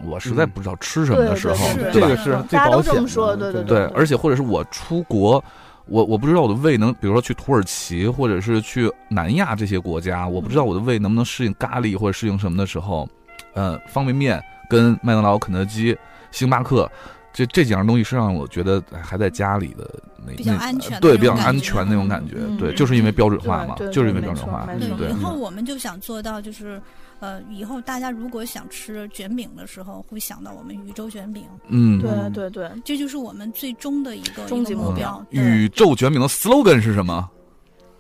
H: 我实在不知道吃什么的时候，
G: 嗯对对对
H: 吧
G: 是这个是最大家都保这么险的说对对对对
H: 而且或者是我出国，我我不知道我的胃能，比如说去土耳其或者是去南亚这些国家，我不知道我的胃能不能适应咖喱或者适应什么的时候，呃，方便面跟麦当劳、肯德基、星巴克，这这几样东西是让我觉得哎还在家里的那
F: 比较
H: 那
F: 安全的
H: 对
F: 那
H: 比较
F: 种感
H: 安
F: 觉
H: 全那种感觉，
F: 嗯
H: 对，
F: 嗯
H: 就是因为标准化
F: 对
H: 嘛
F: 对，
H: 就是因为
F: 对
H: 标
F: 没
H: 准
F: 错
H: 化
F: 没，错
H: 嗯对
F: 以。后我们就想做到，就是呃，以后大家如果想吃卷饼的时候，会想到我们宇宙卷饼。
H: 嗯对
G: 对对，
F: 这就是我们最终的一个
G: 终极
F: 一个
G: 目
F: 目
G: 标
F: 标。对
H: 宇宙卷饼的 slogan 是什么？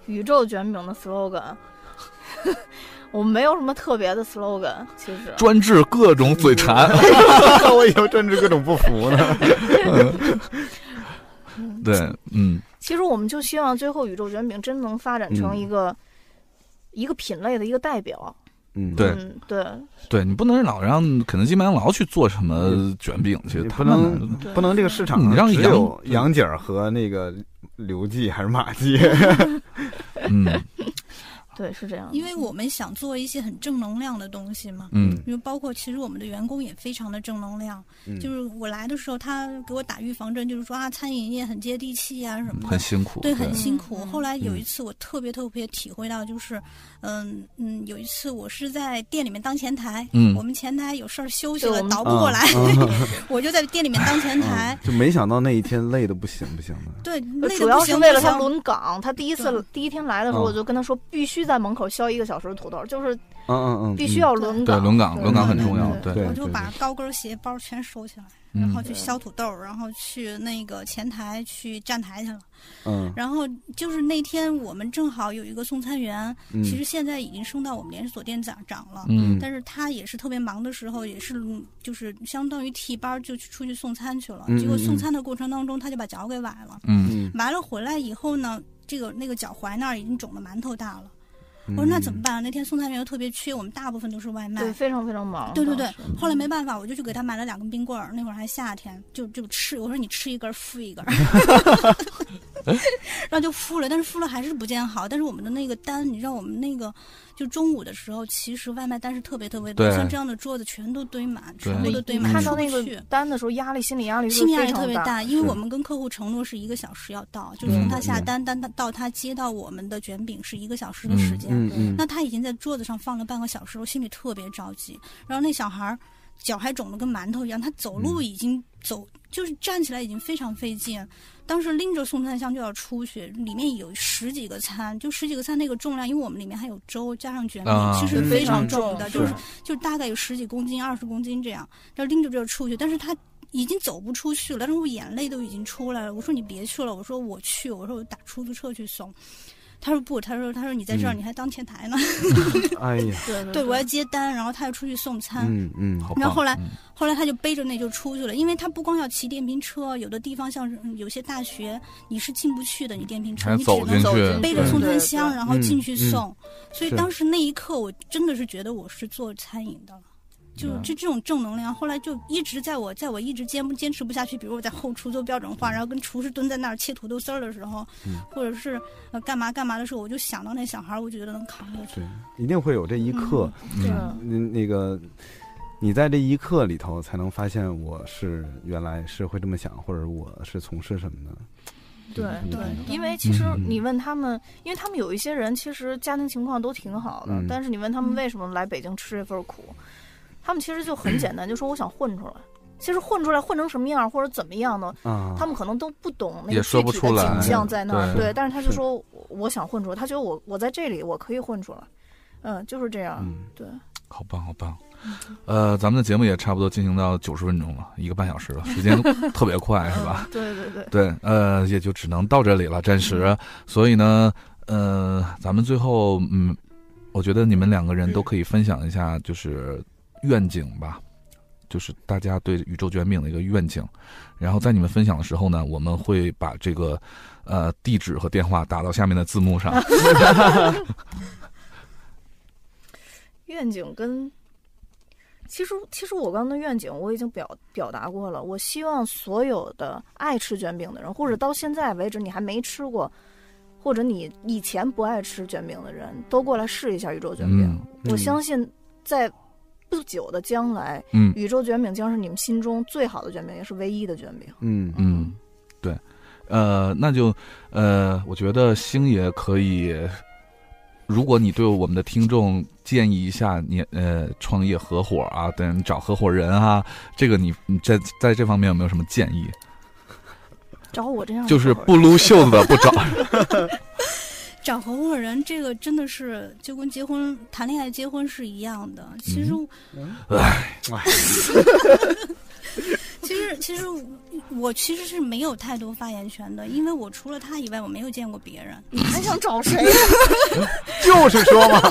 G: 宇宙卷饼的 slogan，我们没有什么特别的 slogan，其实。
H: 专治各种 嘴馋。
J: 我以后专治各种不服呢。
H: 对，嗯，
G: 其实我们就希望最后宇宙卷饼真能发展成
H: 嗯
G: 一个、一个品类的一个代表。
B: 嗯
H: 对，
G: 嗯，对，
H: 对你不能老让肯德基、麦当劳去做什么卷饼去，
B: 不
H: 他们
B: 能不能这个市场
H: 你让
B: 只
H: 杨
B: 有杨姐儿和那个刘记还是马记，
H: 嗯，
G: 对，是这样的。
F: 因为我们想做一些很正能量的东西嘛，
G: 嗯
F: 因为包括其实我们的员工也非常的正能量，
H: 嗯
F: 就是我来的时候他给我打预防针，就是说啊，餐饮业很接地气啊什么的，
H: 很辛苦
F: 对，
H: 对
F: 很辛苦。后来有一
H: 嗯
F: 次我特别特别体会到，就是，嗯嗯，有一次我是在店里面当前台，
B: 嗯
F: 我们前台有事儿休息
G: 对
F: 了
G: 我，们
F: 倒不
H: 啊
F: 过来，
B: 嗯
F: 我就在店里面当前台，
B: 就没想到那一天累的不行不行的。
H: 嗯
F: 对，
G: 呃主要是为了他
F: 不
G: 轮岗。他第一次第一天来的时候，
B: 嗯
G: 我就跟他说，必须在门口削一个小时的土豆，就是
B: 嗯嗯嗯，
G: 必须要轮岗。
H: 对轮岗轮
G: 嗯
H: 岗很重要对
B: 对
F: 我就
B: 对
F: 把高跟鞋包全收起来，
H: 嗯
F: 然后去削土豆，然后去那个前台去站台去了。
B: 嗯
F: 然后就是那天我们正好有一个送餐员，
B: 嗯
F: 其实现在已经升到我们连锁店长长了，
B: 嗯
F: 但是他也是特别忙的时候，也是嗯就是相当于替班儿就去出去送餐去了。
B: 嗯
F: 结果
B: 嗯
F: 送
B: 嗯
F: 餐的过程当中，他就把脚给崴了，
B: 嗯
F: 崴了回来以后呢，这个那个脚踝那儿已经肿得馒头大了。
B: 嗯
F: 我说那怎么办？啊那天送餐员又特别缺，我们大部分都是外卖，
G: 对，非常非常忙。
F: 对对对
G: 当时，
F: 后来没办法，我就去给他买了两根冰棍儿。那会儿还夏天，就就吃。我说你吃一根儿，敷一根儿， 然后就敷了。但是敷了还是不见好。但是我们的那个单，你知道我们那个就中午的时候，其实外卖单是特别特别多，
G: 对
F: 像这样的桌子全都堆满，
G: 对
F: 全
H: 嗯
F: 部都堆
G: 你
F: 满，
G: 看
F: 出
G: 到
F: 不
G: 那个
F: 去
G: 单的时候，压力心理压力是
F: 心理压力
G: 非常
F: 特别
G: 大，
F: 因为我
G: 是
F: 们跟客户承诺是一个小时要到，
G: 嗯
F: 就是从他
G: 嗯
F: 下
G: 嗯
F: 单单到他接到我们的卷饼是一个小时的时间。
G: 嗯嗯嗯
F: 那他已经在桌子上放了半个小时，我心里特别着急。然后那小孩儿脚还肿得跟馒头一样，他走路已经走、就是站起来已经非常费劲。当时拎着送餐箱就要出去，里面有十几个餐，就十几个餐那个重量，因为我们里面还有粥加上卷饼，
C: 啊
F: 其实
C: 嗯
F: 非常
C: 嗯
F: 重的，
C: 是
F: 就是就大概有十几公斤、二十公斤这样，然后拎着这个出去，但是他已经走不出去了，但是我眼泪都已经出来了。我说你别去了，我说我去，我说我打出租车去送。他说不，他说他说你在这儿，
B: 嗯
F: 你还当前台呢。
B: 哎 呀，
G: 嗯
F: 对，我要接单，然后他要出去送餐。
B: 嗯嗯，好
F: 然后后来，后来他就背着那就出去了，因为他不光要骑电瓶车，有的地方像是嗯有些大学你是进不去的，你电瓶车
H: 还
F: 你只
H: 走
F: 能
H: 进去
F: 背着
H: 对
F: 送餐
H: 对
F: 箱，
H: 对
F: 然后进去
H: 嗯嗯
F: 送。所以
H: 是
F: 当时那一刻，我真的是觉得我是做餐饮的了。就
H: 嗯
F: 就这种正能量，后来就一直在我在我一直坚不坚持不下去，比如我在后厨做标准化，然后跟厨师蹲在那儿切土豆丝儿的时候，
B: 嗯
F: 或者是呃干嘛干嘛的时候，我就想到那小孩儿，我就觉得能扛过去。
B: 对，一定会有这一刻，
F: 嗯
G: 啊
B: 嗯，那个。你在这一刻里头，才能发现我是原来是会这么想，或者我是从事什么的。
G: 对
B: 嗯
G: 对
B: 嗯，
G: 因为其实
B: 嗯
G: 你问他们，因为他们有一些人其实家庭情况都挺好的
B: 嗯，
G: 但是你问他们为什么来北京吃这份苦，他们其实就很简单，就说我想混出来。其实混出来混成什么样或者怎么样呢
B: 啊？
G: 他们可能都不懂那
H: 也
G: 个
H: 说
G: 具
H: 不
G: 体
H: 出
G: 的
H: 来
G: 景象在那儿，
H: 对
G: 对。但是他就是说我我想混出来，他觉得我我在这里我可以混出来，嗯，就是这
F: 啊
G: 样，对。
H: 好棒，好棒。
G: 嗯
H: 呃，咱们的节目也差不多进行到九十分钟了，一个半小时了，时间特别快，是吧？
G: 对对对
H: 对，呃，也就只能到这里了，暂时。所以呢，呃，咱们最后，嗯，我觉得你们两个人都可以分享一下，就是愿景吧，就是大家对宇宙卷饼的一个愿景。然后在你们分享的时候呢，我们会把这个呃地址和电话打到下面的字幕上。
G: 愿景跟，其实其实我刚刚的愿景我已经表表达过了。我希望所有的爱吃卷饼的人，或者到现在为止你还没吃过，或者你以前不爱吃卷饼的人，都过来试一下宇宙卷饼。
C: 嗯
G: 我
C: 嗯
G: 相信在不久的将来，
H: 嗯
G: 宇宙卷饼将是你们心中最好的卷饼，也是唯一的卷饼。
B: 嗯
H: 嗯，对，呃，那就呃，我觉得星爷可以，如果你对我们的听众建议一下你呃创业合伙啊，等找合伙人啊，这个你你在在这方面有没有什么建议？
G: 嗯找我这样的
H: 就是
G: 合伙人
H: 不撸袖子的不找。
F: 找合伙人这个真的是就跟结婚谈恋爱结婚是一样的。其实
H: 嗯
F: 我，
H: 唉，
F: 嗯
B: 哎
F: 其实其实我我其实是没有太多发言权的，因为我除了他以外，我没有见过别人。
G: 你还想找谁？
J: 就是说嘛，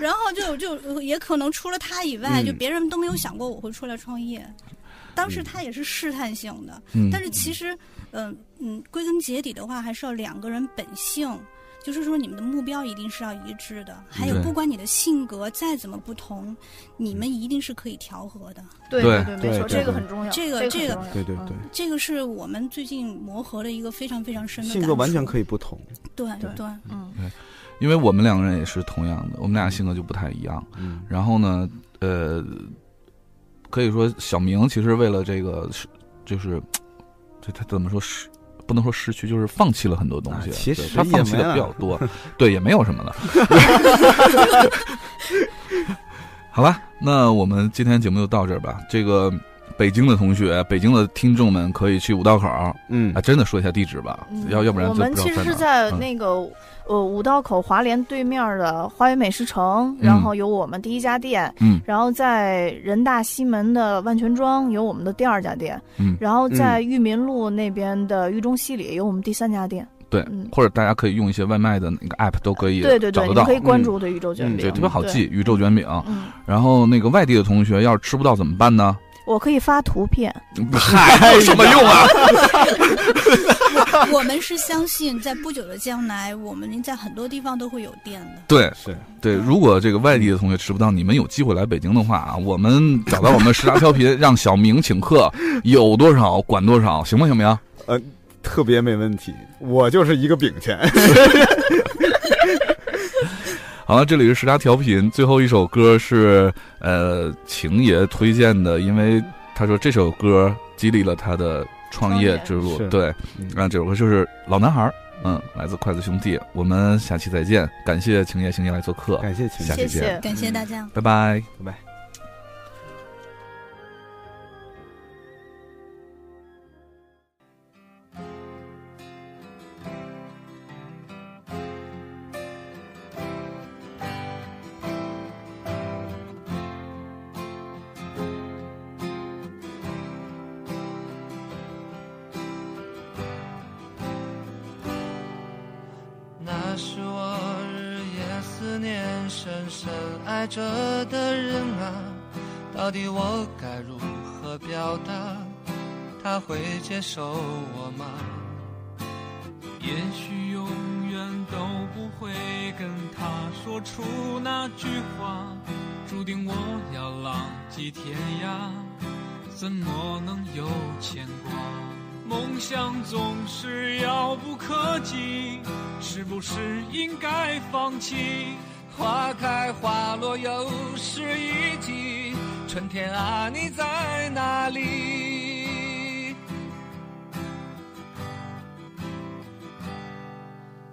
F: 然后就就也可能除了他以外，
H: 嗯
F: 就别人都没有想过我会出来创业。当时他也是试探性的，
H: 嗯
F: 呃但是其实，嗯、嗯，归根结底的话，还是要两个人本性。就是说你们的目标一定是要一致的。还有，
H: 对嗯
F: 不管你的性格再怎么不同，你们一定是可以调和的。
H: 对对对对没错对对这个
B: 很
H: 重要
F: 这
H: 这
F: 个
H: 个
F: 这
H: 很
B: 重
F: 个
B: 要对对对
F: 这个是我们最近磨合的一个非常非常深的
B: 性
F: 感
B: 格
F: 触
B: 完全可以不同。
F: 对对 嗯
H: 对，因为我们两个人也是同样的，我们俩性格就不太一样。
B: 嗯，
H: 然后呢，呃，可以说小明其实为了这个是，就是这他怎么说失，不能说失去，就是放弃了很多东西。
B: 啊其实
H: 对他放弃
B: 也没
H: 的比较
B: 了
H: 多，对，也没有什么了。 好了，那我们今天节目就到这儿吧。这个北京的同学、北京的听众们可以去五道口，
B: 嗯
H: 啊，真的说一下地址吧，
G: 嗯
H: 要要不然
G: 我
H: 就不知
G: 们
H: 道
G: 其实
H: 哪
G: 是
H: 儿
G: 在
H: 嗯
G: 那个呃五道口华联对面的花园美食城，然
H: 嗯
G: 后有我们第一家店，
H: 嗯
G: 然后在人大西门的万泉庄有我们的第二家店，
H: 嗯
G: 然后在
H: 嗯
G: 裕民路那边的裕中西里有我们第三家店。
H: 对，
G: 嗯
H: 或者大家可以用一些外卖的那个 app 都可以
G: 对对对
H: 找得
G: 你
H: 到，嗯
G: 可以关注对宇宙卷饼
H: 对，特别好
G: 对
H: 记宇宙卷饼
G: 嗯。
H: 然后那个外地的同学要是吃不到怎么办呢？
G: 我可以发图片，
H: 嗨， 有什么用啊？
F: 我们是相信，在不久的将来，我们在很多地方都会有店的。
H: 对，是对。如果这个外地的同学吃不到，你们有机会来北京的话啊，我们找到我们十大调频，让小明请客，有多少管多少，行吗？小明？
J: 呃，特别没问题，我就是一个饼钱。
H: 好了，这里是十佳调频，最后一首歌是呃晴爷推荐的，因为他说这首歌激励了他的创业之路
J: 创业是。
H: 对，啊，这首歌就是《老男孩》，嗯，来自筷子兄弟。我们下期再见，感谢晴爷，晴爷来做客，
B: 感谢晴
H: 下期
F: 谢谢
H: 见，
F: 感谢大家
B: 嗯
H: 拜拜，
B: 拜拜。
C: 那是我日夜思念、深深爱着的人啊，到底我该如何表达？他会接受我吗？
E: 也许永远都不会跟他说出那句话，注定我要浪迹天涯，怎么能有牵挂？梦想总是遥不可及，是不是应该放弃？
C: 花开花落又是一季，春天啊，你在哪里？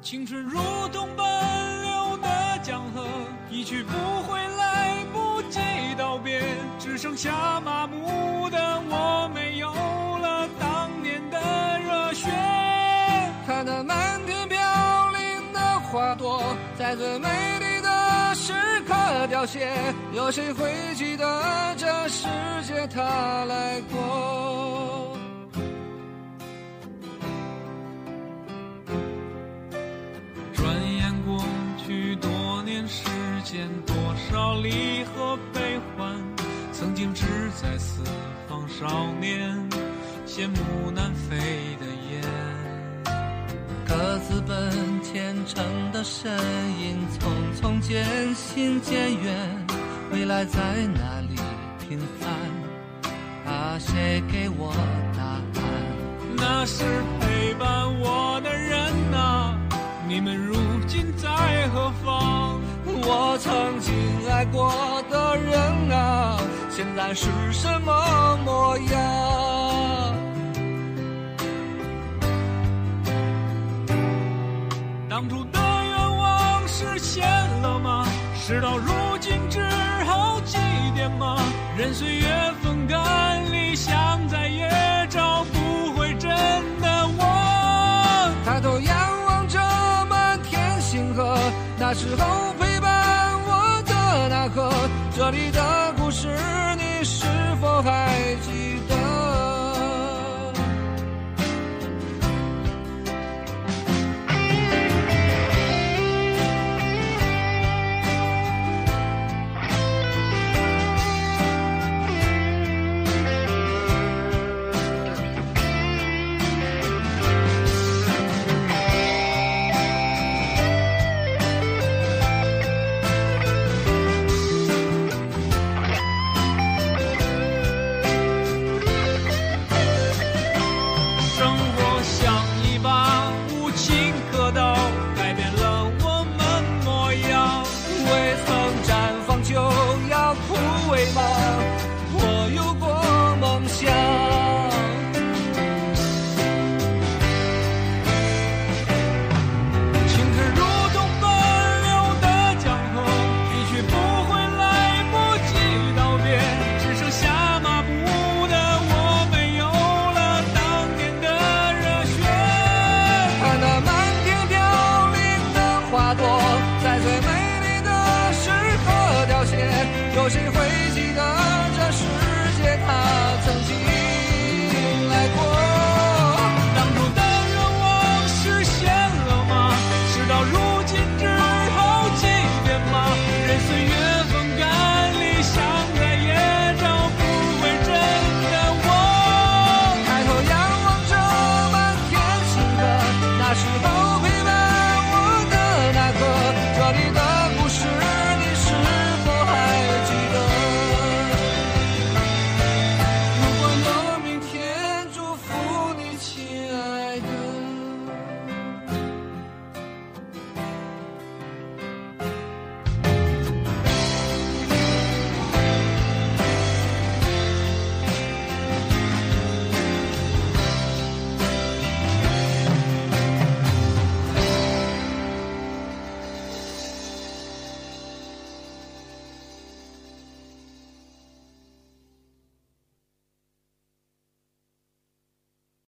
E: 青春如同奔流的江河，一去不回，来不及道别，只剩下麻木的我，没有了当年的热血。
C: 看那漫天飘零的花朵，在最美丽的时刻凋谢。有谁会记得这世界它来过？
E: 转眼过去多年时间，多少离合悲欢，曾经志在四方少年，羡慕南飞的雁。
C: 各自奔前程的身影，匆匆渐行渐远，未来在哪里平凡？啊，谁给我答案？
E: 那是陪伴我的人呐、你们如今在何方？
C: 我曾经爱过的人啊，现在是什么模样？
E: 当初的愿望实现了吗？事到如今只好祭奠吗？任岁月风干理想，再也找不回真的我。
C: 抬头仰望着满天星河，那时候陪伴我的那个，这里的故事你是否还记得？
E: 得到，改变了我们模样。未曾绽放就要枯萎吗？我有过梦想。情是如同奔流的江河，一去不回，来不及道别，只剩下麻木的我，没有了当年的热血。
C: 看那漫天凋零的花朵，在最美丽的时刻凋谢，有谁会